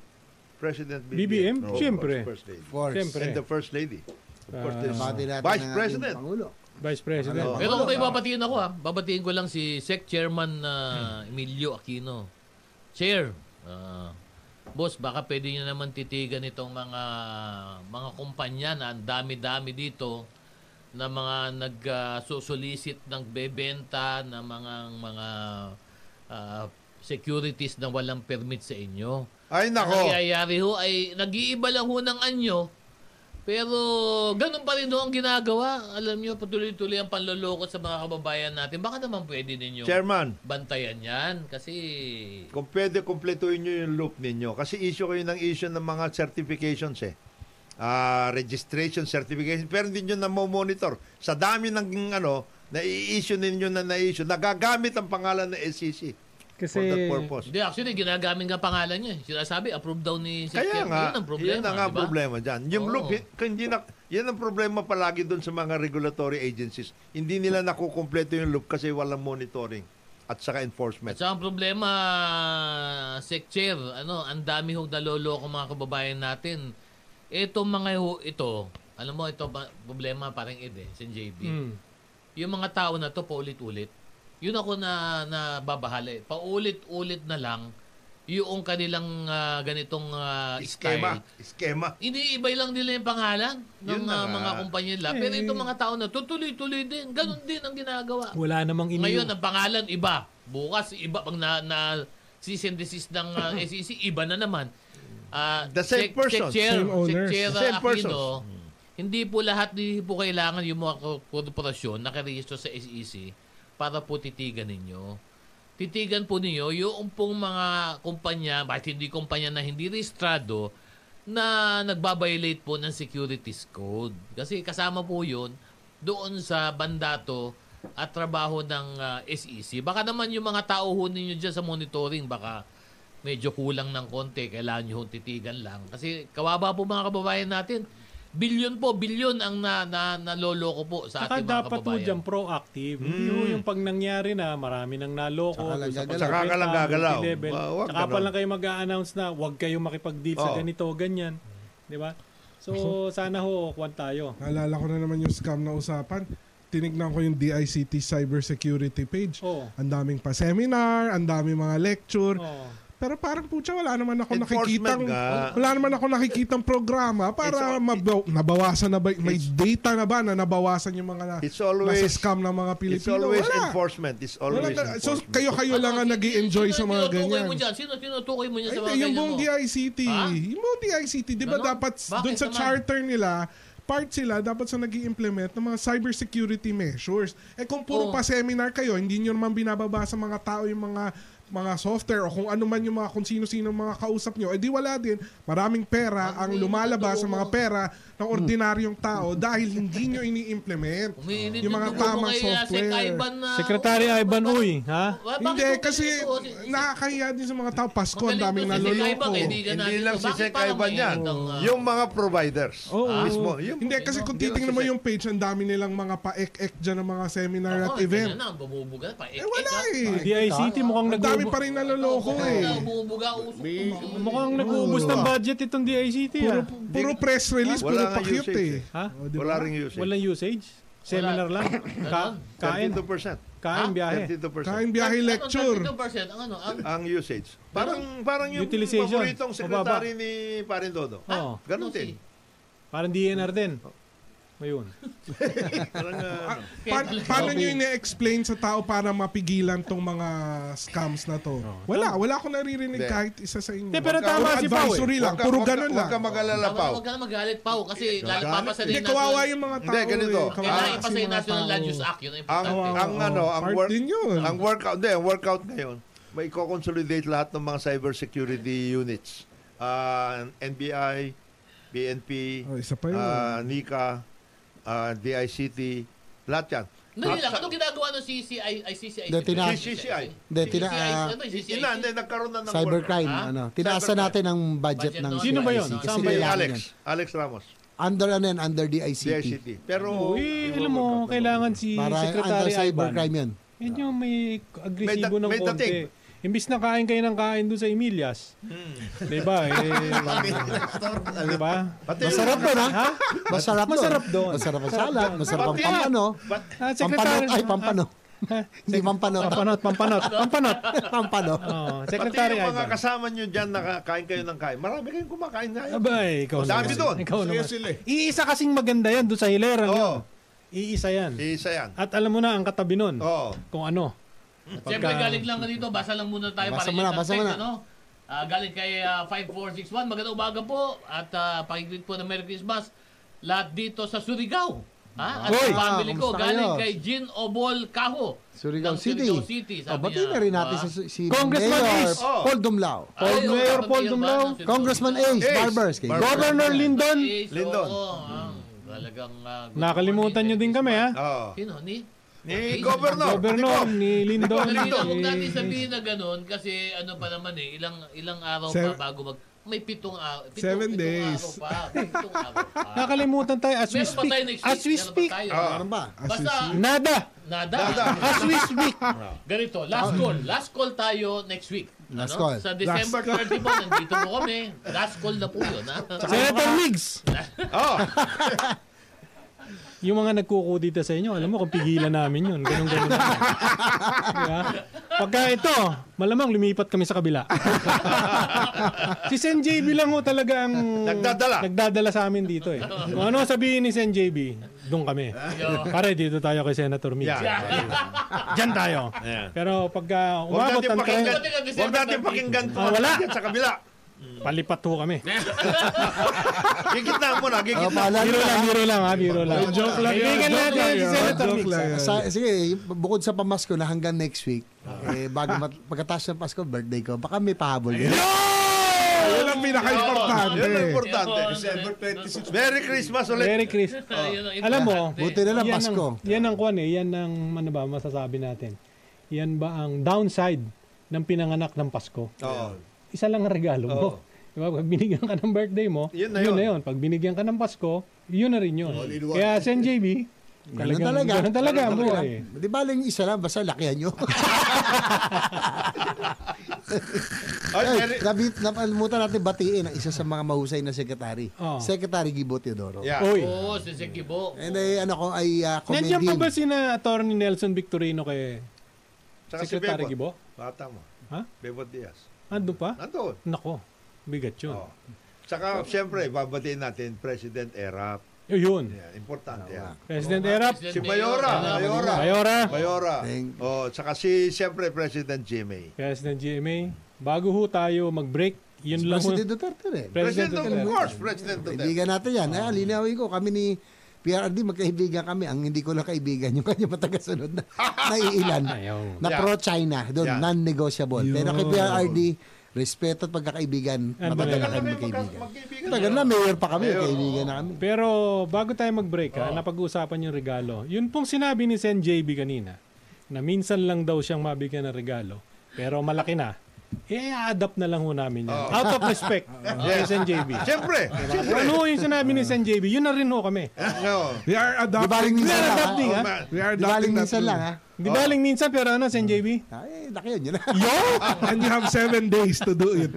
Speaker 7: President BBM.
Speaker 2: BBM? Siyempre.
Speaker 7: First Lady.
Speaker 5: Force.
Speaker 2: Siyempre.
Speaker 7: And the First Lady. Of course, there's
Speaker 5: Pati natin
Speaker 7: Vice
Speaker 5: ang ating
Speaker 7: President.
Speaker 5: Pangulo.
Speaker 2: Vice President.
Speaker 7: Ano?
Speaker 1: Pero kung may babatiin ako ha, babatiin ko lang si Sec Chairman ah, Emilio Aquino. Chair, ah, boss, baka pwede nyo naman titigan itong mga mga kumpanya na ang dami-dami dito na mga nagsusulisit ng bebenta ng mga mga ah, securities na walang permit sa inyo.
Speaker 7: Ay
Speaker 1: Ang
Speaker 7: nako.
Speaker 1: nangyayari ho ay nag-iiba lang ho ng anyo. Pero ganun pa rin ho ang ginagawa. Alam nyo, patuloy-tuloy ang panloloko sa mga kababayan natin. Baka naman pwede ninyo
Speaker 7: Chairman,
Speaker 1: bantayan yan. Kasi
Speaker 7: kung pwede kumpletuhin nyo yung loop ninyo kasi issue kayo ng issue ng mga certifications eh. Ah, registration certification pero hindi nyo na monitor sa dami ng ano na i-issue ninyo na na-issue nagagamit ang pangalan ng SEC
Speaker 2: Kasi,
Speaker 7: for that purpose.
Speaker 1: hindi actually ginagamit nga pangalan niya. eh. Sinasabi, approved daw ni Sir
Speaker 7: Kaya
Speaker 1: Chairman.
Speaker 7: nga,
Speaker 1: Yun ang problema.
Speaker 7: yun ang nga
Speaker 1: di ba?
Speaker 7: problema dyan. Yung
Speaker 1: Oo.
Speaker 7: loop, hin- hindi na, yan ang problema palagi doon sa mga regulatory agencies. Hindi nila nakukumpleto yung loop kasi walang monitoring at
Speaker 1: At
Speaker 7: saka enforcement.
Speaker 1: saka ang problema, Sec Chair, ano, ang dami hong naloloko mga kababayan natin. Ito mga ho, ito, alam mo, ito ba- problema parang ed eh, Sen JB.
Speaker 7: Hmm.
Speaker 2: mm,
Speaker 1: yung mga tao na to paulit-ulit, yun ako na nababahala eh. Paulit-ulit na lang yung kanilang ah, ganitong ah,
Speaker 7: Iskema.
Speaker 1: style.
Speaker 7: Iskema.
Speaker 1: Iniibay lang nila yung pangalan ng
Speaker 7: Yun na
Speaker 1: ah,
Speaker 7: nga.
Speaker 1: mga kumpanya nila. Pero itong mga tao na tutuloy-tuloy din. Ganon din ang ginagawa.
Speaker 2: wala namang ini
Speaker 1: Ngayon, ang pangalan iba. Bukas, iba. Pag na, na cease and desist ng ah,
Speaker 7: *laughs*
Speaker 1: SEC, iba na naman. Ah,
Speaker 7: The same
Speaker 1: Sec-
Speaker 7: person,
Speaker 1: Sec Chair,
Speaker 6: same
Speaker 1: Sec
Speaker 6: owners.
Speaker 1: Chair uh,
Speaker 7: Same
Speaker 1: Aquino, hindi po lahat, hindi po kailangan E yung mga ko- korporasyon nakarehistro sa SEC para po titigan ninyo. titigan po ninyo yung pong mga kumpanya, bakit hindi kumpanya na hindi rehistrado, na nagbabiolate po ng securities code. Kasi kasama po yun doon sa bandato at trabaho ng ah, SEC. Baka naman yung mga tao ho ninyo dyan sa monitoring, baka medyo kulang ng konti, kailangan nyo hong titigan lang. Kasi kawaba po mga kababayan natin, bilyon po, bilyon ang na, na, naloloko po sa
Speaker 2: Saka
Speaker 1: ating mga
Speaker 2: dapat po
Speaker 1: kababayan.
Speaker 2: dyan proactive. Hindi ho yung pag nangyari na marami nang naloko.
Speaker 5: Saka lang
Speaker 2: doon sa pagkakita,
Speaker 5: gagalaw.
Speaker 7: Mm. Saka ka lang gagalaw.
Speaker 2: multi-level.
Speaker 7: Wa- wag Oh.
Speaker 2: Saka pa
Speaker 7: ganon.
Speaker 2: lang kayo mag-a-announce na huwag kayong makipag-deal sa
Speaker 7: Oo.
Speaker 2: ganito, ganyan. Di ba?
Speaker 7: *laughs*
Speaker 2: So, sana ho, kwan tayo.
Speaker 6: Naalala ko na naman yung scam na usapan. Tinignan ko yung DICT cybersecurity page.
Speaker 2: Oo.
Speaker 6: Ang daming pa seminar, ang daming mga
Speaker 1: Oh.
Speaker 6: lecture.
Speaker 2: Oo.
Speaker 6: Pero parang putya, wala naman ako nakikitang
Speaker 7: Enforcement nga.
Speaker 6: wala naman ako nakikitang programa para
Speaker 7: It's-
Speaker 6: mabaw- nabawasan na ba may
Speaker 7: It's-
Speaker 6: data na ba na nabawasan yung mga na,
Speaker 7: It's always-
Speaker 6: nasa scam ng mga
Speaker 7: It's
Speaker 6: Pilipino.
Speaker 7: always
Speaker 6: wala.
Speaker 7: enforcement. It's
Speaker 6: Wala
Speaker 7: always
Speaker 6: na- so
Speaker 7: enforcement.
Speaker 6: kayo-kayo lang ang
Speaker 1: Ano,
Speaker 6: nag enjoy sa
Speaker 1: sino
Speaker 6: mga
Speaker 1: tinutukoy
Speaker 6: ganyan.
Speaker 1: mo dyan? Sino tinutukoy mo dyan
Speaker 6: Ay,
Speaker 1: sa mga
Speaker 6: hindi,
Speaker 1: ganyan
Speaker 6: yung buong
Speaker 1: mo?
Speaker 6: DICT,
Speaker 1: Ha?
Speaker 6: yung buong DICT, di ba
Speaker 1: Ganon?
Speaker 6: dapat
Speaker 1: Bakit
Speaker 6: doon sa
Speaker 1: naman?
Speaker 6: charter nila, part sila dapat sa nag implement ng mga cybersecurity measures. Eh kung
Speaker 1: Oo.
Speaker 6: puro pa seminar kayo, hindi nyo naman binababa sa mga tao yung mga mga software o kung ano man yung mga kung sino-sino mga kausap nyo, eh di wala din. Maraming pera ang
Speaker 1: Ano yung
Speaker 6: lumalabas
Speaker 1: totoo Hmm.
Speaker 6: sa mga
Speaker 1: mo?
Speaker 6: pera ng ordinaryong tao dahil hindi nyo ini-implement.
Speaker 1: Umiinit
Speaker 6: Yung mga
Speaker 1: dugo mo kay,
Speaker 6: tamang
Speaker 1: ah,
Speaker 6: software.
Speaker 1: Sek Ivan na...
Speaker 2: Secretary Ivan Uy, ha?
Speaker 1: Wa- bakit
Speaker 6: Hindi,
Speaker 1: umiinit
Speaker 6: kasi
Speaker 1: ako?
Speaker 6: nakakahiya din sa mga tao. Pasko, ang
Speaker 1: Magaling
Speaker 6: daming
Speaker 1: to si eh, Sek Ivan,
Speaker 6: naloloko.
Speaker 1: kaibigan
Speaker 7: Hindi
Speaker 1: natin
Speaker 7: lang
Speaker 1: to.
Speaker 7: si
Speaker 1: Bakit
Speaker 7: Sek
Speaker 1: parang
Speaker 7: Ivan yan.
Speaker 1: mainit ang, ah,
Speaker 7: Yung mga providers.
Speaker 2: Oo.
Speaker 7: Mismo. Yung-
Speaker 6: Hindi, kasi kung titingnan mo yung page, ang dami nilang mga pa-ek-ek dyan ng mga seminar
Speaker 1: Oo,
Speaker 6: at
Speaker 1: ganyan
Speaker 6: event.
Speaker 1: na, bumubuga. Pa,
Speaker 6: Eh, wala eh.
Speaker 2: DICT mukhang
Speaker 6: Ang dami
Speaker 2: nag-uubos.
Speaker 6: pa rin naloloko
Speaker 1: Bumubuga,
Speaker 6: eh.
Speaker 1: bumubuga, uso.
Speaker 2: Mukhang nag-uubos ng budget itong DICT, ha?
Speaker 6: Puro, puro press release,
Speaker 7: Wala
Speaker 6: puro
Speaker 7: nga
Speaker 6: pakyut
Speaker 7: usage
Speaker 6: eh.
Speaker 7: eh.
Speaker 2: ah. Ha?
Speaker 6: O, di ba?
Speaker 7: Wala ring usage.
Speaker 2: Walang usage? Seminar lang? Ka- kain?
Speaker 7: 32%.
Speaker 2: Kain, biyahe.
Speaker 7: 32%.
Speaker 6: Kain biyahe
Speaker 1: Ang-
Speaker 6: lecture.
Speaker 1: Ang 32% ang ano, ang
Speaker 7: ang usage. Parang parang yung
Speaker 2: Utilization.
Speaker 7: paboritong
Speaker 2: Mababa.
Speaker 7: secretary ni Parin Dodo.
Speaker 2: Oo.
Speaker 7: Ganun
Speaker 1: ano si-
Speaker 7: din.
Speaker 2: Parang DNR din. Ayun.
Speaker 7: Parang, ah,
Speaker 6: Pa- paano nyo ine-explain sa tao para mapigilan tong mga scams na to? Wala, wala akong naririnig
Speaker 7: Hindi.
Speaker 6: kahit isa sa inyo.
Speaker 2: Hindi, pero
Speaker 6: Puro
Speaker 2: tama si Pao eh.
Speaker 6: Advisory lang,
Speaker 7: huwag ka-
Speaker 6: puro
Speaker 7: huwag ka-
Speaker 6: ganun lang.
Speaker 7: Huwag ka mag-alala, Pao.
Speaker 1: Huwag ka na magalit, Pau, kasi
Speaker 7: Galit
Speaker 1: lalagpapasarin
Speaker 6: Hindi,
Speaker 1: natin.
Speaker 6: kawawa yung mga tao.
Speaker 7: Hindi, ganito.
Speaker 6: eh. Kawawa
Speaker 1: Kailangan
Speaker 6: kasi
Speaker 1: ipasa yung
Speaker 6: mga
Speaker 1: National
Speaker 6: tao.
Speaker 1: Land Use Act. Yun ang
Speaker 7: Ang
Speaker 1: importante.
Speaker 7: ang ano, ang
Speaker 6: Part
Speaker 7: work
Speaker 6: din yun.
Speaker 7: Ang workout, hindi, ang workout ngayon, may i-consolidate lahat ng mga cybersecurity units. Ah, NBI, BNP,
Speaker 6: Oh, isa pa yun.
Speaker 7: ah, NICA, ah, DICT, lahat yan.
Speaker 1: Dali lang, anong ginagawa ng CCI? Ay, CCI.
Speaker 5: Hindi, tina-
Speaker 7: CCCI.
Speaker 5: Hindi, tina-
Speaker 1: CCI,
Speaker 5: ah,
Speaker 1: ano,
Speaker 7: Hindi
Speaker 1: CCI?
Speaker 7: na, hindi, nagkaroon na ng
Speaker 5: Cybercrime,
Speaker 1: Ha?
Speaker 5: ano. Tinaasa
Speaker 7: Cybercrime.
Speaker 5: natin ang
Speaker 1: Budget
Speaker 5: budget, ng
Speaker 1: nun.
Speaker 2: Sino ba yun?
Speaker 5: DICT,
Speaker 2: Saan
Speaker 5: Kasi
Speaker 2: ba
Speaker 7: Si
Speaker 2: yun?
Speaker 5: kailangan
Speaker 7: Alex,
Speaker 5: yan.
Speaker 7: Alex Ramos,
Speaker 5: Under ano yan? Under DICT.
Speaker 7: DICT. Pero,
Speaker 2: Uy, alam mo, kailangan si
Speaker 5: Para under
Speaker 2: Secretary Ivan.
Speaker 5: cybercrime yan.
Speaker 2: Yan yung may agresibo
Speaker 7: May da-
Speaker 2: ng
Speaker 7: may
Speaker 2: konti.
Speaker 7: dating.
Speaker 2: Imbis na kain kayo ng kain doon sa Emilias. Diba? Eh, diba?
Speaker 7: Pati,
Speaker 5: Masarap doon, ha?
Speaker 2: Ha?
Speaker 5: Masarap doon.
Speaker 2: Masarap doon.
Speaker 5: Masarap ang salad. Masarap ang
Speaker 7: Pati-
Speaker 5: pampano.
Speaker 7: But,
Speaker 2: Ah,
Speaker 5: Pampano.
Speaker 2: Secretary-
Speaker 5: Ay, pampano. *laughs* Hindi pampano.
Speaker 2: Pampanot, pampanot, pampanot.
Speaker 5: *laughs* Pampano.
Speaker 2: Oh,
Speaker 7: pati
Speaker 2: Secretary
Speaker 7: yung mga
Speaker 2: Ivan.
Speaker 7: kasama nyo dyan, nakakain kayo ng kain. Marami kayong kumakain ngayon.
Speaker 2: Abay, ikaw
Speaker 7: Ang dami
Speaker 2: naman.
Speaker 7: doon.
Speaker 2: Ikaw
Speaker 4: Kaya
Speaker 2: naman.
Speaker 4: sila eh.
Speaker 2: Iisa kasing maganda yan doon sa hilerang yun.
Speaker 7: Oo,
Speaker 2: Iisa yan.
Speaker 7: isa yan.
Speaker 2: At alam mo na ang katabi nun.
Speaker 7: Oo.
Speaker 2: Kung ano.
Speaker 1: Siyempre, galing lang ganito. Basa lang muna tayo para
Speaker 5: Basa muna,
Speaker 1: yung
Speaker 5: basa
Speaker 1: context,
Speaker 5: muna.
Speaker 1: ano? Ah, galing kay ah, 5461. Magandang umaga po at uh, pakigreet po ng Merry Christmas. Lahat dito sa Surigao. Ha? At
Speaker 5: Hoy!
Speaker 1: sa family ko,
Speaker 5: Ah, kamusta
Speaker 1: galing
Speaker 5: kayo?
Speaker 1: kay Jean Obol Caho.
Speaker 5: Surigao
Speaker 1: ng
Speaker 5: City.
Speaker 1: Surigao City.
Speaker 5: O,
Speaker 1: Sabi
Speaker 5: Oh, batiin
Speaker 1: niya, diba?
Speaker 5: na
Speaker 1: di
Speaker 5: rin
Speaker 1: ba?
Speaker 5: natin si, si
Speaker 2: Congressman
Speaker 5: Mayor
Speaker 2: Ace.
Speaker 7: Oh.
Speaker 5: Paul Dumlao.
Speaker 2: Paul
Speaker 1: Ay, oo,
Speaker 2: Mayor
Speaker 1: kapatid
Speaker 2: Paul
Speaker 1: yan ba
Speaker 2: Dumlao.
Speaker 1: ng Surigao
Speaker 5: Congressman
Speaker 1: City?
Speaker 5: Ace.
Speaker 7: Ace.
Speaker 5: Barbers. kay-
Speaker 7: Barbers.
Speaker 2: Governor Lindon.
Speaker 1: Ace,
Speaker 7: Lindon.
Speaker 1: oo, ah, talagang, ah, good
Speaker 2: Nakalimutan
Speaker 1: morning,
Speaker 2: nyo din
Speaker 1: Merry
Speaker 2: kami, ah. ha?
Speaker 1: Christmas.
Speaker 7: Oo.
Speaker 1: Sino? Ni?
Speaker 7: Ni
Speaker 1: Ni-
Speaker 7: oh. Governor.
Speaker 2: Governor
Speaker 7: Ni Gov.
Speaker 2: ni Lindon.
Speaker 1: Hindi, huwag natin
Speaker 2: Eh,
Speaker 1: sabihin na ganun kasi ano pa naman eh, ilang ilang araw
Speaker 6: Seven-
Speaker 1: pa bago mag... May pitong araw. Pitong,
Speaker 6: Seven
Speaker 1: pitong
Speaker 6: days.
Speaker 1: Araw pa. Pitong araw pa.
Speaker 2: *laughs* Nakalimutan tayo as we
Speaker 1: Meron pa
Speaker 2: speak.
Speaker 1: tayo
Speaker 2: As
Speaker 1: next week.
Speaker 2: we
Speaker 1: Meron pa
Speaker 2: speak.
Speaker 1: tayo.
Speaker 7: Ah.
Speaker 5: Ano ba?
Speaker 1: Basta,
Speaker 2: Nada.
Speaker 1: nada.
Speaker 2: As we speak.
Speaker 1: Ganito, last call. Last call tayo next week. Ano?
Speaker 5: Last call.
Speaker 1: Sa December 30 po, nandito po kami. Last call na po yun. Ha?
Speaker 2: Senator Migs.
Speaker 7: Oh,
Speaker 2: *laughs* Yung mga nagkukudita sa inyo, alam mo kung pigilan namin yun. Ganun, ganun. diba? Pagka ito, malamang lumipat kami sa
Speaker 7: *laughs*
Speaker 2: kabila. si Sen JB lang ho talaga ang
Speaker 7: Nagdadala.
Speaker 2: nagdadala sa amin dito eh. Kung ano sabihin ni Sen JB, doon kami. Pare, dito tayo kay Senator Migs.
Speaker 7: Yeah.
Speaker 2: Diyan tayo.
Speaker 7: Yeah.
Speaker 2: Pero pagka
Speaker 7: Huwag
Speaker 2: umabot
Speaker 7: natin
Speaker 2: ang
Speaker 7: pakinggan.
Speaker 2: trend,
Speaker 1: Huwag natin
Speaker 7: Huwag natin pakinggan.
Speaker 2: Ah, wala.
Speaker 7: Yan Sa kabila.
Speaker 2: Palipat ho kami.
Speaker 7: Gigitnaan mo na,
Speaker 2: Ah,
Speaker 5: Oh,
Speaker 7: gigitnaan.
Speaker 5: paalala
Speaker 2: Biro lang,
Speaker 5: lang.
Speaker 2: biro lang, ha? Biro lang.
Speaker 6: Joke lang yun.
Speaker 2: Kaibigan
Speaker 6: Joke
Speaker 2: natin
Speaker 6: lang
Speaker 2: si
Speaker 6: yun.
Speaker 2: Senator
Speaker 6: Joke
Speaker 2: Mix. ah.
Speaker 6: lang yun.
Speaker 5: Sa, sige, bukod sa pamasko na hanggang next week, eh, bago mat- pagkatapos ng Pasko, birthday ko, baka may pahabol din.
Speaker 6: Yun ang pinaka-importante.
Speaker 7: Yun ang importante.
Speaker 4: December 26.
Speaker 7: Merry Christmas ulit.
Speaker 2: Merry Chris.
Speaker 1: Ayun eh. ang
Speaker 2: Alam mo,
Speaker 1: importante.
Speaker 5: Buti na lang
Speaker 2: yan
Speaker 5: Pasko.
Speaker 2: Ang, yan ang kwan eh. Yan ang ano ba, masasabi natin. Yan ba ang downside ng pinanganak ng Pasko?
Speaker 7: Oo.
Speaker 2: Isa lang ang regalo mo.
Speaker 7: Oo.
Speaker 2: Diba? Pag binigyan ka ng birthday mo,
Speaker 7: Yun na yun. diba?
Speaker 2: Pag binigyan ka ng Pasko, yun na rin yun.
Speaker 4: in one.
Speaker 2: Kaya Sen JB,
Speaker 5: Ganun
Speaker 2: talagang,
Speaker 5: talaga.
Speaker 2: Ganun talaga.
Speaker 5: Ganun
Speaker 2: boy.
Speaker 5: talaga. Di ba lang isa lang, basta lakihan
Speaker 2: *laughs*
Speaker 5: nyo.
Speaker 7: Ay,
Speaker 5: Ay,
Speaker 7: Merry-
Speaker 5: nabi, napalimutan natin batiin ang isa sa mga mahusay na sekretary.
Speaker 2: Oo.
Speaker 5: Secretary Gibo Teodoro.
Speaker 7: Yeah.
Speaker 2: Oy.
Speaker 1: Oo, si Sekibo.
Speaker 5: And ay, ano ko, ay uh,
Speaker 2: Nandiyan pa
Speaker 5: commending.
Speaker 2: ba sina Attorney Nelson Victorino kay
Speaker 7: Tsaka si
Speaker 2: Secretary
Speaker 7: Bebot.
Speaker 2: Gibo?
Speaker 7: Bata mo.
Speaker 2: Ha?
Speaker 7: Bebot Diaz.
Speaker 2: Ando pa?
Speaker 7: Nandoon.
Speaker 2: Nako, bigat yun.
Speaker 7: Ano? Oo. Tsaka, siyempre, babatiin natin President Erap.
Speaker 2: Yun.
Speaker 7: Yeah, importante yan.
Speaker 2: President Erap.
Speaker 7: Si Mayora. Mayora.
Speaker 2: Mayora.
Speaker 7: Mayora.
Speaker 5: Thank-
Speaker 7: Oh, tsaka si, siyempre, President Jimmy.
Speaker 2: President GMA. Bago ho tayo mag-break, yun lang ho.
Speaker 5: President Duterte rin.
Speaker 7: President,
Speaker 2: Duterte.
Speaker 7: of course, President Duterte.
Speaker 5: Kaibigan natin yan. Ah, linawin ko, kami ni PRD, magkaibigan kami. Ang hindi ko lang kaibigan, yung kanya matagasunod
Speaker 2: *laughs*
Speaker 5: na naiilan.
Speaker 2: Ayaw.
Speaker 5: na
Speaker 7: Yeah.
Speaker 5: pro-China, doon,
Speaker 7: Yeah.
Speaker 5: non-negotiable. Pero kay PRD, respeto at pagkakaibigan,
Speaker 2: Ano
Speaker 5: matagal
Speaker 2: yan?
Speaker 5: na kami
Speaker 7: magka-
Speaker 5: magkaibigan.
Speaker 7: magkaibigan.
Speaker 5: Matagal na, mayor pa kami, kaibigan na kami.
Speaker 2: Pero bago tayo mag-break, ha, napag-uusapan yung regalo. Yun pong sinabi ni Sen JB kanina, na minsan lang daw siyang mabigyan ng regalo, pero malaki na. Eh, adapt na lang ho namin yan. Out of
Speaker 7: *laughs*
Speaker 2: respect kay Sen JB.
Speaker 7: Oh. Siyempre.
Speaker 2: Kung Ano ho yung sinabi ni Sen JB, yun na rin ho kami.
Speaker 7: No.
Speaker 6: We are
Speaker 5: Di baling
Speaker 6: adopting.
Speaker 5: minsan lang, ha?
Speaker 2: Adapting, ha?
Speaker 7: Oh, Ma-
Speaker 6: We are
Speaker 5: Di baling
Speaker 6: adopting that
Speaker 5: minsan lang,
Speaker 6: rule.
Speaker 5: ha?
Speaker 7: Oh.
Speaker 2: Di baling minsan, pero ano, Sen JB?
Speaker 5: Ay, laki yun, yun.
Speaker 2: Yo!
Speaker 6: And you have seven days to do it.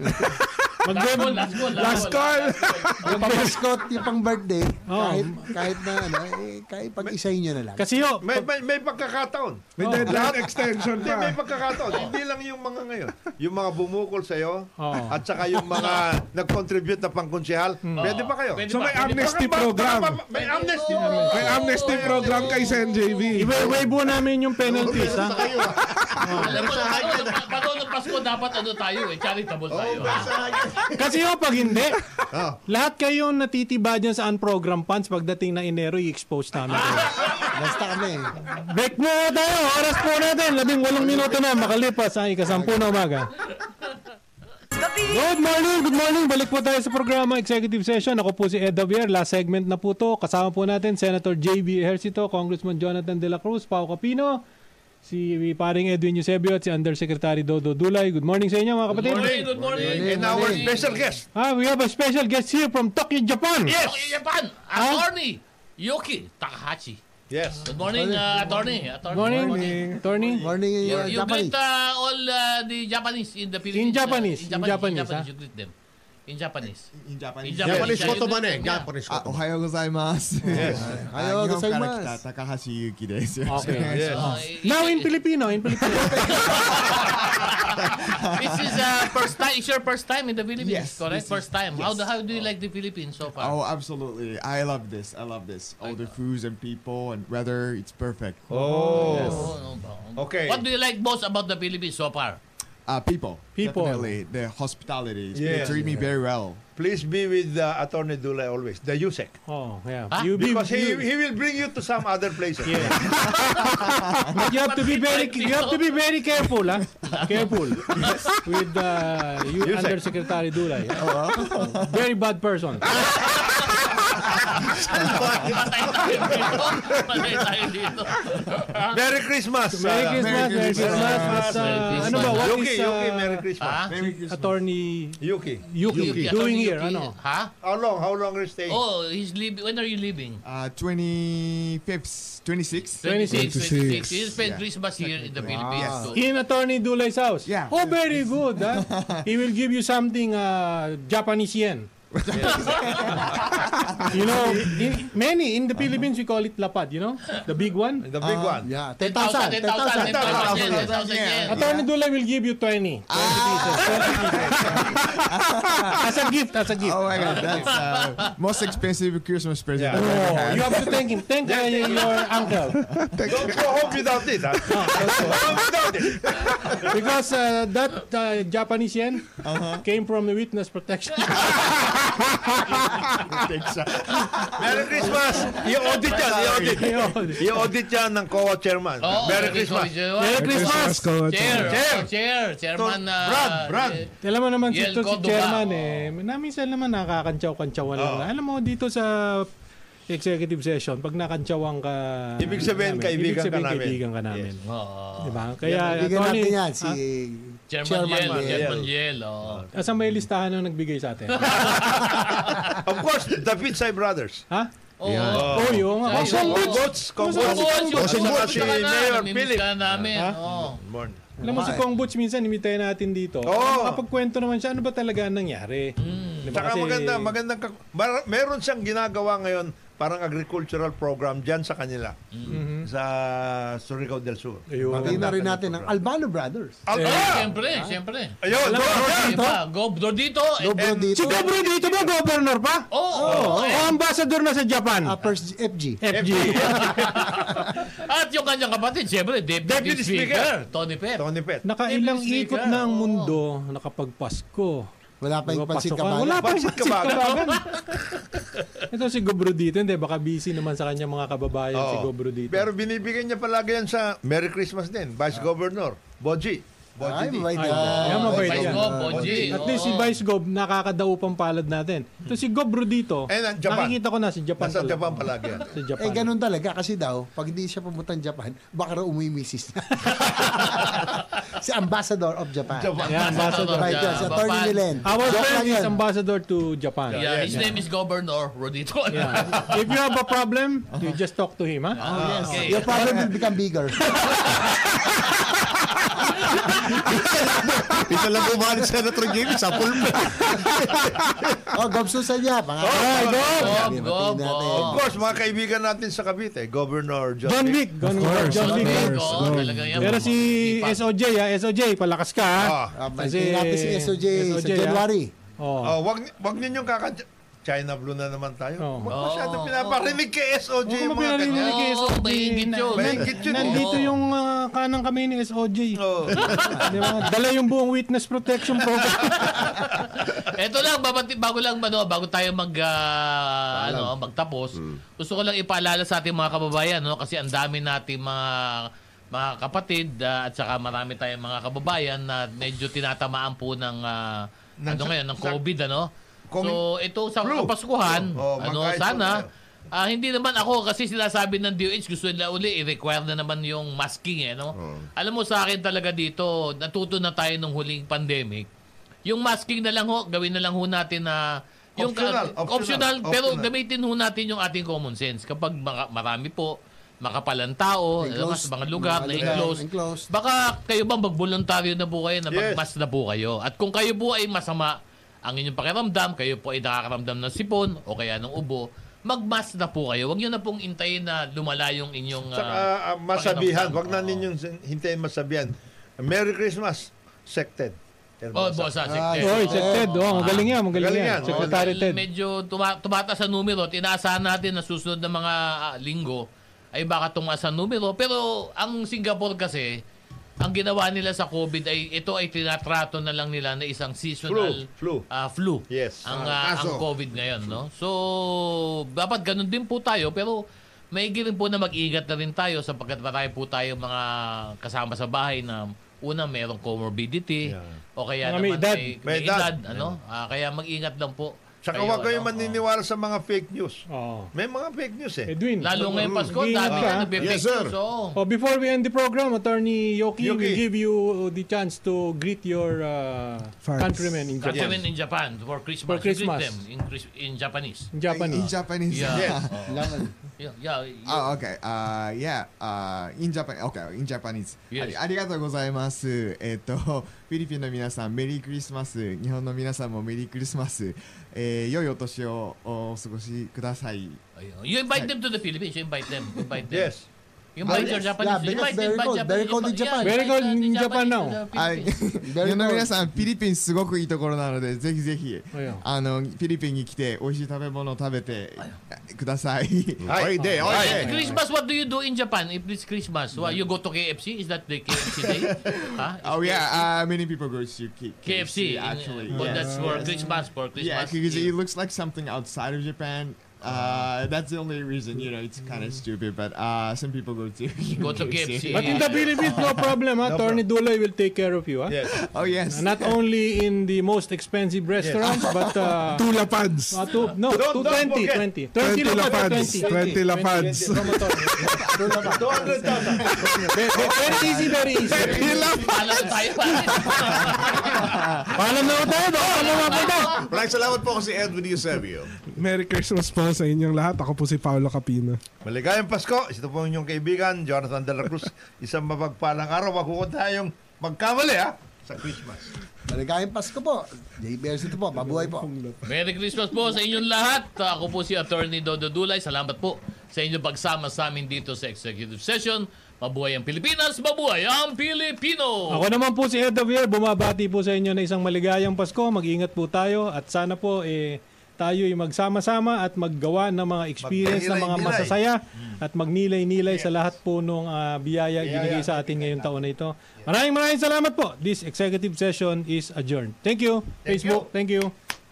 Speaker 1: Last call, last call.
Speaker 6: Last call.
Speaker 5: yung pang mascot, yung pang birthday,
Speaker 2: Oh.
Speaker 5: kahit, kahit na ano, eh, kahit pag-isahin nyo na lang.
Speaker 2: Kasi yo,
Speaker 7: May, may, may pagkakataon.
Speaker 6: May deadline extension
Speaker 2: Ah.
Speaker 7: Oh. Hindi, may
Speaker 6: pa.
Speaker 7: pagkakataon. Hindi lang yung mga ngayon. Yung mga bumukol sa'yo,
Speaker 2: Oo.
Speaker 7: at saka yung mga
Speaker 2: *laughs*
Speaker 7: nag-contribute na pangkonsihal,
Speaker 2: Mm.
Speaker 7: pwede pa kayo.
Speaker 1: Pwede
Speaker 6: So may
Speaker 1: pa, pwede
Speaker 6: amnesty
Speaker 7: Baka-
Speaker 6: program.
Speaker 7: baka- May amnesty
Speaker 1: Oo.
Speaker 7: program.
Speaker 6: May amnesty
Speaker 7: Oh,
Speaker 6: program kay Sen JB.
Speaker 2: i-waive ho namin yung penalties, ha? *laughs*
Speaker 1: Alam mo, bago, bago ng Pasko, dapat ano tayo eh, charitable tayo. ah.
Speaker 2: Kasi yung pag hindi,
Speaker 7: Ah.
Speaker 2: lahat kayo natitiba dyan sa unprogrammed funds pagdating na Enero, i-expose namin. kayo.
Speaker 5: Basta kami.
Speaker 2: Break mo tayo. Oras po natin. Labing walong minuto na makalipas ang ikasampu na umaga. Good morning, good morning. Balik po tayo sa programa Executive Session. Ako po si Ed Davier. Last segment na po to. Kasama po natin Senator JB Ejercito, Congressman Jonathan De La Cruz, Pao Capino, si paring Edwin Eusebio at si Undersecretary Dodo Dulay. Good morning sa inyo mga kapatid.
Speaker 1: Good morning, good morning.
Speaker 7: And our special guest,
Speaker 2: Ah, we have a special guest here from Tokyo, Japan.
Speaker 1: Yes! Japan, attorney Yuki Takahashi.
Speaker 7: Yes.
Speaker 1: Good morning, uh, attorney. attorney.
Speaker 2: Morning, attorney.
Speaker 5: Morning,
Speaker 1: You,
Speaker 5: uh,
Speaker 1: you
Speaker 5: Japanese.
Speaker 1: greet uh, all uh, the Japanese in the Philippines.
Speaker 2: In Japanese,
Speaker 1: uh,
Speaker 2: in Japanese,
Speaker 1: in Japanese
Speaker 2: ah.
Speaker 1: you greet them. In Japanese.
Speaker 8: In
Speaker 1: In Japanese,
Speaker 8: Japanese.
Speaker 4: Japanese
Speaker 1: yeah, you
Speaker 4: kotoba na
Speaker 1: greet
Speaker 4: eh.
Speaker 1: them. Yeah.
Speaker 4: Japanese
Speaker 8: Ah,
Speaker 4: kotoba.
Speaker 8: おはようございま
Speaker 5: お
Speaker 8: す。 *laughs*
Speaker 5: はようございます
Speaker 8: 日本から来た高橋ゆきです。
Speaker 2: Okay.
Speaker 7: Yes.
Speaker 1: Uh,
Speaker 2: Now in
Speaker 1: it-
Speaker 2: Filipino, in Filipino.
Speaker 1: This is uh, first time. It's your first time in the Philippines,
Speaker 8: Yes,
Speaker 1: correct?
Speaker 8: this is-
Speaker 1: First time.
Speaker 8: yes.
Speaker 1: How do how do you like the Philippines so far?
Speaker 8: *laughs* Oh, absolutely. I love this. I love this. All the foods and people and weather. It's perfect.
Speaker 7: Oh.
Speaker 1: Oh, no, no.
Speaker 7: Okay.
Speaker 1: What do you like most about the Philippines so far?
Speaker 8: Uh, people.
Speaker 2: People.
Speaker 8: Definitely. The hospitality.
Speaker 7: Yes.
Speaker 8: They treat me very well.
Speaker 7: Please be with uh, Attorney Dulay always, the USEC.
Speaker 2: *laughs* Oh, yeah.
Speaker 1: Ah,
Speaker 2: You be,
Speaker 7: Because he,
Speaker 2: you,
Speaker 7: he will bring you to some other places.
Speaker 2: but you have to be very you have to be very careful, *laughs* ah. Careful with uh, you
Speaker 7: Yusek.
Speaker 2: Undersecretary Dulay. *laughs* Very bad person.
Speaker 1: Patay tayo dito. Patay tayo dito.
Speaker 7: *laughs* Merry Christmas.
Speaker 2: Merry
Speaker 7: uh,
Speaker 2: Christmas, Merry Christmas. Mas, uh,
Speaker 1: Merry
Speaker 2: ano ba, what
Speaker 7: Yuki,
Speaker 2: is
Speaker 7: Yuki, Merry
Speaker 2: uh,
Speaker 7: Christmas.
Speaker 1: Ha?
Speaker 2: Attorney
Speaker 7: Yuki.
Speaker 2: Yuki, doing
Speaker 1: Attorney
Speaker 2: here?
Speaker 1: Yuki.
Speaker 2: Ano?
Speaker 1: Ha?
Speaker 7: How long? How long are you staying?
Speaker 1: Oh, he's leaving. When are you leaving?
Speaker 8: Uh, 25th, 26th.
Speaker 1: 26, 26.
Speaker 6: 26.
Speaker 1: He spent
Speaker 8: Yeah.
Speaker 1: Christmas here in the Philippines. So,
Speaker 2: In Attorney Dulay's house.
Speaker 8: Yeah. *laughs* *laughs*
Speaker 2: Oh, very good. ah. He will give you something uh, Japanese yen. You know, in, many, in the Philippines, we call it lapad, you know? The big one.
Speaker 7: The big one.
Speaker 5: Yeah,
Speaker 1: 10,000, 10,000,
Speaker 5: 10,000,
Speaker 1: 10,000 yen, 10,000 yen.
Speaker 5: 10,000.
Speaker 2: Attorney Dulay will give you 20. 20
Speaker 8: Ah,
Speaker 2: pieces. 20 pieces. as a gift, as a gift.
Speaker 8: Oh my God, that's uh, most expensive Christmas present.
Speaker 7: Yeah.
Speaker 8: I've ever had.
Speaker 2: You have to thank him. Thank uh, your uncle.
Speaker 7: Don't go home without
Speaker 2: *laughs*
Speaker 7: it.
Speaker 2: Ah,
Speaker 7: Ha? Go home without it.
Speaker 2: Because uh, that uh, Japanese yen
Speaker 8: Uh-huh.
Speaker 2: came from the witness
Speaker 8: *laughs*
Speaker 2: protection. *laughs*
Speaker 7: Merry Christmas! I-audit yan, i-audit.
Speaker 2: Merry
Speaker 7: I-audit yan ng COA chairman.
Speaker 1: Oo,
Speaker 7: Merry Christmas.
Speaker 2: Christmas!
Speaker 6: ko.
Speaker 1: Chair,
Speaker 7: Chair.
Speaker 1: chair, chair, chairman.
Speaker 7: To-
Speaker 1: ah,
Speaker 7: Brad, Brad.
Speaker 1: eh,
Speaker 2: Alam mo naman si,
Speaker 1: Yel
Speaker 2: to, si
Speaker 1: Cordova.
Speaker 2: chairman
Speaker 1: Oo.
Speaker 2: eh. Naminsan naman nakakantsaw-kantsawan lang.
Speaker 7: Oo.
Speaker 2: Alam mo, dito sa executive session, pag nakantsawan ka...
Speaker 7: Ibig sabihin,
Speaker 2: namin,
Speaker 7: kaibigan
Speaker 2: ibig
Speaker 7: ka
Speaker 2: sabihin,
Speaker 7: namin.
Speaker 2: kaibigan ka namin.
Speaker 1: oo.
Speaker 2: Diba? Kaya,
Speaker 5: Bigyan
Speaker 2: Tony,
Speaker 5: natin yan, si
Speaker 2: ah,
Speaker 1: Chairman Yel,
Speaker 5: Yel.
Speaker 1: Chairman Yel. oo.
Speaker 2: asan may listahan ng nagbigay sa atin?
Speaker 7: Of course, the Pitsay Brothers.
Speaker 2: ha?
Speaker 1: Oo.
Speaker 2: Oh, yung...
Speaker 1: Ay,
Speaker 2: Oh,
Speaker 1: Congots.
Speaker 7: Congots. Congots.
Speaker 1: Congots, yung
Speaker 7: Congots.
Speaker 1: Congots
Speaker 7: Si
Speaker 1: na,
Speaker 7: Mayor
Speaker 1: namimiss
Speaker 7: Philip.
Speaker 1: ka namin,
Speaker 2: Ha?
Speaker 1: oo.
Speaker 7: Morning.
Speaker 2: Alam mo si Kong Butch minsan imitayin natin dito.
Speaker 7: Oo. Hmm.
Speaker 2: Makapagkwento naman siya, ano ba talaga ang nangyari? Diba?
Speaker 7: Tsaka
Speaker 2: Kasi-
Speaker 7: maganda, magandang, kak- mar- meron siyang ginagawa ngayon parang agricultural program dyan sa kanila. Sa Surigao del Sur.
Speaker 2: Mm-hmm. Ayun.
Speaker 5: Tingnan
Speaker 7: Maganda
Speaker 5: rin
Speaker 7: ka
Speaker 5: natin
Speaker 7: ng
Speaker 5: ang
Speaker 7: program.
Speaker 5: Albano Brothers.
Speaker 2: Eh,
Speaker 7: Al-
Speaker 1: Ay,
Speaker 7: Ah!
Speaker 1: siyempre, siyempre.
Speaker 7: Ayun, go,
Speaker 1: Di
Speaker 7: go.
Speaker 1: ba? Go Eh, Dodito.
Speaker 5: Dobro dito.
Speaker 2: Si Dobro dito ba, governor pa?
Speaker 1: Oo, oo,
Speaker 2: O
Speaker 1: eh.
Speaker 2: ambassador na sa Japan?
Speaker 5: Ah, first FG.
Speaker 2: FG.
Speaker 1: At yung kanyang kapatid, siyempre, Deputy,
Speaker 7: Deputy
Speaker 1: Speaker, Tony Pep.
Speaker 7: Tony Pet.
Speaker 2: Nakailang
Speaker 1: Every
Speaker 2: ikot
Speaker 1: speaker,
Speaker 2: na ang
Speaker 1: oo.
Speaker 2: mundo, nakapagpasko.
Speaker 5: Wala pa yung pansin
Speaker 2: Pasukan. Wala
Speaker 5: kabalan.
Speaker 2: pa yung
Speaker 7: Pansit
Speaker 2: pansit
Speaker 7: Kabagan.
Speaker 2: kabagan. *laughs* Ito si Gobro dito, hindi, baka busy naman sa kanya mga kababayan si
Speaker 7: Oo.
Speaker 2: Gobro dito. Ah.
Speaker 7: Pero binibigyan niya palagi yan sa Merry Christmas din. Vice Governor, Boji. Boji
Speaker 5: Ay,
Speaker 7: D.
Speaker 5: mabait
Speaker 2: Ay,
Speaker 5: yan.
Speaker 2: yan, mabait
Speaker 1: Vice
Speaker 2: yan.
Speaker 1: Gov, Boji.
Speaker 2: At least si
Speaker 1: oo.
Speaker 2: Vice Gov, nakakadaupang palad natin. Ito si Gobro dito,
Speaker 7: Eh, na- Japan.
Speaker 2: nakikita ko na si Japan
Speaker 7: Nasa
Speaker 2: pala.
Speaker 7: Japan palagi
Speaker 2: *laughs*
Speaker 7: yan.
Speaker 2: Sa Japan.
Speaker 5: Eh, ganun talaga. Kasi daw, pag hindi siya pumunta ng Japan, baka raw umuwi misis niya. *laughs* si Ambassador of Japan.
Speaker 7: Japan.
Speaker 2: Yan, ambassador.
Speaker 5: Right yan, si
Speaker 1: Japan.
Speaker 5: Attorney Milen.
Speaker 2: Our
Speaker 5: Joke lang
Speaker 2: friend is
Speaker 5: yan.
Speaker 2: ambassador to Japan.
Speaker 1: Yeah, his name is Governor Rodito. *laughs*
Speaker 2: Yeah. If you have a problem, you just talk to him, ha?
Speaker 1: Okay.
Speaker 5: Ah, Your problem will become bigger.
Speaker 8: Isa lang bumalik sa retro game, sa pulpa.
Speaker 5: oh, gobsusan niya. Mga
Speaker 2: Ay, go!
Speaker 1: Gov,
Speaker 5: Sabi,
Speaker 1: Gov,
Speaker 5: matiin natin.
Speaker 7: Of
Speaker 1: Gov.
Speaker 7: course, mga kaibigan natin sa Cavite, Governor John,
Speaker 2: John Wick. John Wick. John Wick.
Speaker 1: Gov,
Speaker 6: course,
Speaker 1: Gov,
Speaker 6: Gov.
Speaker 1: talaga oh, yan.
Speaker 2: Pero si
Speaker 1: Sipag.
Speaker 2: SOJ, ha? SOJ, palakas ka, ha?
Speaker 7: Ah,
Speaker 5: Ah,
Speaker 2: Kasi-
Speaker 5: Kasi natin si SOJ, sa
Speaker 2: SOJ, ah.
Speaker 5: January.
Speaker 2: Oh.
Speaker 7: Oh, wag wag ninyong kaka China Blue na naman
Speaker 2: Oo.
Speaker 7: tayo. Huwag masyado pinaparinig kay SOJ
Speaker 2: Huwag
Speaker 7: yung
Speaker 2: mo
Speaker 7: mga kanya.
Speaker 2: pinarinig Oh. kay
Speaker 1: Oo,
Speaker 2: SOJ.
Speaker 1: Oh, maingit yun.
Speaker 7: Maingit yun.
Speaker 2: Nandito
Speaker 1: Oo.
Speaker 2: yung ah, kanang kami ni SOJ.
Speaker 7: Oh.
Speaker 2: *laughs* Di ba? Dala yung buong witness protection program. *laughs*
Speaker 1: *laughs* Ito lang, babati, bago lang, ano, bago tayo mag, ah, ano, magtapos, gusto ko lang ipaalala sa ating mga kababayan, no? kasi ang dami nating mga mga kapatid ah, at saka marami tayong mga kababayan na medyo tinatamaan po ng, ah,
Speaker 7: Ng-
Speaker 1: ano ngayon, ng COVID, ano?
Speaker 7: Kung-
Speaker 1: so, ito sa
Speaker 7: Flu. Oh,
Speaker 1: Kapaskuhan,
Speaker 7: Oo,
Speaker 1: ano,
Speaker 7: magkaayos
Speaker 1: sana,
Speaker 7: po tayo.
Speaker 1: ah, hindi naman ako kasi sinasabi ng DOH gusto nila uli i-require na naman yung masking eh no. Alam mo sa akin talaga dito natuto na tayo nung huling pandemic. Yung masking na lang ho, gawin na lang ho natin na yung
Speaker 7: Optional,
Speaker 1: optional,
Speaker 7: optional,
Speaker 1: pero
Speaker 7: optional.
Speaker 1: gamitin ho natin yung ating common sense kapag maka- marami po makapalang tao, alam mo,
Speaker 5: Enclosed.
Speaker 1: sa mga lugar
Speaker 5: Mga
Speaker 1: na
Speaker 5: lugar,
Speaker 1: enclosed,
Speaker 5: enclosed.
Speaker 1: Baka kayo bang magboluntaryo na po kayo na
Speaker 7: Yes.
Speaker 1: magmas na po kayo? At kung kayo po ay masama ang inyong pakiramdam, kayo po ay nakakaramdam ng sipon o kaya ng ubo, magmas na po kayo. Huwag nyo na pong intayin na lumala yung inyong...
Speaker 7: Tsaka
Speaker 1: ah,
Speaker 7: ah, masabihan,
Speaker 1: pakiramdam.
Speaker 7: wag na
Speaker 1: Oo.
Speaker 7: ninyong sin- hintayin masabihan. Merry Christmas, Sected.
Speaker 1: Oh, boss, ah, si Ted.
Speaker 2: Oy, si
Speaker 1: Oo.
Speaker 2: Ted. Oh, magaling yan, magaling
Speaker 7: Magaling
Speaker 2: yan.
Speaker 7: yan.
Speaker 2: Secretary
Speaker 1: Dahil
Speaker 2: Ted.
Speaker 1: Medyo tuma- tumataas ang numero. Tinaasahan natin na susunod na mga ah, linggo ay baka tumaas ang numero. Pero ang Singapore kasi, ang ginawa nila sa COVID ay ito ay tinatrato na lang nila na isang seasonal
Speaker 7: Flu, flu.
Speaker 1: ah, flu.
Speaker 7: Yes.
Speaker 1: Ang,
Speaker 6: Ah,
Speaker 1: ah, ang
Speaker 6: kaso.
Speaker 1: COVID ngayon, no? So, dapat ganun din po tayo. Pero may rin po na mag-ingat na rin tayo sapagkat marami po tayo mga kasama sa bahay na una merong comorbidity o kaya
Speaker 2: Mga may
Speaker 1: naman
Speaker 2: edad.
Speaker 1: ay
Speaker 7: May
Speaker 1: may
Speaker 7: edad.
Speaker 1: edad, ano? Ah, kaya mag-ingat lang po.
Speaker 7: Tsaka wag kayo
Speaker 1: ano?
Speaker 7: maniniwala sa mga fake news.
Speaker 2: Oh.
Speaker 7: May mga fake news eh.
Speaker 2: Edwin.
Speaker 1: Oo. Lalo ngayong Pasko, ano,
Speaker 2: Mag-ingat
Speaker 1: dami
Speaker 2: ka. ah.
Speaker 1: na nagbe-fake
Speaker 8: Yes, sir.
Speaker 1: news, oo.
Speaker 2: Oh, before we end the program, Attorney Yoki,
Speaker 7: Yoki.
Speaker 2: will give you the chance to greet your uh,
Speaker 6: Fans.
Speaker 2: countrymen in Japan.
Speaker 1: Countrymen in Japan for Christmas.
Speaker 2: For Christmas.
Speaker 1: You greet them in, Chris- in Japanese.
Speaker 2: In ah.
Speaker 8: In
Speaker 2: Japanese.
Speaker 8: Japanese.
Speaker 1: Yeah.
Speaker 8: Yeah.
Speaker 1: Oo.
Speaker 5: Langan.
Speaker 1: Yeah, yeah, yeah.
Speaker 8: Ah, okay. Uh, yeah. Uh, in Japan. Okay, in Japanese.
Speaker 1: Yes.
Speaker 8: ありありがとうございます。えっ、と、 *laughs* フィリピンの皆さん、メリークリスマス。日本の皆さんもメリークリスマス。えー良いお年をお過ごしください。
Speaker 1: Ayun. You invite them to the Philippines. You invite them. Invite them.
Speaker 7: Yes.
Speaker 1: You invite your
Speaker 5: Ah, yes.
Speaker 1: Japanese.
Speaker 5: Yeah, because
Speaker 1: invite
Speaker 5: very
Speaker 1: invite
Speaker 5: cold. Very cold in
Speaker 1: invite-
Speaker 5: Japan.
Speaker 1: yeah,
Speaker 2: Very cold
Speaker 1: invite
Speaker 2: in
Speaker 1: the
Speaker 2: Japan
Speaker 1: Japanese
Speaker 2: now.
Speaker 1: to the
Speaker 8: はい *laughs*
Speaker 1: Philippines.
Speaker 8: 日本の皆さん、フィリピンすごくいいところなので、ぜひぜひ、あの、フィリピンに来て、美味しい食べ物を食べてく
Speaker 1: *laughs*
Speaker 8: ださい。
Speaker 7: Ay, hindi, ay,
Speaker 1: Ay,
Speaker 7: hindi.
Speaker 1: Christmas, what do you do in Japan if it's Christmas? Well, you go to KFC? Is that the KFC
Speaker 8: *laughs*
Speaker 1: day? huh? Is
Speaker 8: Oh yeah, uh, many people go to K-
Speaker 1: KFC, in-
Speaker 8: actually.
Speaker 1: But that's
Speaker 8: yes.
Speaker 1: for Christmas. For
Speaker 8: Yeah,
Speaker 1: Christmas.
Speaker 8: because it
Speaker 1: Eve.
Speaker 8: looks like something outside of Japan. Uh, that's the only reason, you know, it's kind of stupid, but uh, some people go to
Speaker 1: *laughs* Go to KFC.
Speaker 2: But in the Philippines, no problem, ha? Attorney Duloy will take care of you, ha?
Speaker 7: Yes.
Speaker 8: Oh, yes.
Speaker 2: Not only in the most expensive restaurants, but...
Speaker 7: *laughs*
Speaker 2: Uh,
Speaker 6: Tula pads.
Speaker 2: Ah, two, no, two,
Speaker 7: Don't- don't
Speaker 2: 20, 20.
Speaker 7: forget.
Speaker 2: 20 lang ata,
Speaker 6: 20 lapads. 20 lapads.
Speaker 2: 20 from attorney.
Speaker 7: 200,000.
Speaker 2: Very- very- Very easy, very easy.
Speaker 1: Alam na tayo pa.
Speaker 2: Paalam na ako tayo, baka pala mapunta.
Speaker 4: Maraming salamat po kasi Edwin Eusebio.
Speaker 6: Merry Christmas po sa inyong lahat. Ako po si Paolo Capino.
Speaker 7: Maligayang Pasko. Ito po ang inyong kaibigan, Jonathan De La Cruz. Isang mapagpalang araw. Wag ko tayong magkamali, ha? Sa Christmas.
Speaker 5: Maligayang Pasko po. JBRC ito po. Mabuhay po.
Speaker 1: Merry Christmas po sa inyong lahat. Ako po si Attorney Dodo Dulay. Salamat po sa inyong pagsama sa amin dito sa Executive Session. Mabuhay ang Pilipinas! Mabuhay ang Pilipino!
Speaker 2: Ako naman po si Ed Javier, bumabati po sa inyo na isang maligayang Pasko. Mag-ingat po tayo at sana po eh, tayo ay magsama-sama at maggawa ng mga experience ng mga
Speaker 7: Magnilay-nilay. Hmm.
Speaker 2: masasaya at magnilay-nilay sa lahat po ng biyaya binigay sa atin ngayong taon na ito. Maraming maraming salamat po. This executive session is adjourned. Thank you.
Speaker 7: Thank
Speaker 2: Facebook,
Speaker 7: you.
Speaker 2: thank you.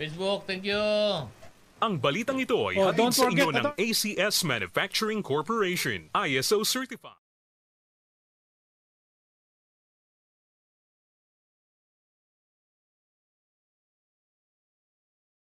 Speaker 1: Facebook, thank you!
Speaker 9: Ang balitang ito ay
Speaker 2: Oh,
Speaker 9: hatid
Speaker 2: don't
Speaker 9: sa inyo
Speaker 2: forget-
Speaker 9: ng ACS Manufacturing Corporation, ISO certified.